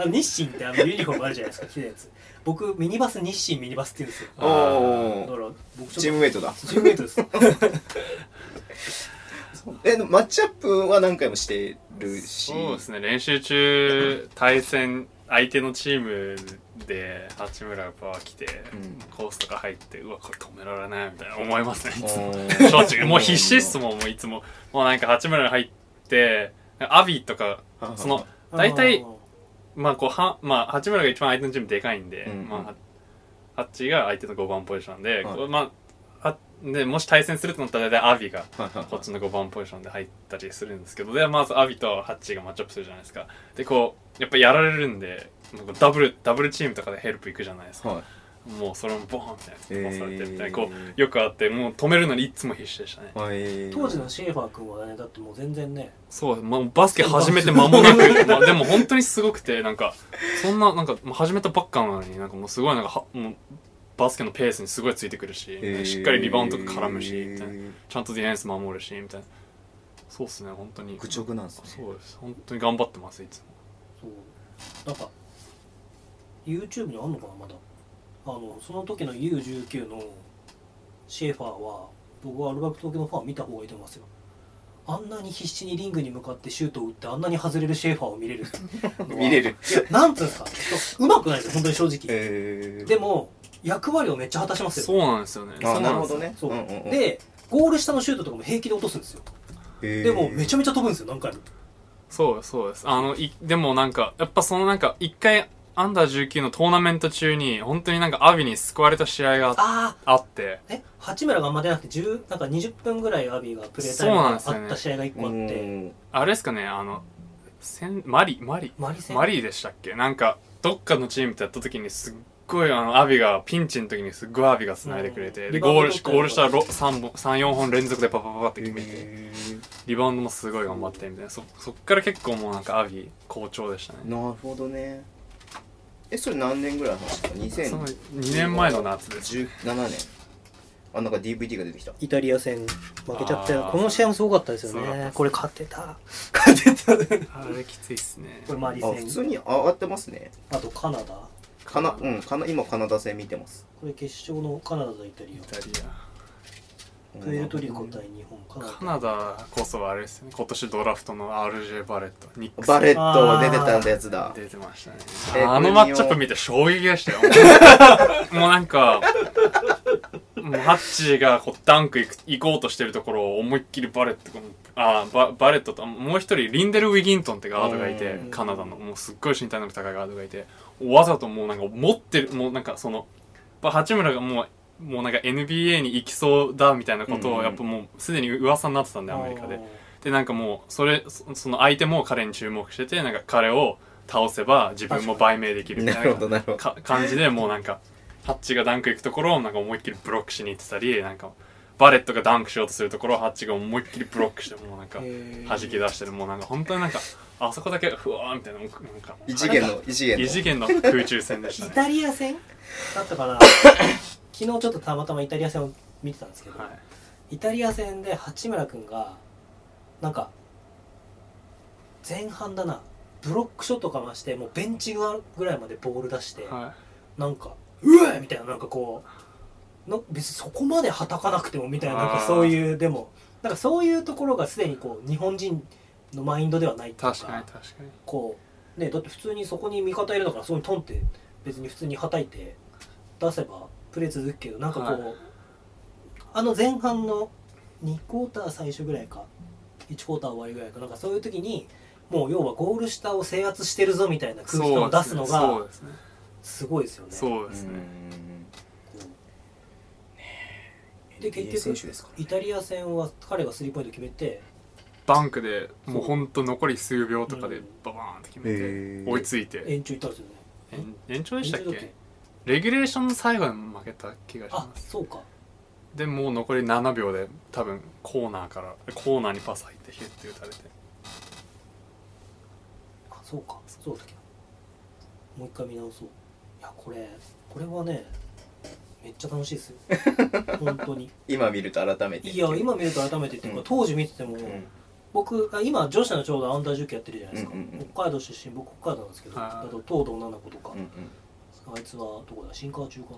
C: あの日清って
D: [laughs]
C: あのユニフォームあるじゃないですか着てるやつ僕ミニバス日清ミニバスって言うんですよ
D: あー
B: お
C: だか
B: ー
C: ら僕
B: チ
C: ち
B: ー
C: ょっ
B: ムメイトだ
C: とチームメイトです
B: えでもマッチアップは何回もしてるし
D: そうですね練習中対戦相手のチームで八村がパワー来て、
B: うん
D: コースとか入ってうわこれ止められないみたいな思いますねいつも
B: おー
D: 正直もう必死っすもんもういつももうなんか八村に入ってアビーとか
B: はいはい
D: その [laughs] 大体
C: あー
D: まあこうは、まあ、八村が一番相手のチームでかいんで、
B: うんうん
D: まあは、ハッチが相手の5番ポジション
B: は
D: で、
B: い
D: こうまあ、はでもし対戦するとなったら大体アビが
B: はいはいはい
D: こっちの5番ポジションで入ったりするんですけどでまずアビとハッチがマッチアップするじゃないですかでこうやっぱやられるんでなんかダブルダブルチームとかでヘルプ行くじゃないですか、
B: はい
D: もうそれもボーンみたいな飛ばされてみたいな、
B: えー
D: こうよくあってもう止めるのにいつも必死でしたね
B: あえー
C: 当時のシェーファー君はねだってもう全然ね
D: そう、まあ、バスケ始めて間もなく、 [laughs] まあ、でも本当にすごくてなんかそんななんかもう始めたばっかなのになんかもうすごいなんかはもうバスケのペースにすごいついてくるし、
B: えー
D: しっかりリバウンドとか絡むしみたいなちゃんとディフェンス守るしみたいなそうっすね本当に
B: 愚直なんですね
D: そうです本当に頑張ってますいつも
C: そうなんか YouTube にあんのかなまだあのその時の U19 のシェーファーは僕はアルバルク東京のファン見た方がいいと思いますよあんなに必死にリングに向かってシュートを打ってあんなに外れるシェーファーを見れる
B: 見れ
D: [laughs]
B: る
C: いやなんつうんですかうまくないですよ本当に正直、
B: えー
C: でも役割をめっちゃ果たします
D: そ
C: よ
D: うなんですよね
B: あ
D: そう
B: なんる
D: で
B: ほ
D: すよ
B: どね
C: そう、
B: んんん
C: でゴール下のシュートとかも平気で落とすんですよ
B: えー
C: でもめちゃめちゃ飛ぶんですよ何回も
D: そうそうですあのいでもなんかやっぱそのなんか一回アンダー19のトーナメント中に本当になんかアビに救われた試合があ
C: ああ
D: あって
C: え八村があんま出なくて10なんか20分ぐらいアビーがプレータイム
D: そうなん
C: があ
D: ですよね
C: った試合が1個あっ
B: う
C: て、
B: ん
D: あれですかねあのせんマリマリ
C: マリ戦
D: マリでしたっけなんかどっかのチームとやった時にすっごいあのアビがピンチの時にすっごいアビが繋いでくれて、
C: うん
D: でゴール
C: リバウンド取ったり
D: ゴールしたら34本連続でパパパパって決めて、
B: え
D: リバウンドもすごい頑張ってみたいなそそっから結構もうなんかアビ好調でしたね
B: ーなるほどねえそれ何年ぐらいの話です
D: そ
B: か
D: の
B: 2017
D: 2年前の夏です
B: 年あなんか DVD が出てきた
C: イタリア戦負けちゃったよ
D: あー
C: この試合もすごかったですよ
D: そうだった
C: ねこれ勝ってた [laughs] 勝ってたこ
D: あれきついっすね
C: れマリ
B: あ普通
C: 戦
B: に上がってますね
C: あとカナダこ
B: かな、うん、かな今カナダ戦見てます
C: れ決勝のカナダとイタリ
D: イタリ
C: アプエルトリコ対日本カ
D: ア
C: ナダ
D: カナダこそあれですよね今年ドラフトの RJ バレットニックス
B: バレット出てたやつだ
D: 出てましたね
B: え
D: あの
B: 国を
D: マッチアップ見て衝撃でしたよもうなんかもうハッチーがこうダンク行く行こうとしてるところを思いっきりバレットがあーババレットともう一人リンデル・ウィギントンってガードがいて
B: うん
D: カナダのもうすっごい身体能力高いガードがいてわざともうなんか持ってるもうなんかそのやっぱ八村がもうもうなんか NBA に行きそうだみたいなこと
B: うん
D: をやっぱもうすでに噂になってたんでアメリカで
C: あー
D: でなんかもうそれそその相手も彼に注目しててなんか彼を倒せば自分も売名できるみ
B: な
D: たい
B: る
D: な
B: ほどな
D: [laughs]
B: るほど
D: か感じでもうなんかハッチがダンク行くところをなんか思いっきりブロックしに行ってたりなんかバレットがダンクしようとするところをハッチが思いっきりブロックしてもうなんか
C: へー
D: 弾き出してるもうなんか本当になんかあそこだけふわーみたいなもうなんか
B: 異次元の異次元の
D: 異次元の空中戦でし
C: イ [laughs]
D: たね。
C: タリア戦だったかな昨日ちょっとたまたまイタリア戦を見てたんですけど、
D: はい
C: イタリア戦で八村君がなんか前半だなブロックショットかましてもうベンチ側ぐらいまでボール出して、
D: は
C: なんか「うえ!」みたいななんかこうの別にそこまではたかなくてもみたいななん
D: あ
C: か
D: ー
C: そういうでもなんかそういうところがすでにこう日本人のマインドではないっ
D: い、
C: ていう
D: 確かに確かに
C: こうねだって普通にそこに味方いるんだからそこにトンって別に普通にはたいて出せばプレー続くけどなんかこう、
D: は
C: あの前半の2クォーター最初ぐらいか1クォーター終わりぐらいかなんかそういう時にもう要はゴール下を制圧してるぞみたいな空気感を出すの
D: そう
C: が
D: ですね
C: すごいですよね。
D: そうですね
C: で結局
B: 選手ですか
C: イタリア戦は彼がスリーポイント決めて
D: バンクでもうほんと残り数秒とかでババーンって決めて、
B: へー
D: 追いついて
C: 延長いったんですよね。
D: 延延長でしたっ
C: 延長だ
D: けレギュレーションの最後に負けた気がし
C: あ
D: ます
C: そうか
D: でもう残り7秒で多分コーナーからコーナーにパス入ってヒュッて打たれて
C: あそうかそうだっけもう一回見直そういやこれこれはねめっちゃ楽しいで
B: [laughs]
C: すよ本当に
B: 今見ると改めて
C: いや今見ると改めてっていうか、
B: うん
C: 当時見てても、
B: うん
C: 僕あ今女子のちょうどアンダー1 9やってるじゃないですか、
B: うんうんうん
C: 北海道出身僕北海道なんですけど
D: はい
C: あと東堂七子とか、
B: うんうん
C: あいつはどこだ新川中かな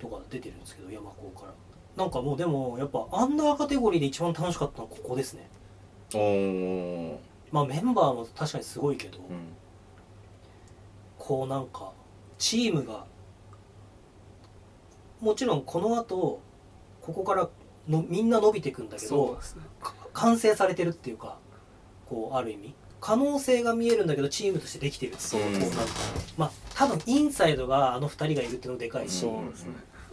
C: とか出てるんですけど山高からなんかもうでもやっぱアンダーカテゴリーで一番楽しかったのはここですね
B: おー
C: まあメンバーも確かにすごいけど、
B: うん
C: こうなんかチームがもちろんこの後ここからのみんな伸びていくんだけ
D: そう
C: ど
D: ですね
C: か完成されてるっていうかこうある意味可能性が見えるんだけどチームとしてできてる
D: そう
C: こうなんかまあ多分インサイドがあの2人がいるっていうのでかいし、
B: うん
D: そうですね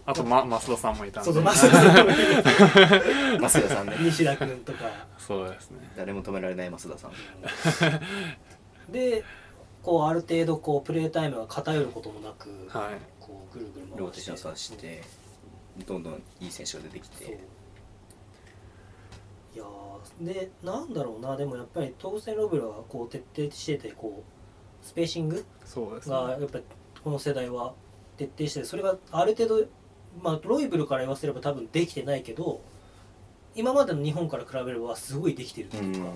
D: あと、ま、増田さんもいたん
C: そ
D: で
C: うそうまさに
B: 増田さんね
C: [laughs] 西田君とか
D: そうですね
B: 誰も止められない増田さん
C: でこうある程度こうプレータイムが偏ることもなく、
D: はい
C: こうぐるぐる
B: ローテー
C: 回し
B: シ
C: て
B: ョンさせてどんどんいい選手が出てき
C: そう
B: て
C: いやーでなんだろうなでもやっぱりトーセン・ロブラはこう徹底しててこうスペーシング
D: そうですね
C: がやっぱりこの世代は徹底してそれがある程度、まあ、ロイブルから言わせれば多分できてないけど今までの日本から比べればすごいできてるっていうか、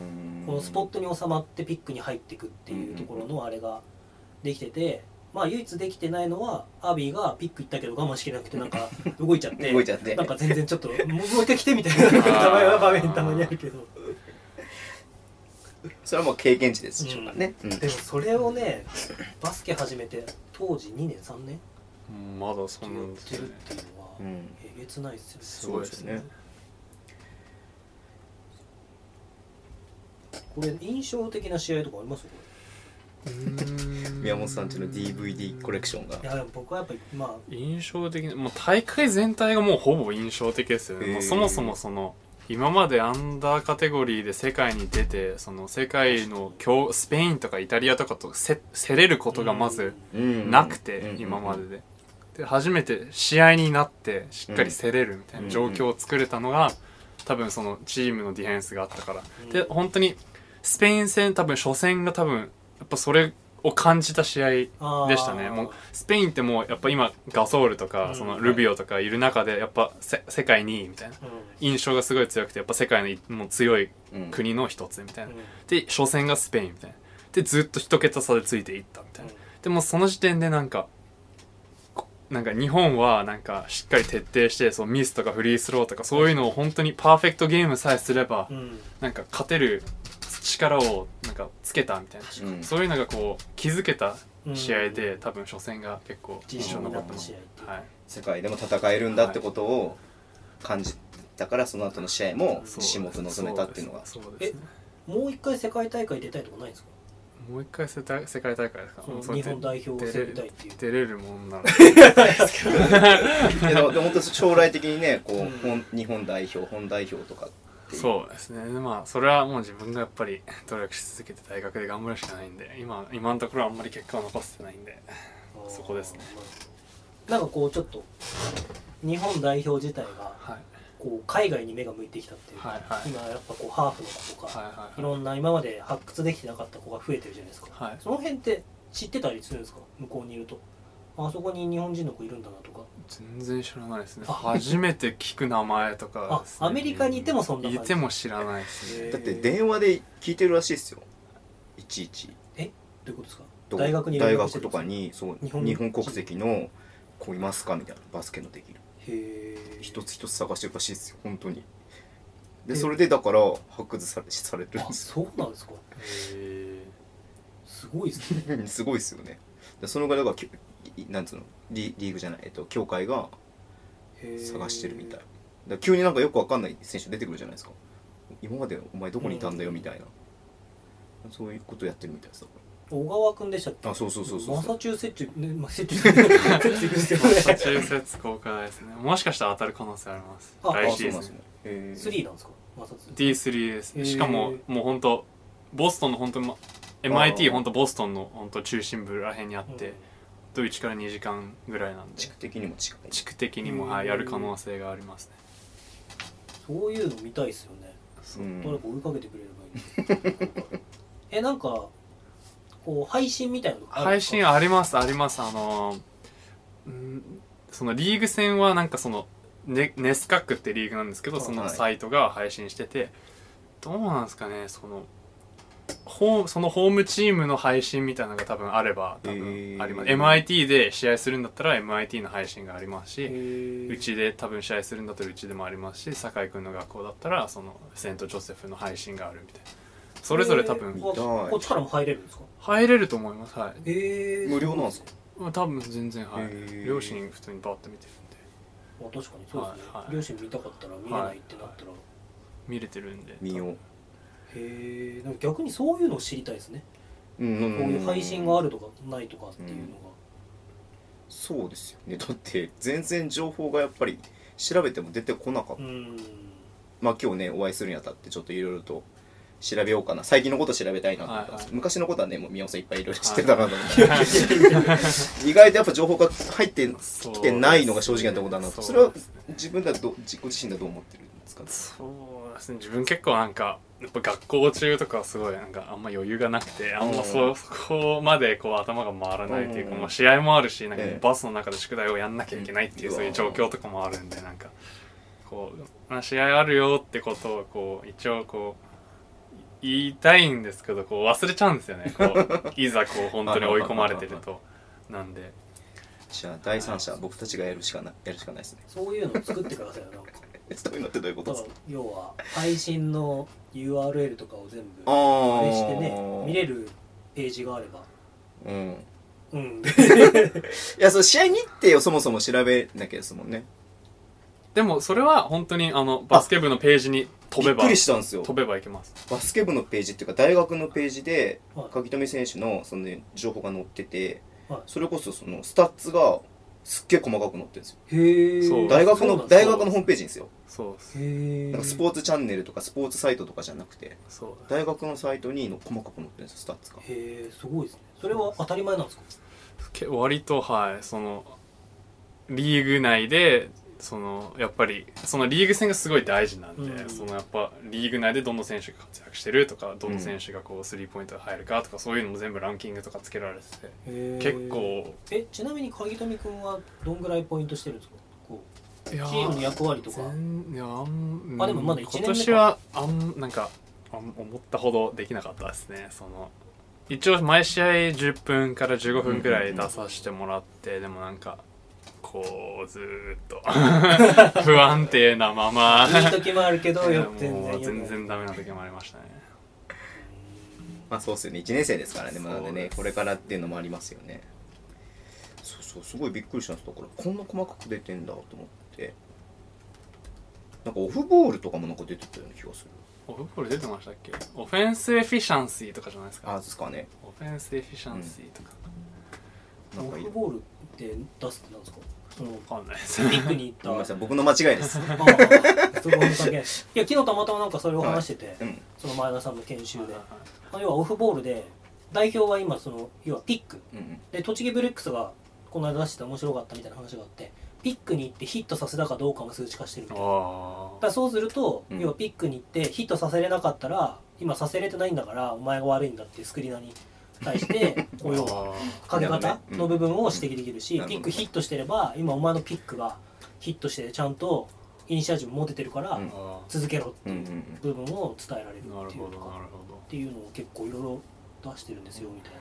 C: このスポットに収まってピックに入っていくっていうところのあれができてて。まあ唯一できてないのはアビーがピック行ったけど我慢しきれなくてなんか動いちゃって
B: 動いちゃって
C: なんか全然ちょっともうもう一回来てみたいなたまには場面たまにあるけど
B: それはもう経験値ですでしょうからね、うん
C: でもそれをねバスケ始めて当時2年3年
D: うんまだそん
C: や
D: な
C: っ
D: んです
C: てるっ
D: ね
C: ていうのは
B: うん
C: えげつないですよね
B: すごいですね
C: これ印象的な試合とかありますこ
D: うー
B: 宮本さんちの DVD コレクションが
C: れいやでも僕はやっぱりま
D: 印象的なもう大会全体がもうほぼ印象的ですよね、
B: へー
D: もうそもそもその今までアンダーカテゴリーで世界に出てその世界の強スペインとかイタリアとかとせ競れる
C: あ
D: ことがまず
B: うん
D: なくて、
B: うん
D: 今まででで初めて試合になってしっかり競れるみたい
B: うん
D: な状況を作れたのが多分そのチームのディフェンスがあったから、
C: うん
D: で本当にスペイン戦多分初戦が多分やっぱそれを感じた試合
C: あー
D: でしたねもうスペインってもうやっぱ今ガソールと
C: う
D: か
C: ん
D: そのルビオとかいる中でやっぱせ世界2位みたいな
C: うん
D: 印象がすごい強くてやっぱ世界のもう強い
B: うん
D: 国の一つみたいな
C: うん
D: で初戦がスペインみたいなでずっと一桁差でついていったみたいなでもその時点でなんかこなんか日本はなんかしっかり徹底してそのミスとかフリースローとかそういうのを本当にパーフェクトゲームさえすれば
C: うんうん
D: なんか勝てる力をなんかつけたみたいな
B: うん
D: そういうのがこう気づけた
C: うん
D: 試合で、多分初戦が結構
C: 印象
D: 印象
C: に
D: 残
C: な
D: っ
C: ってた
D: ます
C: 試合っていう、
D: はい
B: 世界でも戦えるんだってことを感じたからその後の試合も
D: そう
B: 種目臨めたっていうのが
D: そうですね
C: もう一回世界大会出たいとかないんですか
D: もう一回世界世界大会ですか
C: その
D: もうそうや
C: 日本代表を
D: 出れ
C: 攻め
D: る
C: たいっていう
D: 出れるも
B: [laughs]
D: んなら
B: けどでも本当将来的にねこう、
C: うん
B: 本日本代表本代表とかっていう
D: そうですねでまあそれはもう自分がやっぱり努力し続けて大学で頑張るしかないんで今今のところあんまり結果を残せてないんで
C: あー
D: そこですね
C: なんかこうちょっと日本代表自体が
D: はい
C: こう海外に目が向いてきたっていうか、
D: はいはい
C: 今やっぱこうハーフの子とか、
D: はい
C: い
D: はいはい
C: ろんな今まで発掘できてなかった子が増えてるじゃないですか、
D: はい
C: その辺って知ってたりするんですか向こうにいるとあそこに日本人の子いるんだなとか
D: 全然知らないですね
C: あ
D: 初めて聞く名前とかですね
C: あアメリカにいてもそんな感じ
D: いても知らないですね
C: へー
B: だって電話で聞いてるらしいですよいちいち
C: どういうことですか
B: どこ
C: 大学に
B: 大
C: 連絡
B: 学
C: して
B: と
C: るんです
B: かにそう
C: 日
B: 日
C: 本
B: 本国籍の子いますかみたいなバスケのできる
C: へえ
B: 一つ一つ探してるらしいですよ本当に
C: え
B: でそれでだから発掘されされてるん
C: あ
B: です
C: そうなんですか
D: へ
C: すごいですね
B: うんすごいですよねでそのぐらいがきいなんつうのリリーグじゃないえっと協会が
C: へ
B: [laughs]
C: ー
B: 探してるみたいだから急になんかよくわかんない選手出てくるじゃないですか今までお前どこにいたんだよみたいな、そういうことやってるみたいですだか
C: 小川君でしたっけ
B: らあそうそうそうそう
C: マ
B: そ
C: サ
B: う
C: チューセッチュ、ね、マサチューセッチュですけどね
D: ー中節公開ですねもしかしたら当たる可能性あります
C: あ
D: 来シーズン
B: ねへ
C: スリーなんですか摩擦
D: D3 です、
C: へー
D: しかももう本当ボストンの本当にま
B: あ
D: MIT
B: ー
D: 本当ボストンの本当中心部ら辺にあって、ドイツから2時間ぐらいなんで
B: 地区的にも近い
D: 地区的にも、はい、
C: へー
D: やる可能性がありますね
C: うんそういうの見たいですよね
B: うん
C: 誰か追いかけてくれればいいのにえなんかこう配信みたいなのあるんで
D: 配
C: す
D: 信
C: か
D: ありますありますあのーんそのリーグ戦はなんかそのネネスカックってリーグなんですけど
C: はい
D: そのサイトが配信しててどうなんですかねそのホーそのホームチームの配信みたいなのが多分あれば多分あります、
B: へー
D: MIT で試合するんだったら MIT の配信がありますし、う
C: う
D: ちで多分試合するんだったらうちでもありますし酒井君の学校だったらそのセント・ジョセフの配信があるみたいなそれぞれ多分
B: 見たい
C: こっちからも入れるんですか
D: 入れると思いますはい
C: え
B: 無料なんですか
D: まあ多分全然は
B: へ
D: い
B: ー
D: 両親普通にバーッと見てるんで
C: まあ確かにそうですね、
D: はいはい
C: 両親見たかったら見れないってなったら、
D: 見れてるんで
B: 見よう
C: へえなんか逆にそういうのを知りたいですね、
B: うんうん
C: こういう配信があ
B: る
C: るとかないとかっていうのが、
B: そうですよねだって全然情報がやっぱり調べても出てこなかった、
C: うん
B: まあ今日ねお会いするにあたってちょっといろいろと調べようかな最近のこと調べたいなと思ったんです
D: はいはい
B: 昔のことはねもう宮本さんいっぱいいろいろ知ってたなと思って、意外とやっぱ情報が入ってきてないのが正直なところだなとそ,、れ
D: そう
B: は
D: ですね
B: 自分だど自己自身だと思ってるんですかね
D: そうですね自分結構なんかやっぱ学校中とかはすごいなんかあんま余裕がなくてあんまそ,、
B: うん
D: そこまでこう頭が回らないというか、
B: うん
D: もう試合もあるしなんか
B: ええ
D: バスの中で宿題をやんなきゃいけないっていう
B: うわ
D: そういう状況とかもあるんでなんかこう、まあ、試合あるよってことをこう一応こう言いたいんですけどこう忘れちゃうんですよねこ
B: [laughs]
D: ういざこう本当に追い込まれてるとなんで
B: じゃあ第三者僕たちがやるしかないやるしかないですね
C: そういうのを作ってくださいよなんか
B: [laughs] そういうのってどういうこと
C: だ
B: で
C: か
B: す
C: ら
B: か
C: 要は配信の URL とかを全部
B: あ
C: あ
B: ー
C: れしてね見れるページがあれば
B: うん [laughs]
C: うん
B: いやその試合日程をそもそも調べなきゃですもんね
D: でもそれは本当にあのバスケ部のページに飛べば
B: びっくりしたんですよ
D: 飛べばいけます
B: バスケ部のページっていうか大学のページで
C: はい
B: 鍵富選手のその、ね、情報が載ってて、
C: はい
B: それこそそのスタッツがすっげえ細かく載ってるんですよ
C: へえ
D: そう
B: 大学の大学のホームページにですよ
D: そうです
C: へえ
B: なんかスポーツチャンネルとかスポーツサイトとかじゃなくて
D: そう
B: 大学のサイトにの細かく載ってるんですよスタッツが
C: へえすごいですねそれは当たり前なんですか
D: け割とはいそのリーグ内でそのやっぱりそのリーグ戦がすごい大事なんで、
C: うん
D: そのやっぱリーグ内でどの選手が活躍してるとかどの選手がこうスリーポイントが入るかとかそういうのも全部ランキングとかつけられてて、
C: へー
D: 結構
C: えちなみに鍵富君はどんぐらいポイントしてるんですかこ
D: いや
C: うチームの役割とか
D: 全いやあん
C: あでもまだ一年目か
D: 今年はあんなんかあん思ったほどできなかったですねその一応毎試合10分から15分くらい出させてもらって、でもなんかこうずーっと [laughs] 不安定なまま
C: いい時もあるけどよ
D: もう
C: 全然よく
D: 全然ダメな時もありましたね
B: まあそうですよね1年生ですからねまあなんで
D: そう
B: ね
D: です
B: これからっていうのもありますよねそうそうすごいびっくりしたんですだからこんな細かく出てんだと思ってなんかオフボールとかもなんか出てたような気がする
D: オフボール出てましたっけオフェンスエフィシャンシーとかじゃないです
B: あ
D: か
B: ですかね
D: オフェンスエフィシャンシーとか、
B: なん
C: オ
B: かいい
C: フボールって出すってなんですかその
D: わかんないです
C: ピックに
B: ごめんな
C: 行った
B: さい僕の間違いです
C: あーそこは関係ないいや昨日たまたまなんかそれを話してて、
B: うん
C: その前田さんの研修で、
D: はい
C: まあ要はオフボールで代表は今その要はピック
B: うん
C: で栃木ブレックスがこの間出してて面白かったみたいな話があってピックに行ってヒットさせたかどうかも数値化してるみたいなだ
D: あ
C: からそうすると、
B: うん
C: 要はピックに行ってヒットさせれなかったら今させれてないんだからお前が悪いんだっていうスクリーナーに対してこう要は
D: あ
C: かけ方の部分を指摘できるし、
B: うん
C: ピックヒットしてれば今お前のピックがヒットしてちゃんとイニシアチブ持ててるから
B: うん
D: あ
C: 続けろって
B: うんう
C: い
B: ん
C: う
B: うん
C: 部分を伝えられるっていう
D: なるほど
C: か
D: なるほど
C: っていうのを結構いろいろ出してるんですよみたい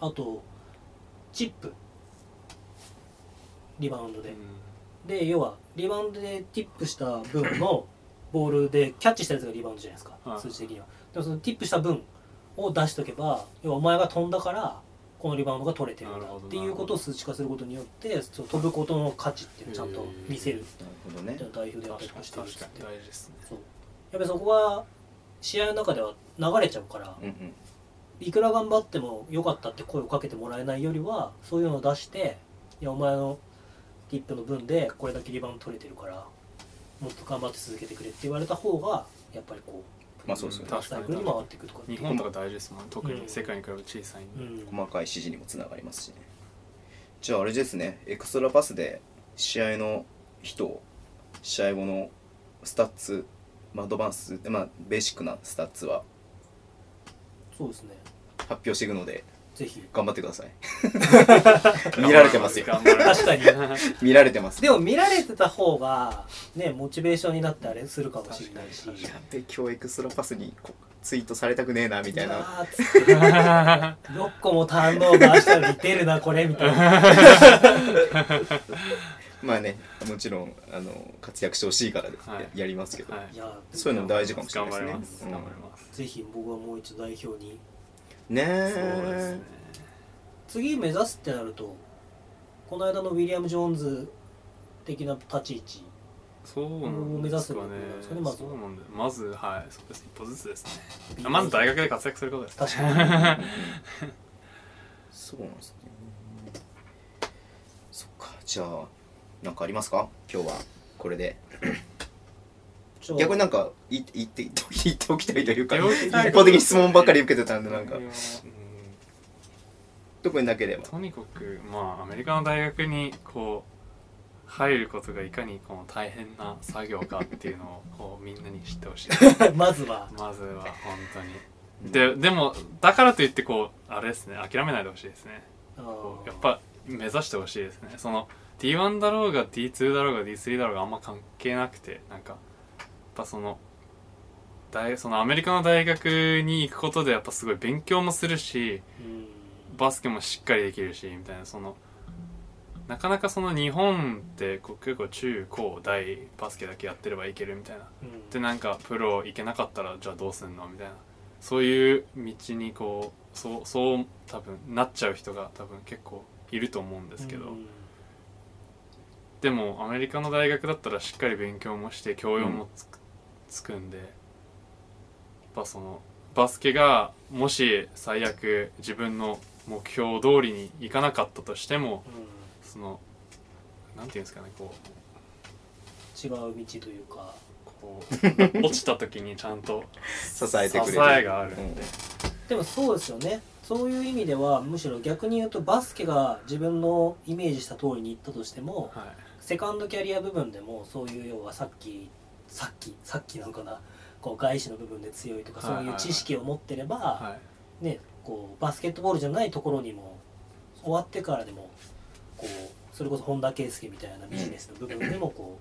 C: なあとチップリバウンドで、で要はリバウンドでティップした分のボールでキャッチしたやつがリバウンドじゃないですか、
D: はい
C: 数値的にはでもそのティップした分を出しとけば要はお前が飛んだからこのリバウンドが取れてるん
D: な
C: だ
D: るほど
C: っていうことを数値化することによってその飛ぶことの価値っていうのをちゃんと見せる
B: なるほどね
C: じゃあ代表でやったりと
D: 確か
C: か
D: に
C: してるっ
D: 確
C: つ
D: か
C: って
D: に大事ですね
C: そうやっぱりそこは試合の中では流れちゃうから
B: うんうん
C: いくら頑張っても良かったって声をかけてもらえないよりはそういうのを出していやお前のティップの分でこれだけリバウンド取れてるからもっと頑張って続けてくれって言われた方がやっぱりこう
B: まあそうですよね
C: サイクルに回っていくとかってい
D: 日
C: う
D: 本とか大事ですもんね特に世界に比べて小さいん
C: う
D: で、
C: ん
B: 細かい指示にもつながりますしねじゃああれですねエクストラパスで試合の日と試合後のスタッツまあアドバンスまあベーシックなスタッツは
C: そうですね
B: 発表していくので
C: ぜひ
B: 頑張ってください
D: [laughs]
B: 見られてますよ
D: 頑張れ
C: 確かに
B: 見られてます
C: でも見られてた方がねモチベーションになってあれするかもしれないし
D: 確かに確かに
B: やべ今日エクストラパスにこツイートされたくねえなみたいな
C: やーっつって6個もターンオーバーしたのに出るなこれみたいな
B: まあねもちろんあの活躍してほしいからや,、
D: はい
B: りますけど、
D: はい
C: いや
B: そういうの大事かもしれないですね
D: 頑張ります
B: うん
D: 頑張ります、
C: ぜひ僕はもう一度代表に
B: ねえ
D: そうですね
C: 次目指すってなるとこの間のウィリアム・ジョーンズ的な立ち位置
D: そうなんですかね
C: 目指すのはどうなんですかねまず
D: そうなんでまずはいそうです一歩ずつですねあまず大学で活躍することですね [laughs]
C: 確
B: [laughs]
C: かに
B: そうなんですね。そっか、じゃあ、なんかありますか今日は、これで。
C: ちょ
B: 逆になんかい言って [laughs] 言って言っておきたいというか
D: 言っておき
B: 一
D: たい
B: 方的に質問ばっかり受けてたんでなんか
D: いや
B: 特になければ
D: うんとにかくまあアメリカの大学にこう入ることがいかにこの大変な作業かっていうのをこうみんなに知ってほしい
C: まずは
D: まずは本当に
B: うん
D: ででもだからといってこうあれですね諦めないでほしいですね
C: あ
D: こう
C: ー
D: やっぱ目指してほしいですねその D1 だろうが D2 だろうが D3 だろうがあんま関係なくてなんかやっぱその大そのアメリカの大学に行くことでやっぱすごい勉強もするし
C: うん
D: バスケもしっかりできるしみたいなそのなかなかその日本ってこう結構中高大バスケだけやってればいけるみたいな
C: うん
D: でなんかプロ行けなかったらじゃあどうすんのみたいなそういう道にこうそうそう多分なっちゃう人が多分結構いると思うんですけど、
C: うん
D: でもアメリカの大学だったらしっかり勉強もして教養もつく,、つくんでやっぱそのバスケがもし最悪自分の目標通りにいかなかったとしても
C: う
D: そのなんていうんですかねこう
C: 違
D: ん
C: う道というか
D: こう [laughs] 落ちた時にちゃんと
B: 支えてくれる
D: 支えがあるんで、
C: でもそうですよねそういう意味ではむしろ逆に言うとバスケが自分のイメージした通りにいったとしても
D: はい
C: セカンドキャリア部分でもそういう要はさっきさっきさっきなんかなこう外資の部分で強いとか
D: はい
C: そ
D: は
C: う
D: い
C: い
D: は
C: う
D: い
C: 知識を持ってれば、
D: はい
C: ね、こうバスケットボールじゃないところにも終わってからでもこうそれこそ本田圭佑みたいなビジネスの部分でもこ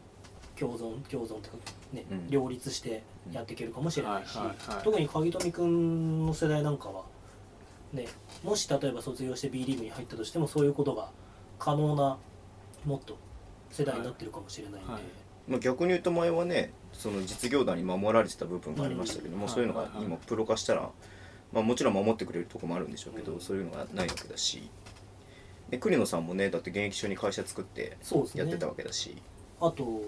C: う共存共存ってか、ね
B: うん
C: 両立してやっていけるかもしれないし、
D: はいはいはい
C: 特に鍵富君の世代なんかは、ね、もし例えば卒業して B リーグに入ったとしてもそういうことが可能なもっと世代になってるかもしれないんで、
D: はいはい
B: まあ、逆に言うと前はねその実業団に守られてた部分がありましたけども、
D: うん
B: そういうの
D: は
B: が
D: いはいはい
B: 今プロ化したら、まあ、もちろん守ってくれるとこもあるんでしょうけど、
C: うん
B: そういうのがないわけだしで栗野さんもねだって現役中に会社作って
C: そうですね
B: やってたわけだし、
C: あと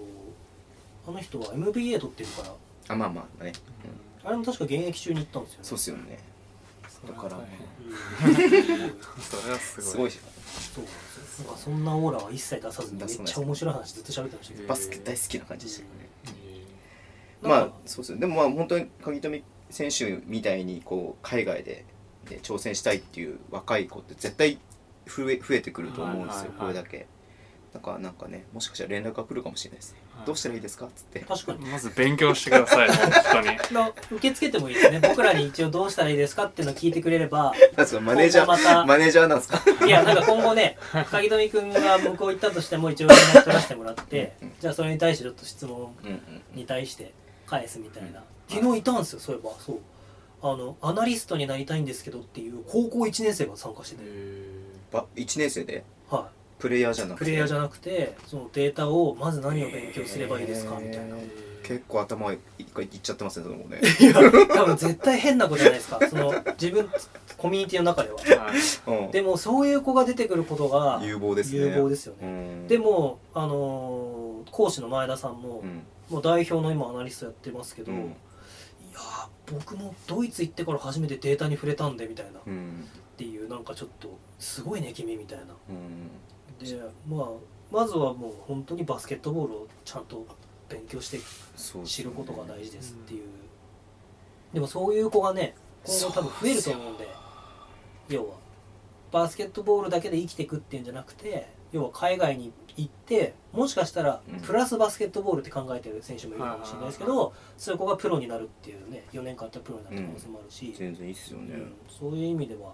C: あの人は MBA 取ってるから
B: あまあまあね、うん
C: あれも確か現役中に行ったんですよね。
B: そうっすよね
D: それは大変
C: うん
D: それはすご
B: すごい
C: そうなんで
D: い
C: すよなんかそんなオーラは一切出さずにめ
B: 出
C: っ
B: さない
C: ちゃ面白い話ずっと喋ってましたけど
B: バスケ大好きな感じでしたよね、
C: うん
B: ま
C: なん
B: あ
C: か
B: そうですねでもまあ本当に鍵富選手みたいにこう海外で、ね、挑戦したいっていう若い子って絶対増え増えてくると思うんですよ、
D: はいはいはい
B: これだけだからなんかねもしかしたら連絡が来るかもしれないですね、
D: はい
B: どうしたらいいですかっつって
C: 確かに
D: まず勉強してください本
B: [laughs]
D: 当に
C: まあ受け付けてもいいですね僕らに一応どうしたらいいですかっていうのを聞いてくれれば
B: なんすかマネージャー
C: 今後また
B: マネージャーなんですか
C: いやなんか今後ね鍵富君が向こう行ったとしても一応連絡取らせてもらって
B: うん
C: じゃあそれに対してちょっと質問
B: うんうん
C: に対して返すみたいな
B: うん
C: 昨日いたんですよそういえばそうあのアナリストになりたいんですけどっていう高校1年生が参加してて、
B: ば1年生で
C: はい
B: プレイヤーじゃなく
C: プ
B: て
C: レイヤーじゃなくてそのデータをまず何を勉強すればいいですかみたいな
B: へ結構頭い一回いっちゃってますねそのも
C: [laughs]
B: ね
C: 多分絶対変な子じゃないですかその自分コミュニティの中では
B: うん
C: でもそういう子が出てくることが
B: 有望ですね
C: 有望ですよ
B: う
C: ね
B: ん
C: でもあのー講師の前田さんも、
B: うん
C: もう代表の今アナリストやってますけど、
B: うん
C: いやー僕もドイツ行ってから初めてデータに触れたんでみたいなっ
B: うん
C: ていうなんかちょっとすごいね君みたいな
B: うん
C: でまあまずはもう本当にバスケットボールをちゃんと勉強して
B: そうです
C: 知
B: ね
C: ることが大事ですっていう、でもそういう子がね今後多分増えると思うんで要はバスケットボールだけで生きていくっていうんじゃなくて要は海外に行ってもしかしたら
B: うん
C: プラスバスケットボールって考えてる選手もいるかもしれないですけ
D: はいは
C: ど、そういう子がプロになるっていうね4年間やったらプロになる可能性もあるし、
B: 全然いいっすよね、
C: うんそういう意味では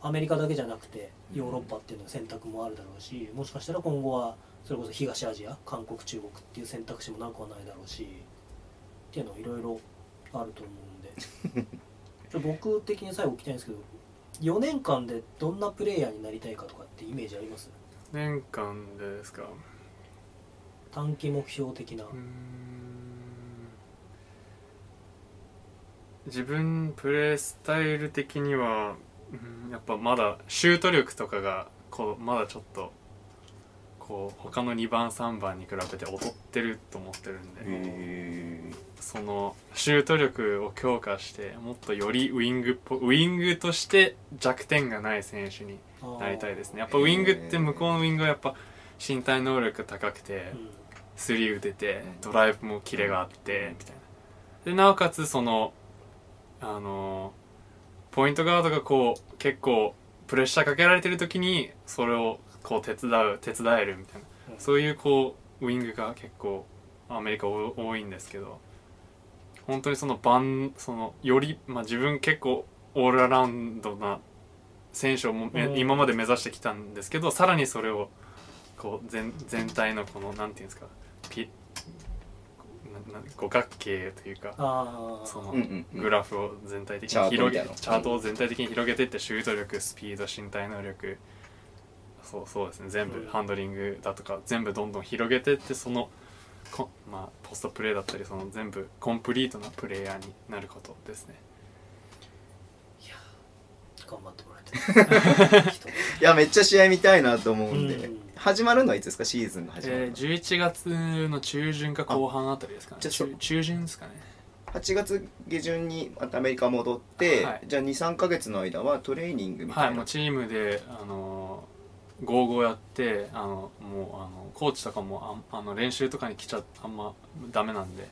C: アメリカだけじゃなくてヨーロッパっていうのは選択もあるだろうしもしかしたら今後はそれこそ東アジア韓国中国っていう選択肢もなくはないだろうしっていうのはいろいろあると思うんでちょ僕的に最後聞きたいんですけど4年間でどんなプレイヤーになりたいかとかってイメージあります
D: 年間でですかう
C: 短期目標的な、
D: ーん自分プレースタイル的にはうんやっぱまだシュート力とかがこうまだちょっとこう他の2番3番に比べて劣ってると思ってるんで、
B: へー
D: そのシュート力を強化してもっとよりウイングっぽウイングとして弱点がない選手に
C: あー
D: なりたいですねやっぱウイングって向こうのウイングはやっぱ身体能力高くて
C: うん
D: スリー打ててドライブもキレがあってみたいなでなおかつそのあのポイントガードがこう結構プレッシャーかけられてる時にそれをこう手伝う手伝えるみたいな
C: うん
D: そういうこうウイングが結構アメリカ多多いんですけど本当にその番そのより、まあ、自分結構オールアラウンドな選手をもめ
C: うん
D: 今まで目指してきたんですけどさらにそれをこう全全体のこのなんていうんですかピなな五角形というか
C: ああ
D: その
B: うんうんうん
D: グラフを全体的
B: チャー
D: に
B: ト
D: 広
B: みた
D: げ
B: いなの
D: チャートを全体的に広げていってシュート力スピード身体能力そうそうですね全
C: うん
D: 部ハンドリングだとか全部どんどん広げていってそのこまあポストプレーだったりその全部コンプリートなプレイヤーになることですね
C: 頑張ってもらい
D: [laughs]
C: たい人
B: いやめっちゃ試合見たいなと思うんで、
C: うん
B: 始まるのはいつですかシーズンが始まる
D: えー
B: の、
D: 11月の中旬か後半あたりですかね
B: あちょっ
D: 中中旬ですかね
B: 8月下旬にまたアメリカ戻って、
D: はい
B: じゃあ23か月の間はトレーニングみた
D: はい
B: いな、
D: もうチームであのゴーゴーやってあのもうあのコーチとかもあんあの練習とかに来ちゃあんまダメなんで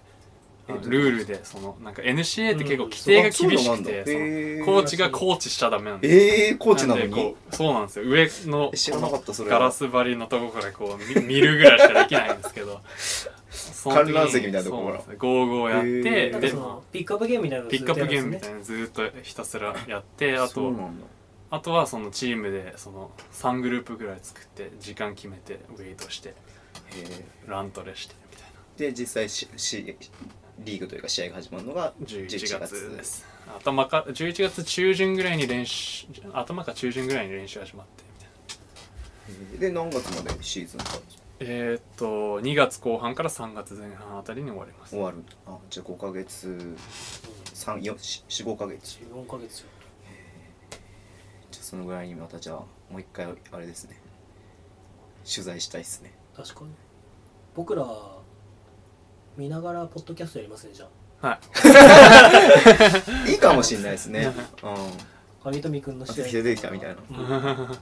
D: あの
B: えどう
D: ルールでそのなんか NCA って結構
C: うん
D: 規定が厳し
B: あそうな
D: く
B: んだ
D: て、
B: へー
D: そのコーチがコーチしちゃダメなんです
B: えー、コーチなの
D: んで
B: に
D: こうそうなんですよ上の
B: え知らなかったそれは
D: ガラス張りのとこからこうみ見るぐらいしかできないんです
B: [laughs]
D: けどその時に
B: 観覧席みたいなとこから
D: そうなんですよゴーゴーやって、
B: へー
C: なんか
D: で
C: そのピックアップゲームみたいなの
D: ピックアップゲームみ
C: い
D: たいなのずーっとひたすらやってあ
B: そう
D: と
B: なんだ
D: あとはそのチームでその3グループぐらい作って時間決めてウェイトして
B: へー
D: ラントレしてみたいな
B: で実際ししリーグというか試合が始まるのが
D: 11月です頭か11月中旬ぐらいに練習頭か中旬ぐらいに練習始まってみたいな
B: で何月までシーズンが
D: えーっと2月後半から3月前半あたりに終わります
B: 終わるあじゃあ5か月345か月
C: な4ヶ月よ
B: じゃあそのぐらいにまたじゃあもう一回あれですね取材したいですね
C: 確かに僕ら見ながらポッドキャストやりますねじゃあ
D: はい
B: いいかもしれないです
D: [laughs]
B: ねうん
C: 鍵富君の試合
B: 私出てきたみたいな
C: うん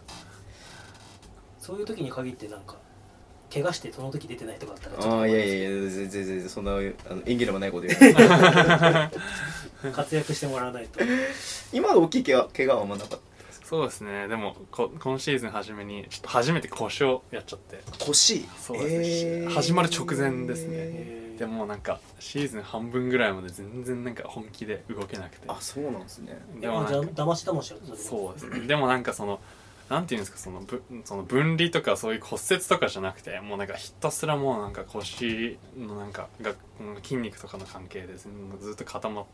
C: そういう時に限ってなんか怪我してその時出てないとかあったら
B: ああいやいや
C: や
B: いや全然全然そんなあの演技でもないこと言う
D: [laughs]
C: 活躍してもらわないと
B: 今の大きい怪我怪我はあんまなかっ
D: そうですねでもこ今シーズン初めにちょっと初めて腰をやっちゃって
B: た腰
D: そうですね始まる直前ですね
C: へー
D: でもうなんかシーズン半分ぐらいまで全然なんか本気で動けなくて
B: あそうなんですね
C: い
D: で
C: や
D: も
C: もう
D: なん
C: じゃ
D: か
C: あだましだましやる
D: そうですねでもなんかそのなんていうんですかそのぶその分離とかそういう骨折とかじゃなくてもうなんかひたすらもうなんか腰のなんかがうん筋肉とかの関係でずずっと固まっ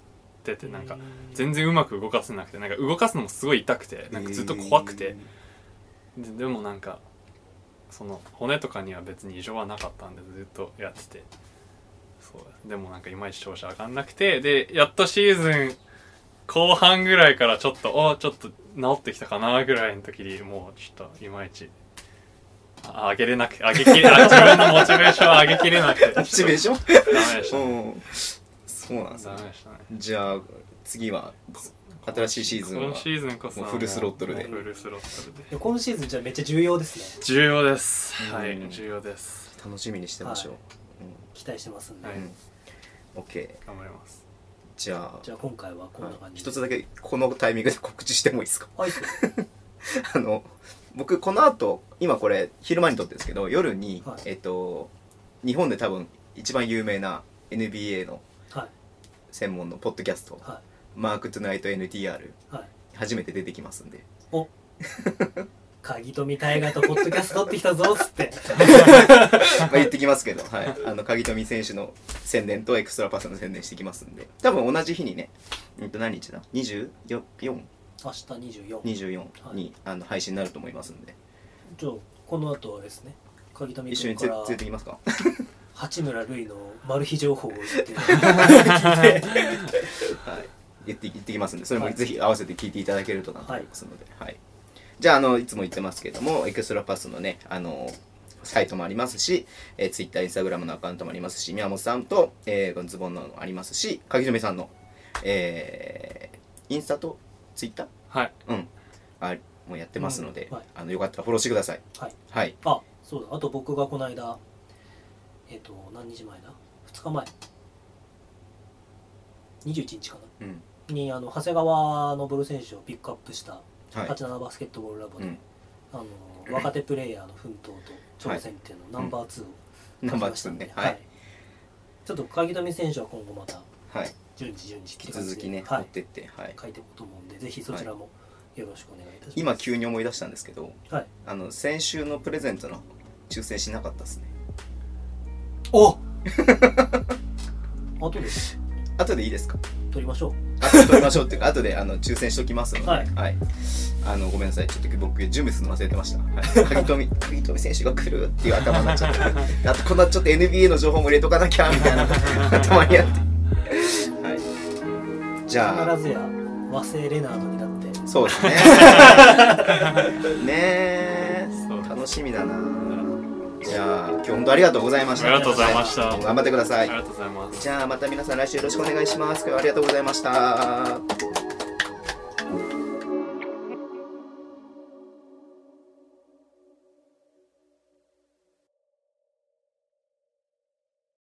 D: ててなんか全然うまく動かせなくてなんか動かすのもすごい痛くてなんかずっと怖くて、ででもなんかその骨とかには別に異常はなかったんでずっとやっててそうでもなんかいまいち調子上がんなくてでやっとシーズン後半ぐらいからちょっとおちょっと治ってきたかなぐらいの時にもうちょっといまいちあ上げれなく
B: [laughs]
D: 上げきれあ自分のモチベーションを上げきれなくて
B: モチベーション
D: ダメでしたね
B: うんそうなんです
D: ダ
B: ね
D: メでしたね
B: じゃあ次は新しいシーズンは
D: 今シーズンこそは
B: もうフルスロットルで
D: もうフルスロットルで
C: で今シーズンじゃあめっちゃ重要ですね
D: 重要ですは
B: う
D: い
B: ん
D: 重要です
B: 楽しみにしてましょう、
C: 期待してますんで、
D: はい
B: うん、OK
D: 頑張ります
B: じゃあ
C: じゃあ今回はこんな
B: はい
C: 感じで
B: 一つだけこのタイミングで告知してもいいですか [laughs]
C: はいっすね
B: あの僕この後今これ昼間に撮ってるんですけど夜に、
C: はい
B: えっと日本で多分一番有名な NBA の
C: はい
B: 専門のポッドキャスト、
C: は
B: マークトゥナイト NTR
C: いはい
B: 初めて出てきますんで
C: お鍵富大河とポッドキャスト撮ってきたぞっつって
B: まあ言ってきます
C: [laughs]
B: けど、はい、あの鍵富選手の宣伝とエクストラパスの宣伝してきますんで多分同じ日にね、うん、と何日だ 24?24
C: 明日24
B: 24にあの配信になると思いますんで
C: じゃあこの後はですね鍵富
B: 一緒
C: 君
B: に
C: か
B: つ
C: ら
B: 連れてきますか
C: [laughs] 八村塁のマル秘情報を言
B: [laughs]
C: って
B: はい言って言ってきますんでそれ
C: は
B: も
C: い
B: ぜひ合わせて聞いていただけるとなと思いますので、はいじゃああのいつも言ってますけどもエクストラパスのねあのサイトもありますし、えー、Twitter、Instagram のアカウントもありますし、宮本さんと、えー、ズボンのもありますし、鍵留さんの、えー、インスタと Twitter?
D: はい
B: うん、あもうやってますので、
C: うんはい
B: あのよかったらフォローしてください。
C: はい
B: はい、
C: あそうだあと僕がこの間えっ、と何日前だ2日前21日か
B: うん
C: なにあの長谷川昇選手をピックアップした
B: はい
C: 87バスケットボールラボで、
B: うん
C: あの若手プレイヤーの奮闘と挑戦っていうのをナンバー2を
B: ナンバーツ
C: 書
B: ー
C: きまし
B: ね
C: た
B: はい
C: ちょっと鍵富選手は今後また
B: はい
C: 順次順次
B: 引き続きね、
C: は
B: 追
C: い
B: っ、てって、はい、
C: 書いていこうと思うんでぜひそちらもよろしくお願いいたします、
B: 今急に思い出したんですけど [laughs]
C: はい
B: あの先週のプレゼントの抽選しなかったですね
C: お後で
B: 後でいいですか
C: 取りましょう
B: 後で取りましょうっていうか後であの抽選しときますので、
C: は
B: はいいあのごめんなさいちょっと僕準備するの忘れてました、はい、鍵
C: [laughs]
B: 富鍵富選手が来るっていう頭になっちゃってあとこんなちょっと NBA の情報も入れとかなきゃみ
C: [laughs]
B: たいな頭にあって、はい、じゃあ
C: 必ずや和製レナードになって
B: そうです
D: [laughs]
B: ね。ねえ
D: そう、
B: 楽しみだな。じゃあ、今日本当ありがとうございました。
D: ありがとうございました
B: はい頑張ってくださ
D: あ
B: い
D: り。がとうございます
B: じゃあ、また皆さん来週よろしくお願いします。今日はありがとうございました。